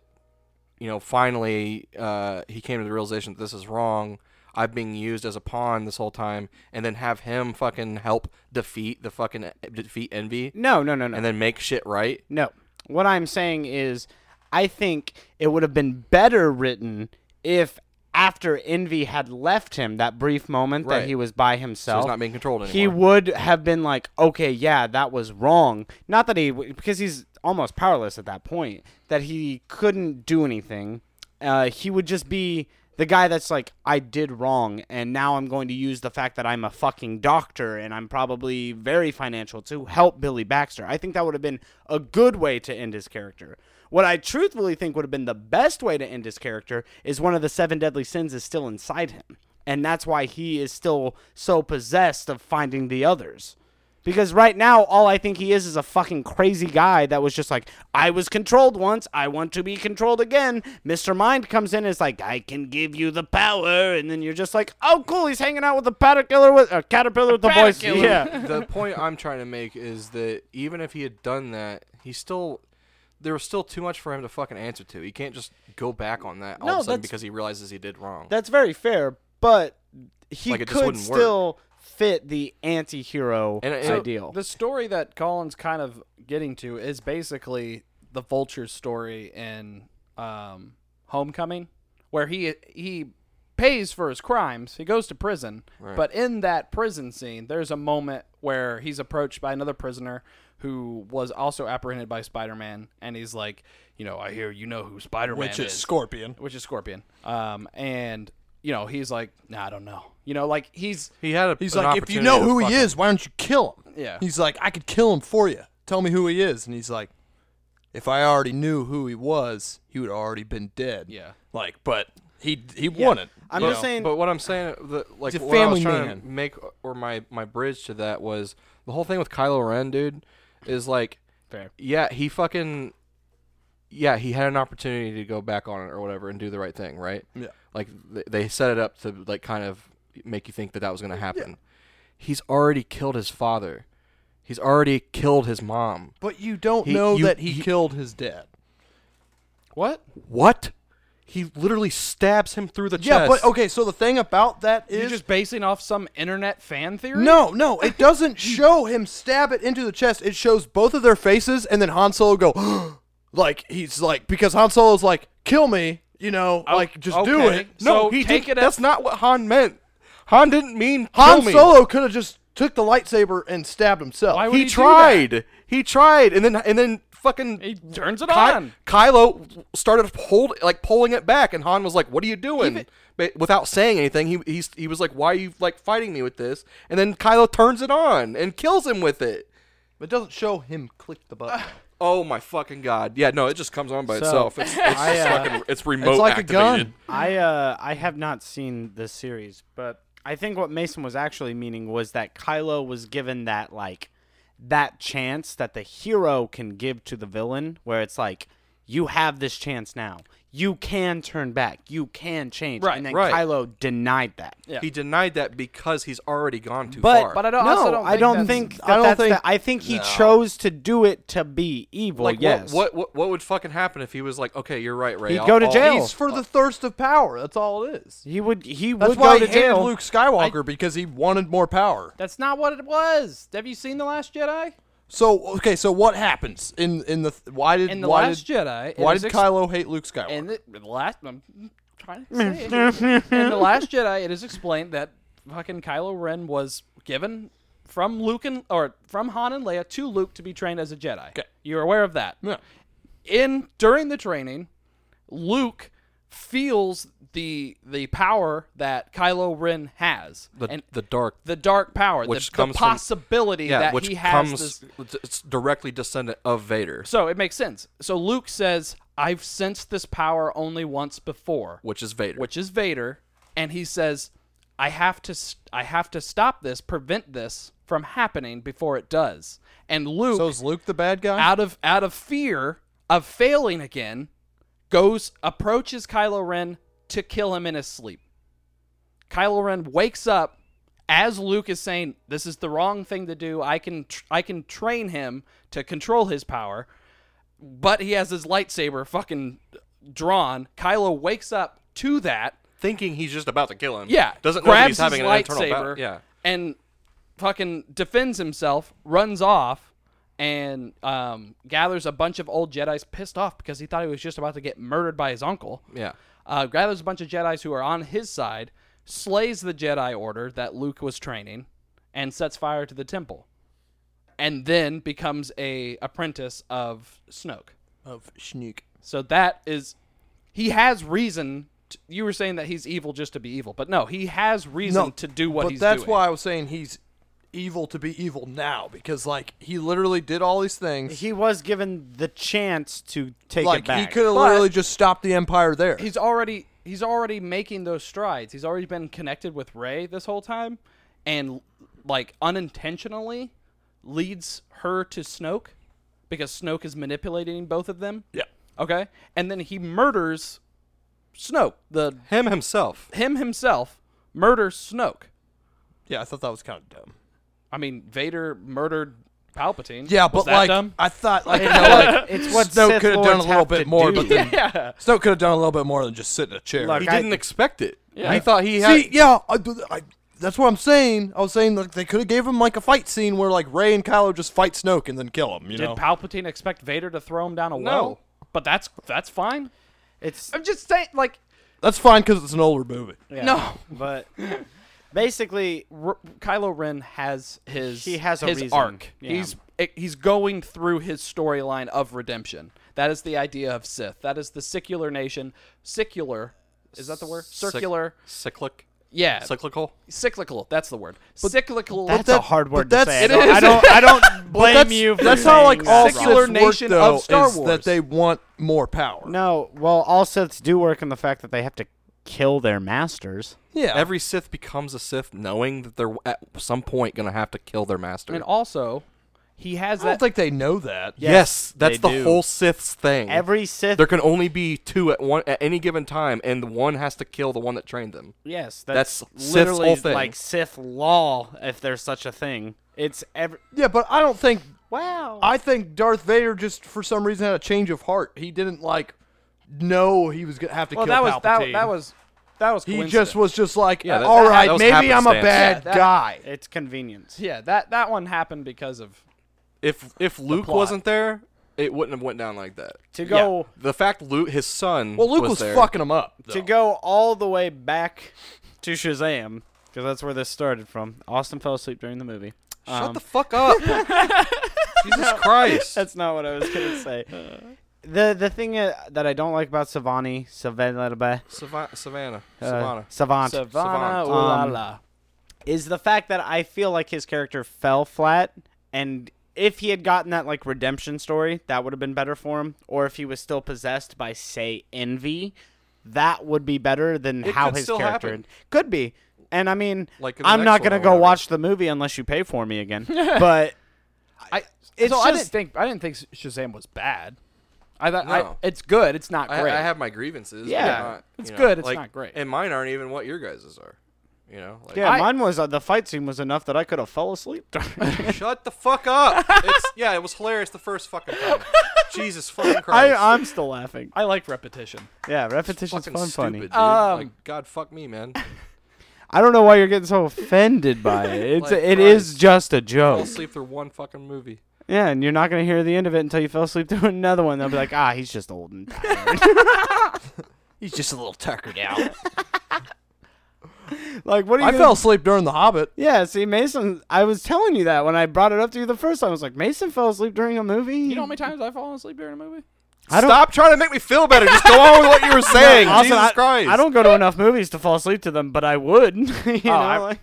Speaker 5: you know, finally, uh, he came to the realization that this is wrong. I've been used as a pawn this whole time, and then have him fucking help defeat the fucking eh, defeat envy,
Speaker 2: no, no, no, no.
Speaker 5: and then make shit right.
Speaker 2: No. What I'm saying is, I think it would have been better written if after Envy had left him, that brief moment that
Speaker 5: Right.
Speaker 2: he was by
Speaker 5: So
Speaker 2: himself.
Speaker 5: he's not being controlled
Speaker 2: he
Speaker 5: anymore.
Speaker 2: would have been like, okay, yeah, that was wrong. Not that he, w- because he's almost powerless at that point, that he couldn't do anything. Uh, he would just be the guy that's like, I did wrong, and now I'm going to use the fact that I'm a fucking doctor and I'm probably very financial to help Billy Baxter. I think that would have been a good way to end his character. What I truthfully think would have been the best way to end his character is one of the seven deadly sins is still inside him and that's why he is still so possessed of finding the others. Because right now, all I think he is is a fucking crazy guy that was just like, I was controlled once, I want to be controlled again. Mr. Mind comes in and is like, I can give you the power, and then you're just like, oh, cool, he's hanging out with the caterpillar with uh, caterpillar with the voice. Yeah,
Speaker 5: the point I'm trying to make is that even if he had done that, he still there was still too much for him to fucking answer to. He can't just go back on that all
Speaker 2: No,
Speaker 5: of a sudden
Speaker 2: that's-
Speaker 5: because he realizes he did wrong.
Speaker 2: that's very fair, but he
Speaker 5: Like, it just
Speaker 2: could
Speaker 5: wouldn't work.
Speaker 2: still fit the anti-hero
Speaker 5: And- uh, and-
Speaker 2: ideal.
Speaker 1: The story that Colin's kind of getting to is basically the Vulture's story in um, Homecoming, where he he pays for his crimes. He goes to prison, but in that prison scene, there's a moment where he's approached by another prisoner who was also apprehended by Spider-Man, and he's like, you know, I hear you know who Spider-Man
Speaker 4: which is
Speaker 1: is
Speaker 4: Scorpion
Speaker 1: which is Scorpion. Um, and you know, he's like, nah, I don't know. You know, like he's
Speaker 5: he had a,
Speaker 4: He's
Speaker 5: an
Speaker 4: like, if you
Speaker 5: opportunity
Speaker 4: know
Speaker 5: to
Speaker 4: who
Speaker 5: fuck
Speaker 4: he
Speaker 5: him."
Speaker 4: is, why don't you kill him?
Speaker 1: Yeah.
Speaker 4: He's like, I could kill him for you. Tell me who he is. And he's like, if I already knew who he was, he would already been dead.
Speaker 1: Yeah.
Speaker 4: Like, but He he won it.
Speaker 2: I'm
Speaker 4: you
Speaker 2: just
Speaker 4: know.
Speaker 2: saying.
Speaker 5: But what I'm saying, the, like
Speaker 4: He's a
Speaker 5: what I was
Speaker 4: family
Speaker 5: trying to
Speaker 4: man.
Speaker 5: make, or my my bridge to that was the whole thing with Kylo Ren, dude, is like,
Speaker 1: Fair.
Speaker 5: yeah, he fucking, yeah, he had an opportunity to go back on it or whatever and do the right thing, right?
Speaker 4: Yeah.
Speaker 5: Like th- they set it up to like kind of make you think that that was gonna happen. He's already killed his father. He's already killed his mom.
Speaker 4: But you don't
Speaker 5: He-
Speaker 4: know
Speaker 5: you-
Speaker 4: that he
Speaker 5: you-
Speaker 4: killed his dad.
Speaker 1: What?
Speaker 5: What? He literally stabs him through the
Speaker 4: Yeah,
Speaker 5: chest.
Speaker 4: but okay. So the thing about that is
Speaker 1: You're just basing off some internet fan theory?
Speaker 4: no, no. It doesn't show him stab it into the chest. It shows both of their faces, and then Han Solo go like he's like because Han Solo's like kill me, you know, like just do
Speaker 1: okay.
Speaker 4: it.
Speaker 1: So
Speaker 4: No,
Speaker 1: he take
Speaker 5: Dude,
Speaker 1: it
Speaker 5: That's
Speaker 1: as-
Speaker 5: not what Han meant. Han didn't mean
Speaker 4: Han
Speaker 5: kill me.
Speaker 4: Solo could have just took the lightsaber and stabbed himself.
Speaker 1: Why would he
Speaker 5: he
Speaker 1: do
Speaker 5: tried. He tried, and then and then fucking
Speaker 1: He turns it
Speaker 5: Ky-
Speaker 1: on.
Speaker 5: Kylo started hold like pulling it back, and Han was like, "What are you doing?" but without saying anything, he he's, he was like, "Why are you like fighting me with this?" And then Kylo turns it on and kills him with it.
Speaker 4: It doesn't show him click the button.
Speaker 5: Oh my fucking god! Yeah, no, it just comes on by
Speaker 2: So,
Speaker 5: itself. It's, it's
Speaker 2: I,
Speaker 5: just
Speaker 2: uh,
Speaker 5: fucking it's remote
Speaker 4: it's like a
Speaker 5: activated.
Speaker 4: gun.
Speaker 2: I uh I have not seen this series, but I think what Mason was actually meaning was that Kylo was given that like that chance that the hero can give to the villain where it's like you have this chance now. You can turn back. You can change.
Speaker 1: Right,
Speaker 2: and then
Speaker 5: right.
Speaker 2: Kylo denied that.
Speaker 1: Yeah.
Speaker 5: He denied that because he's already gone too
Speaker 2: But
Speaker 5: far.
Speaker 1: But I don't-
Speaker 2: no,
Speaker 1: also don't
Speaker 2: I
Speaker 1: think
Speaker 2: don't
Speaker 1: that's-
Speaker 2: think that
Speaker 4: I don't
Speaker 2: that's
Speaker 4: think-
Speaker 2: the- I think he chose to do it to be evil.
Speaker 5: like
Speaker 2: yes.
Speaker 5: what, what what what would fucking happen if he was like, "Okay, you're right, Ray."
Speaker 2: He'd
Speaker 5: I'll-
Speaker 2: go to
Speaker 5: I'll-
Speaker 2: jail.
Speaker 4: He's for the thirst of power. That's all it is.
Speaker 2: he would he
Speaker 4: That's
Speaker 2: would
Speaker 4: why
Speaker 2: go
Speaker 4: I
Speaker 2: to
Speaker 4: hated
Speaker 2: jail.
Speaker 4: Luke Skywalker because he wanted more power.
Speaker 1: That's not what it was. Have you seen The Last Jedi?
Speaker 4: So okay, so what happens in in the why did
Speaker 1: In The
Speaker 4: why
Speaker 1: Last
Speaker 4: did,
Speaker 1: Jedi, it
Speaker 4: why
Speaker 1: is
Speaker 4: did
Speaker 1: ex-
Speaker 4: Kylo hate Luke Skywalker?
Speaker 1: In the, the last, I'm trying to say it. here. In the Last Jedi, it is explained that fucking Kylo Ren was given from Luke and or from Han and Leia to Luke to be trained as a Jedi.
Speaker 4: Okay.
Speaker 1: You're aware of that.
Speaker 4: Yeah.
Speaker 1: In during the training, Luke feels the the power that Kylo Ren has.
Speaker 5: the,
Speaker 1: and
Speaker 5: the dark
Speaker 1: the dark power,
Speaker 5: Which
Speaker 1: the,
Speaker 5: comes
Speaker 1: the
Speaker 5: from-
Speaker 1: possibility that
Speaker 5: which
Speaker 1: he has
Speaker 5: comes
Speaker 1: this
Speaker 5: it's directly descendant of Vader,
Speaker 1: So it makes sense. So Luke says, I've sensed this power only once before,
Speaker 5: which is Vader.
Speaker 1: which is Vader, and he says, I have to st- I have to stop this, prevent this from happening before it does. And Luke
Speaker 4: so is Luke the bad guy?
Speaker 1: out of out of fear of failing again goes approaches Kylo Ren to kill him in his sleep. Kylo Ren wakes up as Luke is saying this is the wrong thing to do. I can tr- I can train him to control his power, but he has his lightsaber fucking drawn. Kylo wakes up to that.
Speaker 5: thinking he's just about to kill him.
Speaker 1: Yeah,
Speaker 5: doesn't know that
Speaker 1: grabs
Speaker 5: he's having
Speaker 1: his
Speaker 5: an
Speaker 1: lightsaber.
Speaker 5: internal battle. Yeah,
Speaker 1: and fucking defends himself, runs off, and um, gathers a bunch of old Jedi's pissed off because he thought he was just about to get murdered by his uncle.
Speaker 5: yeah.
Speaker 1: Uh, gathers a bunch of Jedi's who are on his side, slays the Jedi Order that Luke was training, and sets fire to the temple, and then becomes a apprentice of Snoke.
Speaker 4: of Snook.
Speaker 1: So that is, he has reason. To, you were saying that he's evil just to be evil, but no, he has reason to do what
Speaker 4: but
Speaker 1: he's
Speaker 4: that's
Speaker 1: doing.
Speaker 4: why I was saying he's evil to be evil now because like he literally did all these things.
Speaker 2: he was given the chance to take it
Speaker 4: like
Speaker 2: back.
Speaker 4: he could have
Speaker 1: But-
Speaker 4: literally just stopped the empire there.
Speaker 1: he's already he's already making those strides. He's already been connected with Ray this whole time, and like unintentionally leads her to Snoke because Snoke is manipulating both of them.
Speaker 4: yeah.
Speaker 1: Okay, and then he murders Snoke. The
Speaker 5: Him himself.
Speaker 1: him himself murders Snoke.
Speaker 4: Yeah, I thought that was kind of dumb.
Speaker 1: I mean, Vader murdered Palpatine.
Speaker 4: Yeah,
Speaker 1: Was
Speaker 4: but
Speaker 1: that
Speaker 4: like
Speaker 1: dumb?
Speaker 4: I thought like, you know, like
Speaker 2: it's what
Speaker 4: Snoke
Speaker 2: Sith
Speaker 4: could have done
Speaker 2: Lords
Speaker 4: a little
Speaker 2: have
Speaker 4: bit
Speaker 2: to
Speaker 4: more,
Speaker 2: do.
Speaker 4: but then
Speaker 1: yeah,
Speaker 4: Snoke could have done a little bit more than just sit in a chair.
Speaker 2: Look,
Speaker 5: He
Speaker 2: I-
Speaker 5: didn't expect it.
Speaker 1: Yeah.
Speaker 5: He thought he had.
Speaker 4: See, yeah, I, I, that's what I'm saying. I was saying like they could have gave him like a fight scene where like Ray and Kylo just fight Snoke and then kill him. You
Speaker 1: Did
Speaker 4: know,
Speaker 1: Palpatine expect Vader to throw him down a well? But that's that's fine.
Speaker 2: It's
Speaker 1: I'm just saying, like,
Speaker 4: that's fine because it's an older movie.
Speaker 1: no,
Speaker 2: but basically
Speaker 1: R- Kylo Ren has his
Speaker 2: He has a
Speaker 1: his
Speaker 2: reason.
Speaker 1: arc.
Speaker 2: Yeah.
Speaker 1: He's it- he's going through his storyline of redemption. That is the idea of Sith. That is the secular nation. Secular is that the word?
Speaker 5: Cyc-
Speaker 1: Circular.
Speaker 5: cyclic,
Speaker 1: yeah.
Speaker 5: cyclical.
Speaker 1: cyclical. That's the word. cyclical.
Speaker 2: that's
Speaker 4: that-
Speaker 2: a hard
Speaker 4: but
Speaker 2: word to say. I
Speaker 4: that's-
Speaker 2: don't,
Speaker 1: it
Speaker 2: I
Speaker 1: is.
Speaker 2: don't I don't blame
Speaker 4: that's,
Speaker 2: you for
Speaker 4: that's how
Speaker 2: saying
Speaker 4: like
Speaker 2: that,
Speaker 4: all
Speaker 2: Rob.
Speaker 1: Secular
Speaker 4: Sith
Speaker 1: nation
Speaker 4: work, though,
Speaker 1: of Star
Speaker 4: is
Speaker 1: Wars.
Speaker 4: that they want more power.
Speaker 2: No, well all Siths do work in the fact that they have to kill their masters.
Speaker 4: Yeah.
Speaker 5: Every Sith becomes a Sith knowing that they're at some point going to have to kill their master.
Speaker 1: And also, he has
Speaker 4: I don't
Speaker 1: that.
Speaker 4: think they know that.
Speaker 5: yes, that's
Speaker 2: they
Speaker 5: the
Speaker 2: do.
Speaker 5: whole Sith's thing.
Speaker 2: Every Sith.
Speaker 5: there can only be two at one at any given time, and the one has to kill the one that trained them.
Speaker 2: yes,
Speaker 5: that's
Speaker 2: that's,
Speaker 5: Sith's
Speaker 2: literally
Speaker 5: whole thing.
Speaker 2: like Sith law, if there's such a thing. It's every.
Speaker 4: Yeah, but I don't think.
Speaker 2: Wow.
Speaker 4: I think Darth Vader just for some reason had a change of heart. He didn't like know he was gonna have to
Speaker 1: well,
Speaker 4: kill
Speaker 1: Oh, that was
Speaker 4: Palpatine.
Speaker 1: that, that was that was.
Speaker 4: He
Speaker 1: coincidence.
Speaker 4: just was just like,
Speaker 5: Yeah, that-
Speaker 4: all
Speaker 5: that-
Speaker 4: right,
Speaker 5: that was
Speaker 4: maybe I'm a
Speaker 5: happenstance."
Speaker 4: bad
Speaker 1: Yeah, that-
Speaker 4: guy.
Speaker 2: It's convenience.
Speaker 1: Yeah, that that one happened because of
Speaker 5: If if Luke
Speaker 1: plot.
Speaker 5: wasn't there, it wouldn't have went down like that.
Speaker 2: To go.
Speaker 5: The fact Luke, his son,
Speaker 4: Well, Luke was,
Speaker 5: there.
Speaker 4: fucking him up.
Speaker 2: to
Speaker 4: though.
Speaker 2: go all the way back to Shazam, because that's where this started from. Austin fell asleep during the movie.
Speaker 5: Shut
Speaker 2: Um,
Speaker 5: the fuck up! Jesus Christ!
Speaker 2: That's not what I was gonna say. the the thing uh, that I don't like about Savani, Savannah,
Speaker 5: Savannah, Savannah,
Speaker 2: uh,
Speaker 5: Savannah.
Speaker 1: Savannah.
Speaker 2: Savant,
Speaker 5: Savant.
Speaker 1: ooh la
Speaker 2: Um,
Speaker 1: la.
Speaker 2: is the fact that I feel like his character fell flat, and if he had gotten that like redemption story, that would have been better for him. Or if he was still possessed by say envy, that would be better than
Speaker 5: It
Speaker 2: how
Speaker 5: could
Speaker 2: his
Speaker 5: still
Speaker 2: character
Speaker 5: happen.
Speaker 2: could be. And I mean,
Speaker 5: Like in the
Speaker 2: I'm
Speaker 5: next
Speaker 2: not
Speaker 5: one or
Speaker 2: gonna go
Speaker 5: whatever.
Speaker 2: watch the movie unless you pay for me again. but
Speaker 1: I,
Speaker 2: it's
Speaker 1: so I didn't
Speaker 2: just-
Speaker 1: think I didn't think Shazam was bad. I thought I,
Speaker 5: No.
Speaker 1: it's good. It's not
Speaker 5: I,
Speaker 1: great.
Speaker 5: I have my grievances. but
Speaker 1: Yeah.
Speaker 5: they're not,
Speaker 1: It's
Speaker 5: you know,
Speaker 1: good, it's
Speaker 5: like-
Speaker 1: not great.
Speaker 5: And mine aren't even what your guys's are. You know, like,
Speaker 2: yeah,
Speaker 1: I-
Speaker 2: mine was uh, the fight scene was enough that I could have fell asleep. during-
Speaker 5: shut the fuck up. It's, yeah, it was hilarious the first fucking time. Jesus fucking Christ.
Speaker 2: I, I'm still laughing.
Speaker 1: I like repetition.
Speaker 2: Yeah, repetition's
Speaker 5: fucking
Speaker 2: fun,
Speaker 5: stupid,
Speaker 2: funny.
Speaker 5: dude.
Speaker 1: Um,
Speaker 5: like, God fuck me, man.
Speaker 2: I don't know why you're getting so offended by it. It's
Speaker 5: Like,
Speaker 2: it is
Speaker 5: Christ.
Speaker 2: just a
Speaker 5: I'll
Speaker 2: joke.
Speaker 5: sleep through one fucking movie.
Speaker 2: Yeah, and you're not gonna hear the end of it until you fell asleep through another one. They'll be like, ah, he's just old and tired.
Speaker 4: He's just a little tuckered out.
Speaker 2: like, what are you?
Speaker 4: I
Speaker 2: gonna-
Speaker 4: fell asleep during The Hobbit.
Speaker 2: Yeah, see, Mason. I was telling you that when I brought it up to you the first time. I was like, Mason fell asleep during a movie.
Speaker 1: You know how many times I've fallen asleep during a movie?
Speaker 2: I don't-
Speaker 5: Stop trying to make me feel better. Just go on with what you were saying.
Speaker 2: Also,
Speaker 5: Jesus
Speaker 2: I,
Speaker 5: Christ.
Speaker 2: I don't go to enough movies to fall asleep to them, but I would. you know,
Speaker 1: I-
Speaker 2: like-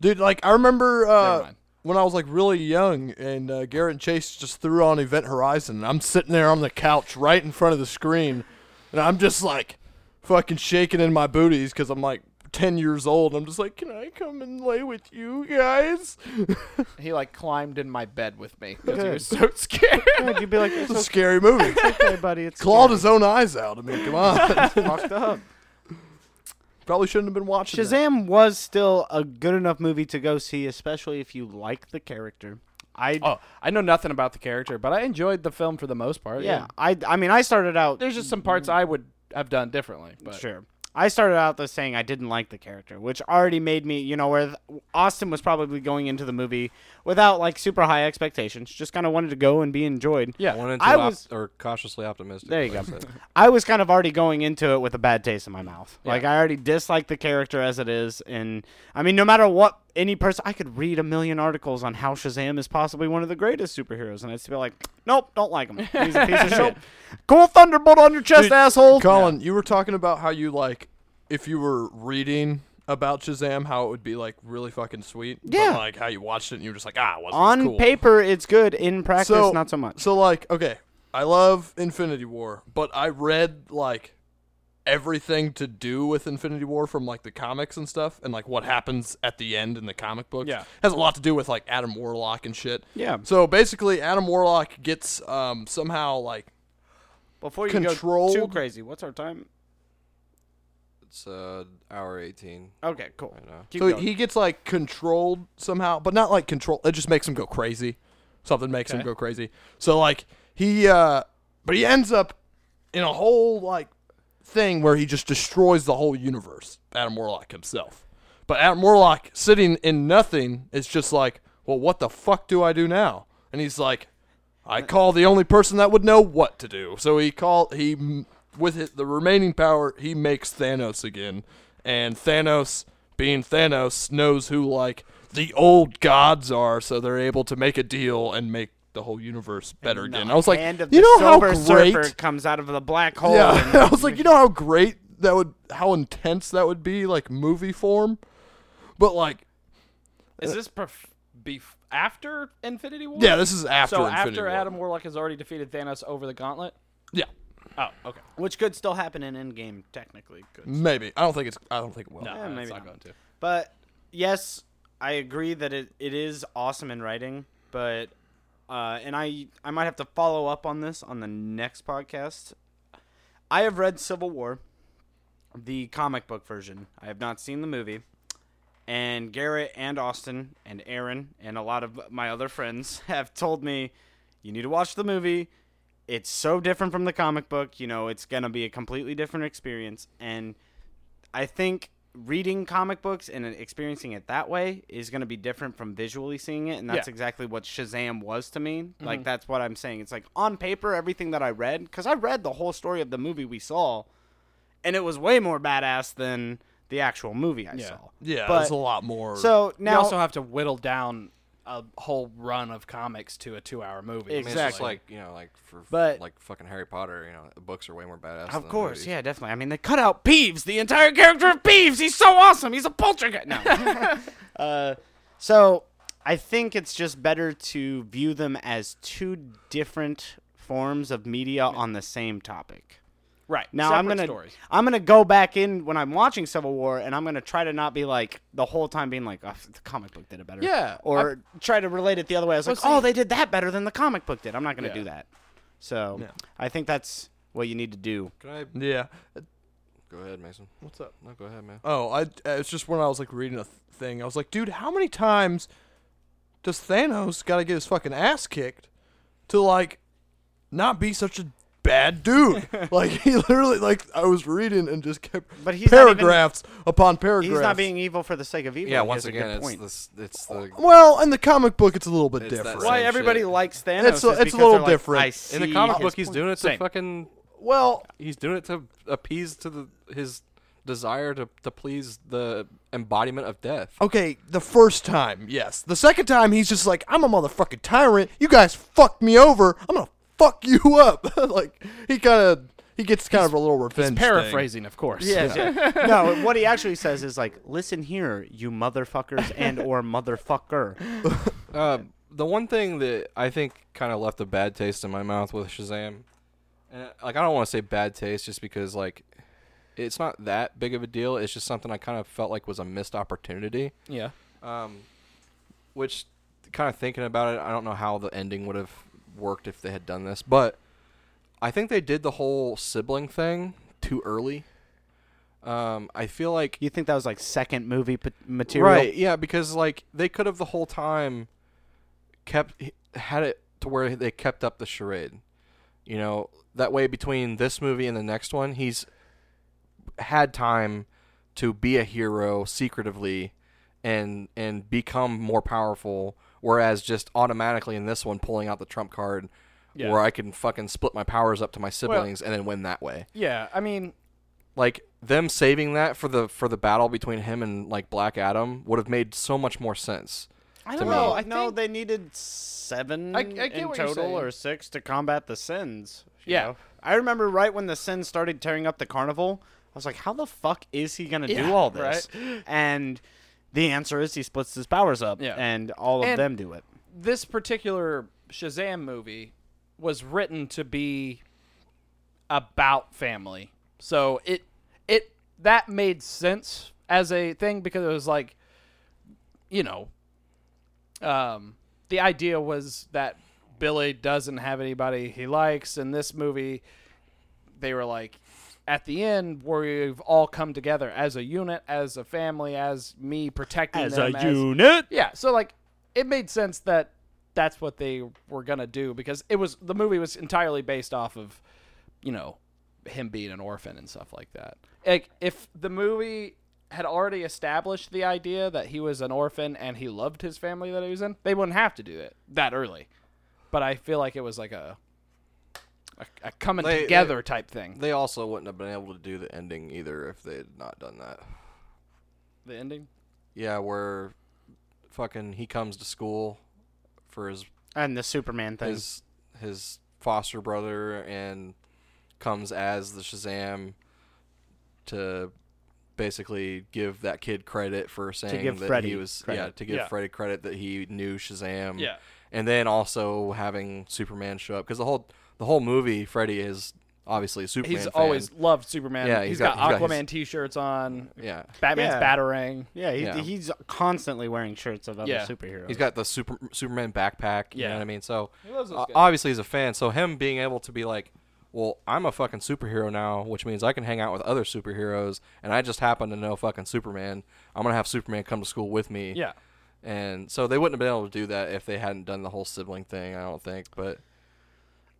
Speaker 4: Dude, like I remember
Speaker 1: Never
Speaker 4: uh,
Speaker 1: mind.
Speaker 4: when I was like really young, and uh, Garrett and Chase just threw on Event Horizon, and I'm sitting there on the couch right in front of the screen, and I'm just like fucking shaking in my booties because I'm like. 10 years old i'm just like can i come and lay with you guys
Speaker 1: He like climbed in my bed with me because he was so scared.
Speaker 2: Like, you'd be like,
Speaker 4: it's
Speaker 2: it's
Speaker 4: a scary movie
Speaker 2: okay, buddy. It's
Speaker 4: clawed
Speaker 2: okay."
Speaker 4: his own eyes out i mean come on
Speaker 2: fucked up.
Speaker 4: probably shouldn't have been watching that.
Speaker 2: Shazam was still a good enough movie to go see, especially if you like the character. I
Speaker 1: oh, I know nothing about the character, but I enjoyed the film for the most part.
Speaker 2: yeah, I I mean, I started out
Speaker 1: there's just some parts I would have done differently. But
Speaker 2: Sure. I started out though saying I didn't like the character, which already made me, you know, where th- Austin was probably going into the movie without like super high expectations, just kind of wanted to go and be enjoyed.
Speaker 1: yeah,
Speaker 5: One and two
Speaker 2: I
Speaker 5: op-
Speaker 2: was-
Speaker 5: or cautiously optimistic.
Speaker 2: There you
Speaker 5: like
Speaker 2: go.
Speaker 5: I said.
Speaker 2: I was kind of already going into it with a bad taste in my mouth. Like I already dislike the character as it is, and I mean, no matter what any person, I could read a million articles on how Shazam is possibly one of the greatest superheroes, and I'd still be like, nope, don't like him. He's a piece of shit. Cool thunderbolt on your chest,
Speaker 4: Dude,
Speaker 2: asshole.
Speaker 4: Colin, you were talking about how you like if you were reading about Shazam, how it would be like really fucking sweet.
Speaker 2: Yeah.
Speaker 4: But, like how you watched it and you were just like, ah, it wasn't as
Speaker 2: on
Speaker 4: cool.
Speaker 2: paper, it's good. In practice,
Speaker 4: so
Speaker 2: not so much.
Speaker 4: So like, okay, I love Infinity War, but I read like everything to do with Infinity War from like the comics and stuff, and like what happens at the end in the comic books.
Speaker 1: Yeah.
Speaker 4: has a lot to do with like Adam Warlock and shit.
Speaker 2: Yeah.
Speaker 4: So basically, Adam Warlock gets um somehow like
Speaker 2: Before you
Speaker 4: controlled-
Speaker 2: go too crazy, what's our time?
Speaker 5: It's uh, hour 18.
Speaker 2: Okay, cool.
Speaker 5: I know.
Speaker 2: Keep
Speaker 4: so
Speaker 2: going.
Speaker 4: he gets like controlled somehow, but not like control. It just makes him go crazy. Something makes him go crazy. So like he, uh but he ends up in a whole like thing where he just destroys the whole universe. Adam Warlock himself. But Adam Warlock sitting in nothing is just like, well, what the fuck do I do now? And he's like, I call the only person that would know what to do. So he call he m- with his, the remaining power he makes Thanos again, and Thanos being Thanos knows who like the old gods are, so they're able to make a deal and make the whole universe better again. I was like,
Speaker 2: Hand of
Speaker 4: you
Speaker 2: the
Speaker 4: know how
Speaker 2: Silver
Speaker 4: great,
Speaker 2: Surfer comes out of the black hole.
Speaker 4: yeah.
Speaker 2: and-
Speaker 4: I was like, you know how great that would, how intense that would be, like movie form, but like,
Speaker 1: is this pref- bef- after Infinity War?
Speaker 4: yeah, this is after
Speaker 1: so
Speaker 4: Infinity
Speaker 1: after
Speaker 4: War.
Speaker 1: Adam Warlock has already defeated Thanos over the gauntlet.
Speaker 4: yeah,
Speaker 1: Oh, okay.
Speaker 2: which could still happen in endgame technically. Could.
Speaker 4: Maybe I don't think it's. I don't think it will.
Speaker 1: No,
Speaker 2: Yeah,
Speaker 1: it's
Speaker 2: maybe
Speaker 1: not
Speaker 2: not.
Speaker 1: going to.
Speaker 2: But yes, I agree that it, it is awesome in writing, but uh, and I I might have to follow up on this on the next podcast. I have read Civil War, the comic book version. I have not seen the movie. And Garrett and Austin and Aaron and a lot of my other friends have told me you need to watch the movie. It's so different from the comic book, you know, it's going to be a completely different experience and I think reading comic books and experiencing it that way is going to be different from visually seeing it and that's
Speaker 1: Yeah.
Speaker 2: exactly what Shazam was to me. Like that's what I'm saying. It's like on paper everything that I read cuz I read the whole story of the movie we saw and it was way more badass than the actual movie I saw.
Speaker 4: Yeah,
Speaker 2: But-
Speaker 4: there's a lot more.
Speaker 2: So
Speaker 1: you
Speaker 2: now
Speaker 1: also have to whittle down a whole run of comics to a two-hour movie.
Speaker 5: I mean, it's just
Speaker 2: Exactly.
Speaker 5: like you know, like for
Speaker 2: But-
Speaker 5: like fucking Harry Potter, you know, the books are way more badass. than
Speaker 2: Of
Speaker 5: the
Speaker 2: course,
Speaker 5: movies.
Speaker 2: yeah, definitely. I mean, they cut out Peeves, the entire character of Peeves. He's so awesome. He's a poltergeist. No. uh, so I think it's just better to view them as two different forms of media on the same topic.
Speaker 1: right
Speaker 2: Now I'm
Speaker 1: separate
Speaker 2: gonna
Speaker 1: stories.
Speaker 2: I'm gonna go back in when I'm watching Civil War, and I'm gonna try to not be like the whole time being like, oh, the comic book did it better.
Speaker 1: Yeah,
Speaker 2: Or try to relate it the other way. I was like,
Speaker 1: see-
Speaker 2: oh, they did that better than the comic book did. I'm not gonna
Speaker 1: Yeah.
Speaker 2: do that. So I think that's what you need to do.
Speaker 5: Can I
Speaker 4: yeah.
Speaker 5: go ahead, Mason? What's up? No, go ahead, man.
Speaker 4: Oh, I. It's just when I was like reading a th- thing, I was like, dude, how many times does Thanos got to get his fucking ass kicked to like not be such a bad dude? like he literally, like I was reading and just kept
Speaker 2: But he's not even-
Speaker 4: paragraphs upon paragraphs.
Speaker 2: He's not being evil for the sake of evil.
Speaker 5: Yeah,
Speaker 2: He
Speaker 5: once
Speaker 2: has a
Speaker 5: again,
Speaker 2: good
Speaker 5: it's
Speaker 2: point.
Speaker 5: this. It's the
Speaker 4: Well, in the comic book, it's a little bit
Speaker 5: It's that
Speaker 4: different.
Speaker 5: same
Speaker 2: why everybody
Speaker 5: shit.
Speaker 2: likes Thanos.
Speaker 4: It's a-
Speaker 2: is
Speaker 4: it's a
Speaker 2: because
Speaker 4: little
Speaker 2: they're like,
Speaker 4: different.
Speaker 2: "I
Speaker 4: In the
Speaker 5: in the
Speaker 2: see
Speaker 5: comic
Speaker 2: his
Speaker 5: book, he's
Speaker 2: point."
Speaker 5: doing it to
Speaker 2: Same.
Speaker 5: fucking.
Speaker 4: Well,
Speaker 5: He's doing it to appease to the his desire to to please the embodiment of death.
Speaker 4: Okay, the first time, yes. The second time, he's just like, I'm a motherfucking tyrant. You guys fucked me over. I'm gonna fuck you up. like he kind of he gets kind of a little revenge. thing.
Speaker 1: Paraphrasing, of course.
Speaker 2: Yes, yeah. no, what he actually says is like, "Listen here, you motherfuckers and or motherfucker."
Speaker 5: Uh, the one thing that I think kind of left a bad taste in my mouth with Shazam, and uh, like I don't want to say bad taste just because like it's not that big of a deal. It's just something I kind of felt like was a missed opportunity.
Speaker 1: Yeah.
Speaker 5: Um, which kind of thinking about it, I don't know how the ending would have worked if they had done this, but I think they did the whole sibling thing too early. Um, I feel like
Speaker 2: You think that was like second movie p- material?
Speaker 5: Right. Yeah, because like they could have the whole time kept had it to where they kept up the charade. You know, that way between this movie and the next one, he's had time to be a hero secretively and and become more powerful whereas just automatically in this one pulling out the trump card
Speaker 1: Yeah.
Speaker 5: where I can fucking split my powers up to my siblings and then win that way
Speaker 1: Yeah. I mean,
Speaker 5: like them saving that for the for the battle between him and like Black Adam would have made so much more sense.
Speaker 2: I
Speaker 5: to
Speaker 2: don't
Speaker 5: me.
Speaker 2: know.
Speaker 1: I
Speaker 2: no,
Speaker 1: think-
Speaker 2: they needed seven
Speaker 1: I- I get
Speaker 2: in
Speaker 1: what you're saying.
Speaker 2: total or six to combat the sins. you
Speaker 1: Yeah.
Speaker 2: know? I remember right when the sins started tearing up the carnival. I was like, "How the fuck is he gonna
Speaker 1: Yeah,
Speaker 2: do all this?" And the answer is he splits his powers up,
Speaker 1: Yeah.
Speaker 2: and all of
Speaker 1: And-
Speaker 2: them do it.
Speaker 1: this particular Shazam movie was written to be about family. So it it that made sense as a thing because it was like you know um the idea was that Billy doesn't have anybody he likes in this movie they were like at the end we've all come together as a unit as a family as me protecting them
Speaker 2: unit.
Speaker 1: yeah, so like it made sense that that's what they were gonna do because it was the movie was entirely based off of, you know, him being an orphan and stuff like that. Like if the movie had already established the idea that he was an orphan and he loved his family that he was in, they wouldn't have to do it that early. But I feel like it was like a a, a coming
Speaker 5: They- they-
Speaker 1: together type thing.
Speaker 5: They also wouldn't have been able to do the ending either if they had not done that.
Speaker 1: The ending.
Speaker 5: Yeah, where fucking he comes to school for his
Speaker 2: And the Superman thing.
Speaker 5: his his foster brother and comes as the Shazam to basically give that kid credit for saying
Speaker 2: give
Speaker 5: that
Speaker 2: Freddy
Speaker 5: he was yeah
Speaker 2: credit.
Speaker 5: to give
Speaker 1: Yeah.
Speaker 5: Freddy credit that he knew Shazam
Speaker 1: Yeah.
Speaker 5: and then also having Superman show up because the whole the whole movie Freddy is obviously a Superman.
Speaker 1: He's
Speaker 5: fan.
Speaker 1: always loved Superman.
Speaker 5: Yeah,
Speaker 1: he's
Speaker 5: he's
Speaker 1: got,
Speaker 5: got- he's got
Speaker 1: Aquaman
Speaker 5: his-
Speaker 1: t-shirts on.
Speaker 5: yeah.
Speaker 1: Batman's
Speaker 2: Yeah.
Speaker 1: batarang.
Speaker 2: Yeah, he,
Speaker 5: Yeah.
Speaker 2: he's constantly wearing shirts of other
Speaker 1: Yeah.
Speaker 2: superheroes.
Speaker 5: He's got the super Superman backpack. You
Speaker 1: Yeah.
Speaker 5: know what I mean? So
Speaker 1: loves those
Speaker 5: uh,
Speaker 1: guys.
Speaker 5: obviously he's a fan. So him being able to be like, well, I'm a fucking superhero now, which means I can hang out with other superheroes, and I just happen to know fucking Superman. I'm gonna have Superman come to school with me.
Speaker 1: Yeah.
Speaker 5: And so they wouldn't have been able to do that if they hadn't done the whole sibling thing. I don't think, but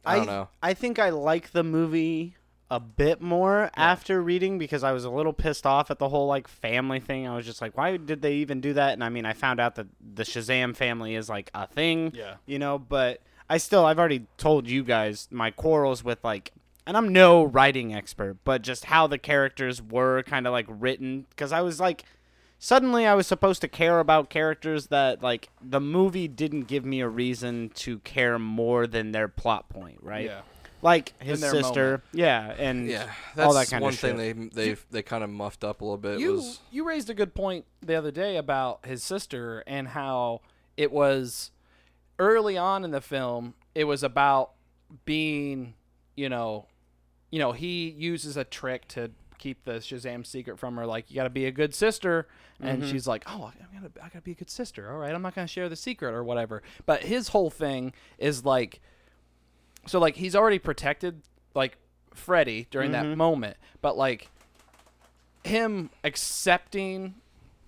Speaker 5: I don't know.
Speaker 2: I think I like the movie a bit more after reading because I was a little pissed off at the whole like family thing. I was just like, why did they even do that? And I mean, I found out that the Shazam family is like a thing.
Speaker 1: Yeah.
Speaker 2: You know, but I still I've already told you guys my quarrels with like and I'm no writing expert, but just how the characters were kind of like written cuz I was like suddenly I was supposed to care about characters that like the movie didn't give me a reason to care more than their plot point, right?
Speaker 1: Yeah.
Speaker 2: Like his
Speaker 1: their
Speaker 2: sister,
Speaker 1: moment.
Speaker 2: yeah, and
Speaker 5: Yeah, that's
Speaker 2: all that kind
Speaker 5: one
Speaker 2: of
Speaker 5: thing
Speaker 2: shit.
Speaker 5: they they they kind of muffed up a little bit.
Speaker 1: you
Speaker 5: was,
Speaker 1: you raised a good point the other day about his sister and how it was early on in the film it was about being you know you know he uses a trick to keep the Shazam secret from her like you got to be a good sister and she's like oh I'm going to I got to be a good sister all right I'm not going to share the secret or whatever but his whole thing is like so like he's already protected like Freddy during that
Speaker 2: Mm-hmm.
Speaker 1: moment but like him accepting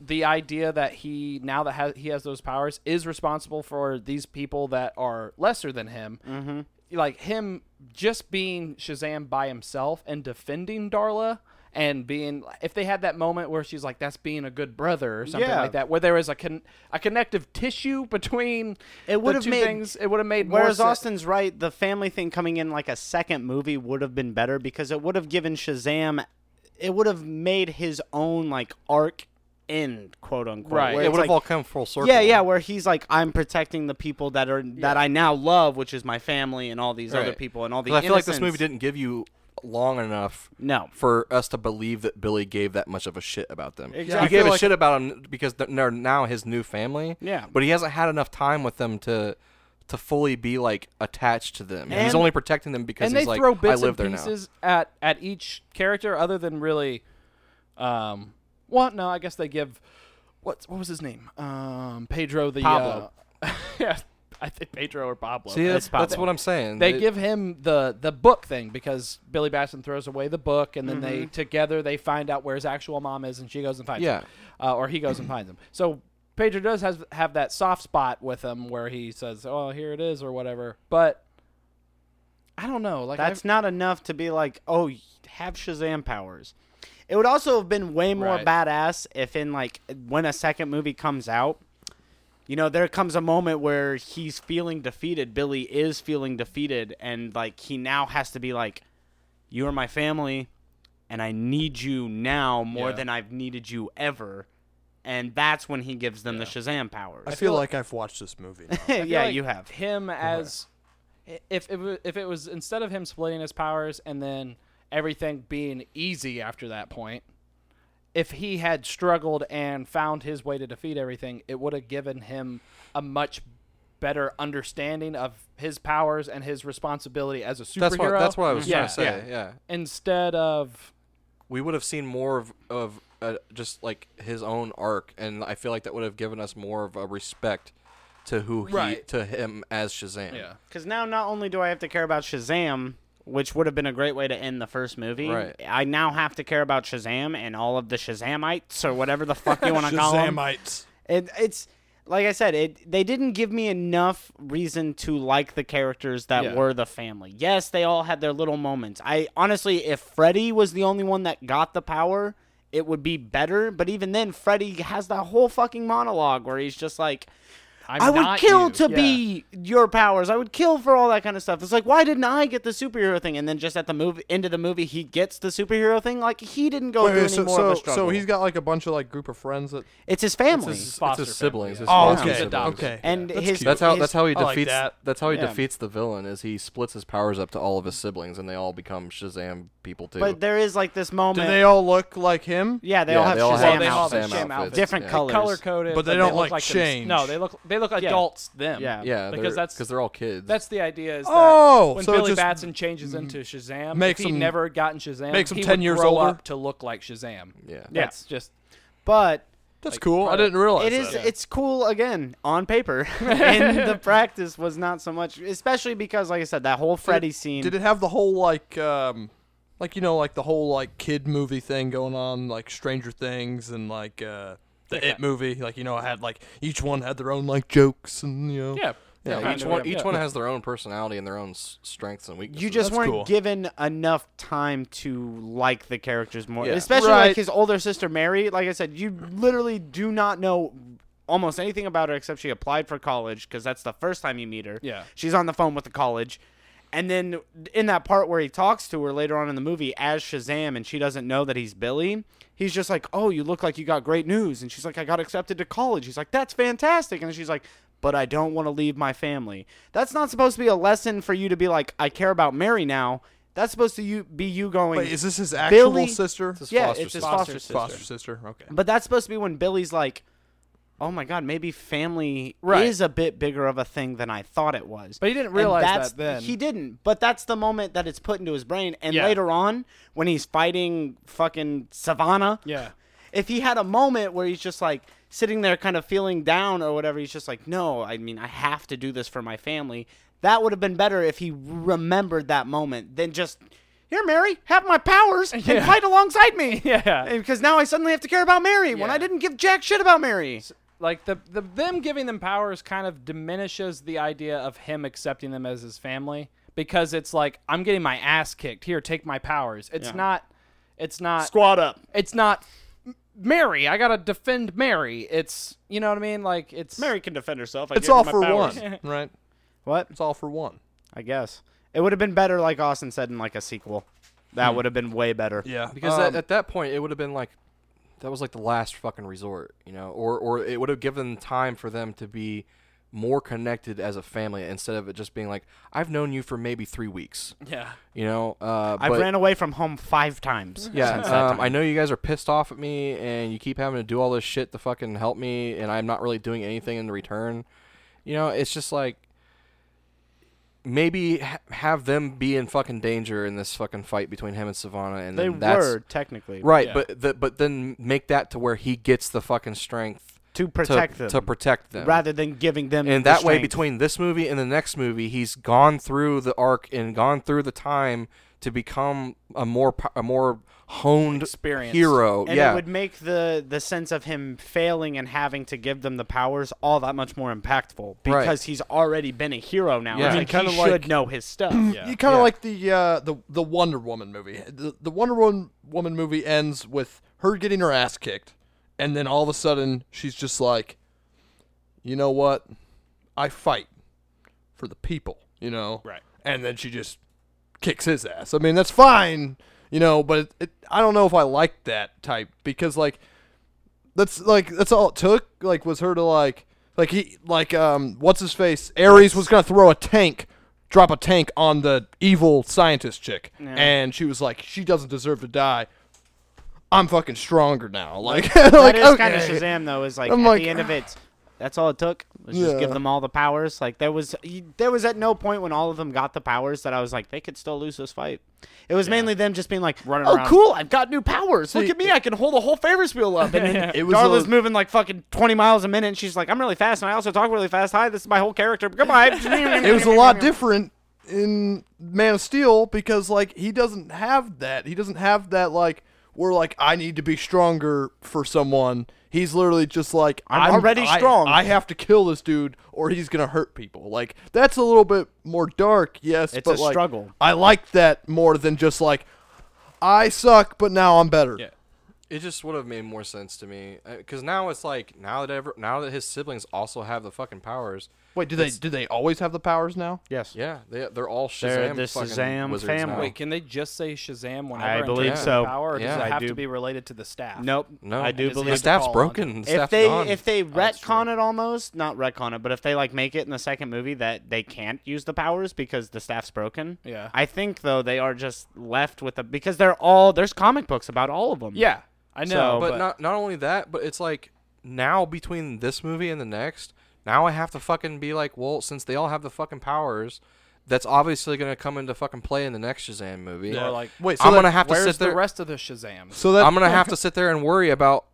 Speaker 1: the idea that he now that has, he has those powers is responsible for these people that are lesser than him. Mm-hmm. Like him just being Shazam by himself and defending Darla and being if they had that moment where she's like that's being a good brother or something
Speaker 2: Yeah.
Speaker 1: like that where there is a con- a connective tissue between
Speaker 2: It
Speaker 1: the
Speaker 2: would've
Speaker 1: two
Speaker 2: made-
Speaker 1: things it would have made more
Speaker 2: Whereas
Speaker 1: sen-
Speaker 2: Austin's right, the family thing coming in like a second movie would have been better because it would have given Shazam, it would have made his own like arc end, quote unquote.
Speaker 1: Right.
Speaker 2: where
Speaker 5: it
Speaker 2: it's
Speaker 5: would have
Speaker 2: like-
Speaker 5: all come full circle.
Speaker 2: Yeah, yeah, where he's like, I'm protecting the people that are that I now love, which is my family and all these other
Speaker 5: Right.
Speaker 2: people and all the.
Speaker 5: Because I feel like this movie
Speaker 2: innocents.
Speaker 5: didn't give you long enough
Speaker 2: No.
Speaker 5: for us to believe that Billy gave that much of a shit about them.
Speaker 2: Exactly.
Speaker 5: He gave
Speaker 2: I
Speaker 5: a
Speaker 2: feel like-
Speaker 5: shit about them because they're- they're now his new family.
Speaker 2: Yeah.
Speaker 5: But he hasn't had enough time with them to to fully be like attached to them. he's
Speaker 2: And-
Speaker 5: only protecting them because
Speaker 1: and
Speaker 5: he's
Speaker 1: they
Speaker 5: like
Speaker 1: throw bits
Speaker 5: I live
Speaker 1: and
Speaker 5: there
Speaker 1: pieces at at each character other than really um what no i guess they give what what was his name um pedro the
Speaker 2: Pablo.
Speaker 1: uh, yeah i think pedro or pablo
Speaker 5: now. See, that's,
Speaker 2: Pablo.
Speaker 5: that's what I'm saying.
Speaker 1: they
Speaker 5: It-
Speaker 1: give him the the book thing because Billy Batson throws away the book, and then they together they find out where his actual mom is, and she goes and finds
Speaker 5: Mm-hmm. Yeah.
Speaker 1: him, uh, or he goes and finds him. So Pedro does has have that soft spot with him where he says, "Oh, here it is," or whatever. But I don't know. Like
Speaker 2: That's
Speaker 1: I,
Speaker 2: not enough to be like, oh, y- have Shazam powers. It would also have been way more
Speaker 1: Right.
Speaker 2: badass if, in like, when a second movie comes out, you know, there comes a moment where he's feeling defeated. Billy is feeling defeated, and like, he now has to be like, you are my family, and I need you now more
Speaker 1: Yeah.
Speaker 2: than I've needed you ever. And that's when he gives them the Shazam powers.
Speaker 4: I feel like I've watched this movie. now.
Speaker 1: I feel
Speaker 2: yeah,
Speaker 1: like
Speaker 2: you have.
Speaker 1: him as if if it, wa- if it was instead of him splitting his powers and then everything being easy after that point. If he had struggled and found his way to defeat everything, it would have given him a much better understanding of his powers and his responsibility as a superhero.
Speaker 5: that's what that's what I was
Speaker 1: yeah,
Speaker 5: trying to say. yeah.
Speaker 1: Instead of
Speaker 5: we would have seen more of of uh, just like his own arc, and I feel like that would have given us more of a respect to who he
Speaker 1: Right.
Speaker 5: to him as Shazam.
Speaker 2: Because now not only do I have to care about Shazam, which would have been a great way to end the first movie,
Speaker 5: Right.
Speaker 2: I now have to care about Shazam and all of the Shazamites or whatever the fuck you want to call them.
Speaker 4: Shazamites.
Speaker 2: It, it's like I said, it they didn't give me enough reason to like the characters that
Speaker 1: Yeah.
Speaker 2: were the family. Yes, they all had their little moments. I honestly, if Freddy was the only one that got the power, it would be better. But even then, Freddy has that whole fucking monologue where he's just like,
Speaker 1: I'm
Speaker 2: i would
Speaker 1: not
Speaker 2: kill
Speaker 1: you.
Speaker 2: to
Speaker 1: Yeah.
Speaker 2: be your powers. I would kill for all that kind of stuff. It's like, why didn't I get the superhero thing? And then just at the movie, end of the movie, he gets the superhero thing. Like he didn't go
Speaker 4: Wait,
Speaker 2: through
Speaker 4: wait,
Speaker 2: any
Speaker 4: so,
Speaker 2: more of
Speaker 4: so,
Speaker 2: a struggle.
Speaker 4: so he's got like a bunch of like group of friends that.
Speaker 2: it's his family,
Speaker 5: It's,
Speaker 1: Foster
Speaker 5: his siblings.
Speaker 1: family,
Speaker 5: his
Speaker 1: yeah.
Speaker 5: foster
Speaker 1: Oh, okay,
Speaker 5: siblings.
Speaker 1: adopted.
Speaker 4: Okay.
Speaker 2: and
Speaker 4: that's
Speaker 2: his
Speaker 4: cute.
Speaker 5: That's how
Speaker 2: his-
Speaker 5: that's how he
Speaker 4: I like
Speaker 5: defeats
Speaker 4: that.
Speaker 5: that's how he
Speaker 2: Yeah.
Speaker 5: defeats the villain is he splits his powers up to all of his siblings and they all become Shazam people too.
Speaker 2: But there is like this
Speaker 4: Do
Speaker 2: moment.
Speaker 4: they all look like him?
Speaker 2: um, yeah, they
Speaker 5: Yeah,
Speaker 2: all have
Speaker 5: they all
Speaker 2: Shazam
Speaker 5: have
Speaker 1: they all
Speaker 2: outfits,
Speaker 1: have Shazam outfits,
Speaker 2: different
Speaker 5: yeah.
Speaker 2: colors.
Speaker 1: color coded,
Speaker 4: But they don't, like,
Speaker 1: them-
Speaker 4: change.
Speaker 1: No, they look they look adults then.
Speaker 2: Yeah.
Speaker 5: Yeah,
Speaker 1: Because that's
Speaker 5: because they're all kids.
Speaker 1: that's the idea. Is that
Speaker 4: Oh,
Speaker 1: when
Speaker 4: so it
Speaker 1: Billy
Speaker 4: just
Speaker 1: Batson changes into Shazam,
Speaker 4: makes
Speaker 1: if he
Speaker 4: him-
Speaker 1: never gotten Shazam,
Speaker 4: makes him
Speaker 1: he
Speaker 4: 10
Speaker 1: would
Speaker 4: years
Speaker 1: grow
Speaker 4: older.
Speaker 1: up to look like Shazam.
Speaker 5: yeah.
Speaker 2: Yeah.
Speaker 1: That's just
Speaker 2: But
Speaker 4: That's cool. I
Speaker 1: product.
Speaker 4: didn't realize
Speaker 2: it is
Speaker 4: that.
Speaker 2: it's cool again on paper. and the practice was not so much, especially because like I said, that whole Freddy scene.
Speaker 4: Did it have the whole like um like you know like the whole like kid movie thing going on like Stranger Things and like uh the It movie like you know I had like each one had their own like jokes and you know
Speaker 1: yeah.
Speaker 4: Yeah,
Speaker 5: Yeah, each
Speaker 1: kinda,
Speaker 5: one,
Speaker 1: yeah.
Speaker 5: each one has their own personality and their own s- strengths and weaknesses.
Speaker 2: you just
Speaker 4: that's
Speaker 2: weren't
Speaker 4: cool.
Speaker 2: given enough time to like the characters more,
Speaker 4: Yeah.
Speaker 2: especially like
Speaker 4: Right.
Speaker 2: his older sister Mary. Like I said, you literally do not know almost anything about her except she applied for college because that's the first time you meet her.
Speaker 1: Yeah.
Speaker 2: she's on the phone with the college. And then in that part where he talks to her later on in the movie as Shazam and she doesn't know that he's Billy, he's just like, "Oh, you look like you got great news." And she's like, "I got accepted to college." He's like, "That's fantastic." And she's like, "But I don't want to leave my family." That's not supposed to be a lesson for you to be like, "I care about Mary now." That's supposed to you be you going.
Speaker 4: Wait, is this his actual
Speaker 2: Billy-
Speaker 4: sister?
Speaker 5: his
Speaker 2: yeah,
Speaker 5: foster
Speaker 2: it's his
Speaker 5: sister.
Speaker 2: foster sister.
Speaker 4: Foster sister. Okay.
Speaker 2: But that's supposed to be when Billy's like, "Oh my God, maybe family
Speaker 1: Right.
Speaker 2: is a bit bigger of a thing than I thought it was."
Speaker 1: But he didn't
Speaker 2: And
Speaker 1: realize
Speaker 2: that's-
Speaker 1: that then.
Speaker 2: He didn't. But that's the moment that it's put into his brain. And
Speaker 1: Yeah.
Speaker 2: later on, when he's fighting fucking Savannah,
Speaker 1: Yeah.
Speaker 2: if he had a moment where he's just like sitting there, kind of feeling down or whatever, he's just like, "No, I mean, I have to do this for my family." That would have been better if he remembered that moment than just. Here, Mary, have my powers and
Speaker 1: Yeah.
Speaker 2: fight alongside me.
Speaker 1: Yeah.
Speaker 2: And because now I suddenly have to care about Mary when
Speaker 1: Yeah.
Speaker 2: I didn't give jack shit about Mary.
Speaker 1: like the, the them giving them powers kind of diminishes the idea of him accepting them as his family because it's like I'm getting my ass kicked here take my powers it's not it's
Speaker 5: uh,
Speaker 1: not
Speaker 2: Squad up,
Speaker 1: it's not M- Mary I got to defend Mary it's you know what I mean like it's
Speaker 2: Mary can defend herself. I
Speaker 4: It's
Speaker 2: gave her
Speaker 4: all
Speaker 2: my
Speaker 4: for
Speaker 2: powers.
Speaker 4: one, right?
Speaker 2: What?
Speaker 4: It's all for one.
Speaker 2: I guess it would have been better, like Austin said, in like a sequel.
Speaker 5: Hmm.
Speaker 2: That would have been way better.
Speaker 4: Yeah.
Speaker 5: because
Speaker 4: um,
Speaker 5: that, at that point it would have been like that was like the last fucking resort, you know, or or it would have given time for them to be more connected as a family instead of it just being like I've known you for maybe three weeks,
Speaker 1: yeah
Speaker 5: you know. Uh,
Speaker 2: I
Speaker 5: but-
Speaker 2: ran away from home five times.
Speaker 5: Yeah,
Speaker 2: since that
Speaker 5: um,
Speaker 2: time.
Speaker 5: I know you guys are pissed off at me, and you keep having to do all this shit to fucking help me, and I'm not really doing anything in return. You know, it's just like maybe ha- have them be in fucking danger in this fucking fight between him and Savannah, and
Speaker 2: they
Speaker 5: then that's
Speaker 2: were technically
Speaker 5: right.
Speaker 1: Yeah.
Speaker 5: But the, but then make that to where he gets the fucking strength
Speaker 2: to
Speaker 5: to-
Speaker 2: protect
Speaker 5: to,
Speaker 2: them,
Speaker 5: protect them,
Speaker 2: rather than giving them.
Speaker 5: and
Speaker 2: the
Speaker 5: that way,
Speaker 2: strength.
Speaker 5: between this movie and the next movie, he's gone through the arc and gone through the time to become a more po- a more honed
Speaker 1: Experienced.
Speaker 5: hero.
Speaker 2: and
Speaker 5: yeah,
Speaker 2: it would make the the sense of him failing and having to give them the powers all that much more impactful because he's already been a hero now. It's
Speaker 5: Yeah. I mean,
Speaker 2: like
Speaker 4: kinda
Speaker 2: he
Speaker 4: like-
Speaker 2: should know his stuff.
Speaker 4: You kind of like the uh, the the Wonder Woman movie. The, the Wonder Woman woman movie ends with her getting her ass kicked, and then all of a sudden she's just like, you know what, I fight for the people, you know,
Speaker 1: Right.
Speaker 4: And then she just kicks his ass. I mean, that's fine, you know, but it, it, I don't know if I like that type because like that's like that's all it took like was her to like like he like um what's his face ares was gonna throw a tank drop a tank on the evil scientist chick and she was like she doesn't deserve to die i'm fucking stronger now like like
Speaker 2: that is kind of
Speaker 4: okay.
Speaker 2: Shazam though. Is like
Speaker 4: I'm
Speaker 2: at
Speaker 4: like, "Ah."
Speaker 2: the end of it, that's all it took. Was just give
Speaker 4: Yeah.
Speaker 2: them all the powers. Like there was, you- there was at no point when all of them got the powers that I was like, they could still lose this fight. It was mainly them just being like,
Speaker 1: Running
Speaker 2: "Oh,
Speaker 1: around.
Speaker 2: cool! I've got new powers. Look at me! I can hold a whole Ferris wheel up." And then
Speaker 4: It was
Speaker 2: Darla's
Speaker 4: a-
Speaker 2: moving like fucking twenty miles a minute. And she's like, "I'm really fast, and I also talk really fast. Hi, this is my whole character. Goodbye."
Speaker 4: it was a lot different in Man of Steel because like he doesn't have that. He doesn't have that like where like I need to be stronger for someone. He's literally just like
Speaker 2: I'm already
Speaker 4: I-
Speaker 2: strong."
Speaker 4: I have to kill this dude or he's gonna hurt people. Like that's a little bit more dark, yes.
Speaker 2: It's
Speaker 4: but,
Speaker 2: a
Speaker 4: like,
Speaker 2: struggle.
Speaker 4: I like that more than just like I suck, but now I'm better.
Speaker 1: Yeah.
Speaker 5: It just would have made more sense to me because now it's like now that ever now that his siblings also have the fucking powers.
Speaker 4: Wait, do they do they always have the powers now?
Speaker 2: Yes.
Speaker 5: Yeah, they they're all Shazam.
Speaker 2: They're the
Speaker 5: fucking
Speaker 2: Shazam
Speaker 5: wizards
Speaker 2: family.
Speaker 5: now.
Speaker 1: wait can they just say Shazam whenever and
Speaker 2: Oh. believe
Speaker 1: take the
Speaker 2: so.
Speaker 1: power or does
Speaker 5: Yeah.
Speaker 1: it
Speaker 5: I
Speaker 1: have
Speaker 2: do.
Speaker 1: to be related to the staff
Speaker 2: Nope.
Speaker 5: no,
Speaker 2: I do
Speaker 1: just
Speaker 2: believe
Speaker 5: the
Speaker 1: have to
Speaker 5: staff's
Speaker 1: call on them.
Speaker 5: broken. The
Speaker 2: if
Speaker 5: staff's
Speaker 2: they
Speaker 5: gone.
Speaker 2: if they
Speaker 5: that's true.
Speaker 2: retcon it almost, not retcon it, but if they like make it in the second movie that they can't use the powers because the staff's broken.
Speaker 1: Yeah.
Speaker 2: I think though they are just left with a because they're all there's comic books about all of them.
Speaker 1: yeah I know
Speaker 2: So-
Speaker 5: but,
Speaker 1: but,
Speaker 5: not not only that, but it's like now between this movie and the next, Now I have to fucking be like, well, since they all have the fucking powers, that's obviously gonna come into fucking play in the next Shazam movie.
Speaker 1: Or like,
Speaker 4: Wait, so
Speaker 5: I'm
Speaker 4: that,
Speaker 5: gonna have to
Speaker 1: where's
Speaker 5: sit
Speaker 1: the
Speaker 5: there.
Speaker 1: rest of the Shazams?
Speaker 4: so that
Speaker 5: I'm gonna have to sit there and worry about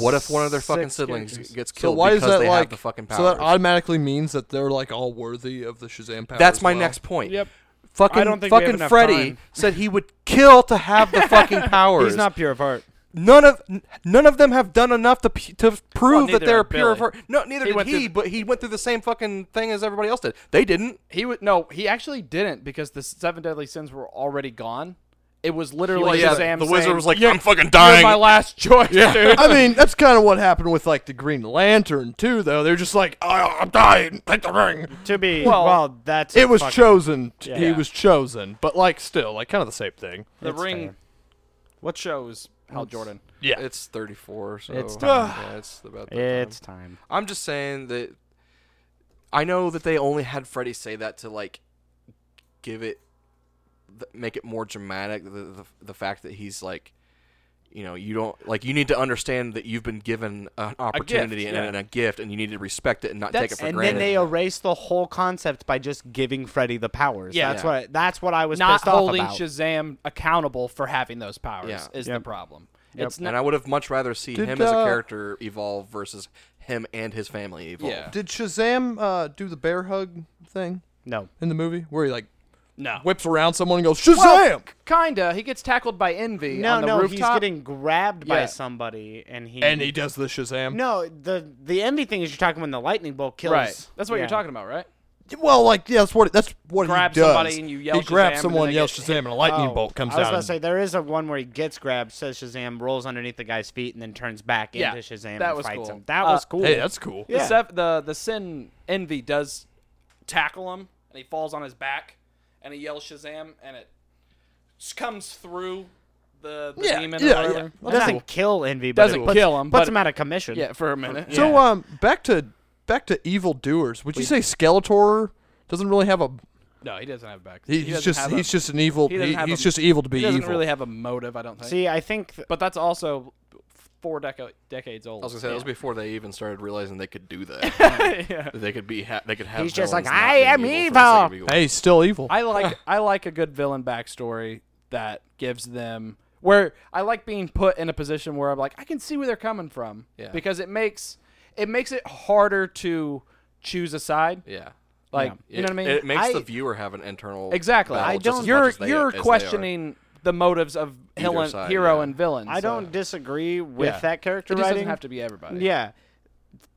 Speaker 5: what if one of their fucking
Speaker 2: Six
Speaker 5: siblings
Speaker 2: characters.
Speaker 5: gets
Speaker 4: So
Speaker 5: killed
Speaker 4: why is
Speaker 5: because
Speaker 4: that
Speaker 5: they
Speaker 4: like
Speaker 5: have the fucking powers.
Speaker 4: So that automatically means that they're like all worthy of the Shazam power.
Speaker 5: That's
Speaker 4: as
Speaker 5: my
Speaker 4: well?
Speaker 5: next point.
Speaker 2: Yep.
Speaker 5: Fucking
Speaker 2: I don't think we have
Speaker 5: fucking
Speaker 2: enough
Speaker 5: Freddy
Speaker 2: time.
Speaker 5: said he would kill to have the fucking powers.
Speaker 2: He's not pure of heart.
Speaker 5: none of n- none of them have done enough to p- to prove
Speaker 1: neither
Speaker 5: that they're
Speaker 1: had
Speaker 5: pure of
Speaker 1: Billy.
Speaker 5: heart. No, neither
Speaker 1: He
Speaker 5: did
Speaker 1: went
Speaker 5: he.
Speaker 1: through-
Speaker 5: but he went through the same fucking thing as everybody else did. They didn't.
Speaker 1: He would no. He actually didn't because the seven deadly sins were already gone. It was literally
Speaker 5: yeah,
Speaker 1: Shazam.
Speaker 5: the wizard
Speaker 1: saying,
Speaker 5: was like,
Speaker 1: "You're-
Speaker 5: "I'm fucking
Speaker 1: You're
Speaker 5: dying."
Speaker 1: my last choice, dude.
Speaker 4: I mean, that's kind of what happened with like the Green Lantern too, though. They're just like, oh, I'm dying. Take the ring.
Speaker 2: To be well,
Speaker 1: Well,
Speaker 2: that's a
Speaker 4: It was
Speaker 2: fucking-
Speaker 4: chosen. He
Speaker 1: Yeah.
Speaker 4: was chosen, but like still, like kind of the same thing.
Speaker 1: The
Speaker 2: It's
Speaker 1: ring.
Speaker 2: fair.
Speaker 1: What shows Hal Jordan?
Speaker 4: Yeah.
Speaker 5: It's 34, so
Speaker 2: It's
Speaker 5: yeah, it's about that
Speaker 2: It's
Speaker 5: time.
Speaker 2: time.
Speaker 5: I'm just saying that I know that they only had Freddy say that to like give it th- make it more dramatic the, the the fact that he's like you know, you don't like you need to understand that you've been given an opportunity and,
Speaker 1: yeah.
Speaker 5: and a gift and you need to respect it and not take
Speaker 1: That's-
Speaker 5: it for
Speaker 2: And
Speaker 5: granted.
Speaker 2: then they erased the whole concept by just giving Freddy the powers.
Speaker 1: Yeah.
Speaker 2: that's what that's what I was
Speaker 1: Not
Speaker 2: pissed off
Speaker 1: holding
Speaker 2: about.
Speaker 1: Shazam accountable for having those powers
Speaker 5: Yeah.
Speaker 1: is the
Speaker 2: Yep.
Speaker 1: problem.
Speaker 2: Yep.
Speaker 1: It's not.
Speaker 5: and I would have much rather see
Speaker 4: Did,
Speaker 5: him as a
Speaker 4: uh,
Speaker 5: character evolve versus him and his family evolve.
Speaker 1: Yeah.
Speaker 4: Did Shazam uh, do the bear hug thing
Speaker 2: no,
Speaker 4: in the movie where he like
Speaker 1: no.
Speaker 4: whips around someone and goes Shazam?
Speaker 1: Well, k- kinda. He gets tackled by envy
Speaker 2: no,
Speaker 1: on the
Speaker 2: no. He's
Speaker 1: rooftop.
Speaker 2: getting grabbed by
Speaker 1: Yeah.
Speaker 2: somebody, and he
Speaker 4: and he does the Shazam.
Speaker 2: No, the the envy thing is you're talking when the lightning bolt kills.
Speaker 1: right. That's what
Speaker 2: Yeah.
Speaker 1: you're talking about, right?
Speaker 4: Well, like yeah, that's what that's what
Speaker 1: Grab
Speaker 4: he does.
Speaker 1: somebody and you yell
Speaker 4: He
Speaker 1: Shazam,
Speaker 4: grabs
Speaker 1: and
Speaker 4: someone,
Speaker 1: then they
Speaker 4: yells
Speaker 1: get
Speaker 4: Shazam, and a lightning
Speaker 2: Oh,
Speaker 4: bolt comes
Speaker 2: I was
Speaker 4: out.
Speaker 2: about
Speaker 4: and-
Speaker 2: to say there is a one where he gets grabbed, says Shazam, rolls underneath the guy's feet, and then turns back
Speaker 1: Yeah,
Speaker 2: into Shazam
Speaker 1: that
Speaker 2: and
Speaker 1: was
Speaker 2: fights
Speaker 1: cool.
Speaker 2: him. That
Speaker 1: Uh,
Speaker 2: was cool.
Speaker 4: hey, that's cool.
Speaker 1: The, sev- the the sin envy does tackle him, and he falls on his back, and he yells Shazam, and it s- comes through the, the
Speaker 4: Yeah,
Speaker 1: demon
Speaker 4: yeah,
Speaker 1: or whatever.
Speaker 4: yeah.
Speaker 2: It doesn't kill envy, but
Speaker 1: Doesn't
Speaker 2: it puts,
Speaker 1: kill him,
Speaker 2: Puts
Speaker 1: but-
Speaker 2: him out of commission.
Speaker 1: Yeah, for a minute.
Speaker 4: So
Speaker 1: yeah.
Speaker 4: um, back to back to evil doers. Would you say Skeletor doesn't really have a?
Speaker 1: no, he doesn't have a back.
Speaker 4: he-
Speaker 1: He
Speaker 4: he's
Speaker 1: doesn't
Speaker 4: just
Speaker 1: have
Speaker 4: he's
Speaker 1: a,
Speaker 4: just an evil.
Speaker 1: he
Speaker 4: He
Speaker 1: doesn't have
Speaker 4: he's
Speaker 1: a-
Speaker 4: just evil to be
Speaker 1: he doesn't
Speaker 4: evil.
Speaker 1: really have a motive. I don't think.
Speaker 2: See, I think th-
Speaker 1: but that's also four deco- decades old.
Speaker 5: I was gonna say that was before they even started realizing they could do that. That They could be. Ha- they could have.
Speaker 2: He's just
Speaker 5: villains
Speaker 2: like,
Speaker 5: not
Speaker 2: "I
Speaker 5: being
Speaker 2: am
Speaker 5: for the sake of
Speaker 2: evil."
Speaker 4: hey, he's still evil.
Speaker 1: I like I like a good villain backstory that gives them where I like being put in a position where I'm like I can see where they're coming from
Speaker 5: Yeah.
Speaker 1: because it makes it makes it harder to choose a side.
Speaker 5: Yeah.
Speaker 1: Like
Speaker 5: It,
Speaker 1: you know what I mean?
Speaker 5: It makes
Speaker 1: I-
Speaker 5: the viewer have an internal.
Speaker 1: exactly.
Speaker 5: battle
Speaker 1: I
Speaker 5: just
Speaker 1: don't.
Speaker 5: as
Speaker 1: You're
Speaker 5: much as they-
Speaker 1: you're
Speaker 5: as they are.
Speaker 1: questioning the motives of
Speaker 5: Either
Speaker 1: hero,
Speaker 5: side,
Speaker 1: hero
Speaker 5: yeah.
Speaker 1: and villain.
Speaker 2: I
Speaker 1: so
Speaker 2: don't disagree with
Speaker 1: Yeah.
Speaker 2: that character
Speaker 1: It just
Speaker 2: writing.
Speaker 1: doesn't have to be everybody.
Speaker 2: Yeah.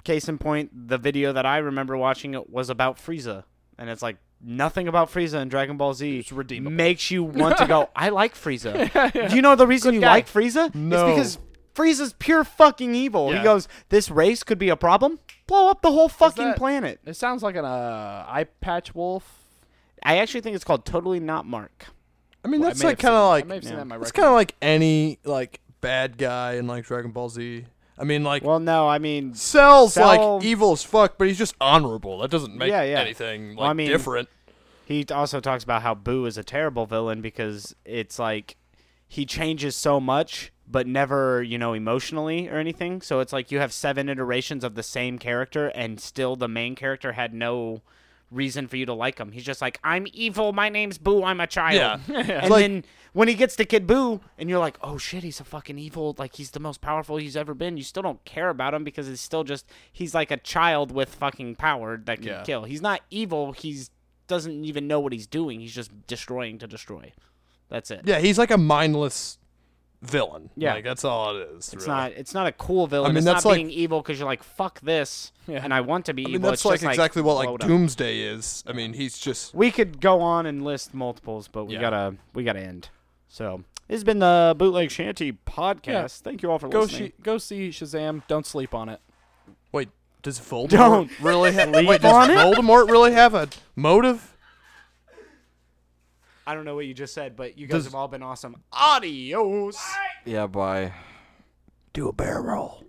Speaker 2: Case in point, the video that I remember watching it was about Frieza, and it's like nothing about Frieza in Dragon Ball Z
Speaker 1: It's redeemable.
Speaker 2: makes you want to go. I like Frieza. Do you know the reason you like Frieza?
Speaker 4: No.
Speaker 2: It's because Frieza's pure fucking evil. He
Speaker 1: Yeah.
Speaker 2: goes, "This race could be a problem. Blow up the whole fucking
Speaker 1: that-
Speaker 2: planet."
Speaker 1: It sounds like an uh, eye patch wolf.
Speaker 2: I actually think it's called Totally Not Mark.
Speaker 4: I mean,
Speaker 1: I
Speaker 4: that's
Speaker 1: may have
Speaker 4: like
Speaker 1: seen
Speaker 4: kind
Speaker 1: that.
Speaker 4: of
Speaker 1: I
Speaker 4: like
Speaker 1: may have seen that in my
Speaker 4: it's
Speaker 1: record.
Speaker 4: kind of like any like bad guy in like Dragon Ball Z. I mean, like
Speaker 2: Well, no, I mean,
Speaker 4: Cell's
Speaker 2: Cell-
Speaker 4: like evil as fuck, but he's just honorable. That doesn't make
Speaker 2: Yeah, yeah.
Speaker 4: anything like
Speaker 2: Well, I mean-
Speaker 4: different.
Speaker 2: He also talks about how Boo is a terrible villain because it's like he changes so much, but never, you know, emotionally or anything. So it's like you have seven iterations of the same character, and still the main character had no reason for you to like him. He's just like, I'm evil. My name's Boo. I'm a child.
Speaker 4: Yeah.
Speaker 2: and
Speaker 4: like-
Speaker 2: then when he gets to Kid Boo, and you're like, oh shit, he's a fucking evil. Like, he's the most powerful he's ever been. You still don't care about him because it's still just, he's like a child with fucking power that can
Speaker 1: Yeah.
Speaker 2: kill. He's not evil. He's doesn't even know what he's doing. He's just destroying to destroy. That's it.
Speaker 4: Yeah, he's like a mindless villain.
Speaker 2: Yeah.
Speaker 4: like that's all it is.
Speaker 2: It's
Speaker 4: really.
Speaker 2: not. It's not a cool villain.
Speaker 4: I mean,
Speaker 2: it's
Speaker 4: that's
Speaker 2: not
Speaker 4: like-
Speaker 2: being evil because you're like fuck this,
Speaker 1: Yeah.
Speaker 2: and I want to be
Speaker 4: I mean,
Speaker 2: evil.
Speaker 4: that's
Speaker 2: it's
Speaker 4: like
Speaker 2: just
Speaker 4: exactly what
Speaker 2: blowed
Speaker 4: like
Speaker 2: up.
Speaker 4: Doomsday is. I mean, he's just
Speaker 2: We could go on and list multiples, but we
Speaker 4: Yeah.
Speaker 2: gotta we gotta end. So this has been the Bootleg Shanty podcast. Thank you all for
Speaker 1: Go
Speaker 2: listening.
Speaker 1: see, go see Shazam. Don't sleep on it.
Speaker 4: Wait, does Voldemort
Speaker 2: Don't
Speaker 4: really have?
Speaker 2: sleep
Speaker 4: Wait, does
Speaker 2: on it.
Speaker 4: Voldemort really have a motive?
Speaker 2: I don't know what you just said, but you guys
Speaker 4: Does-
Speaker 2: have all been awesome. Adios.
Speaker 5: Yeah. Bye.
Speaker 4: Do a bear roll.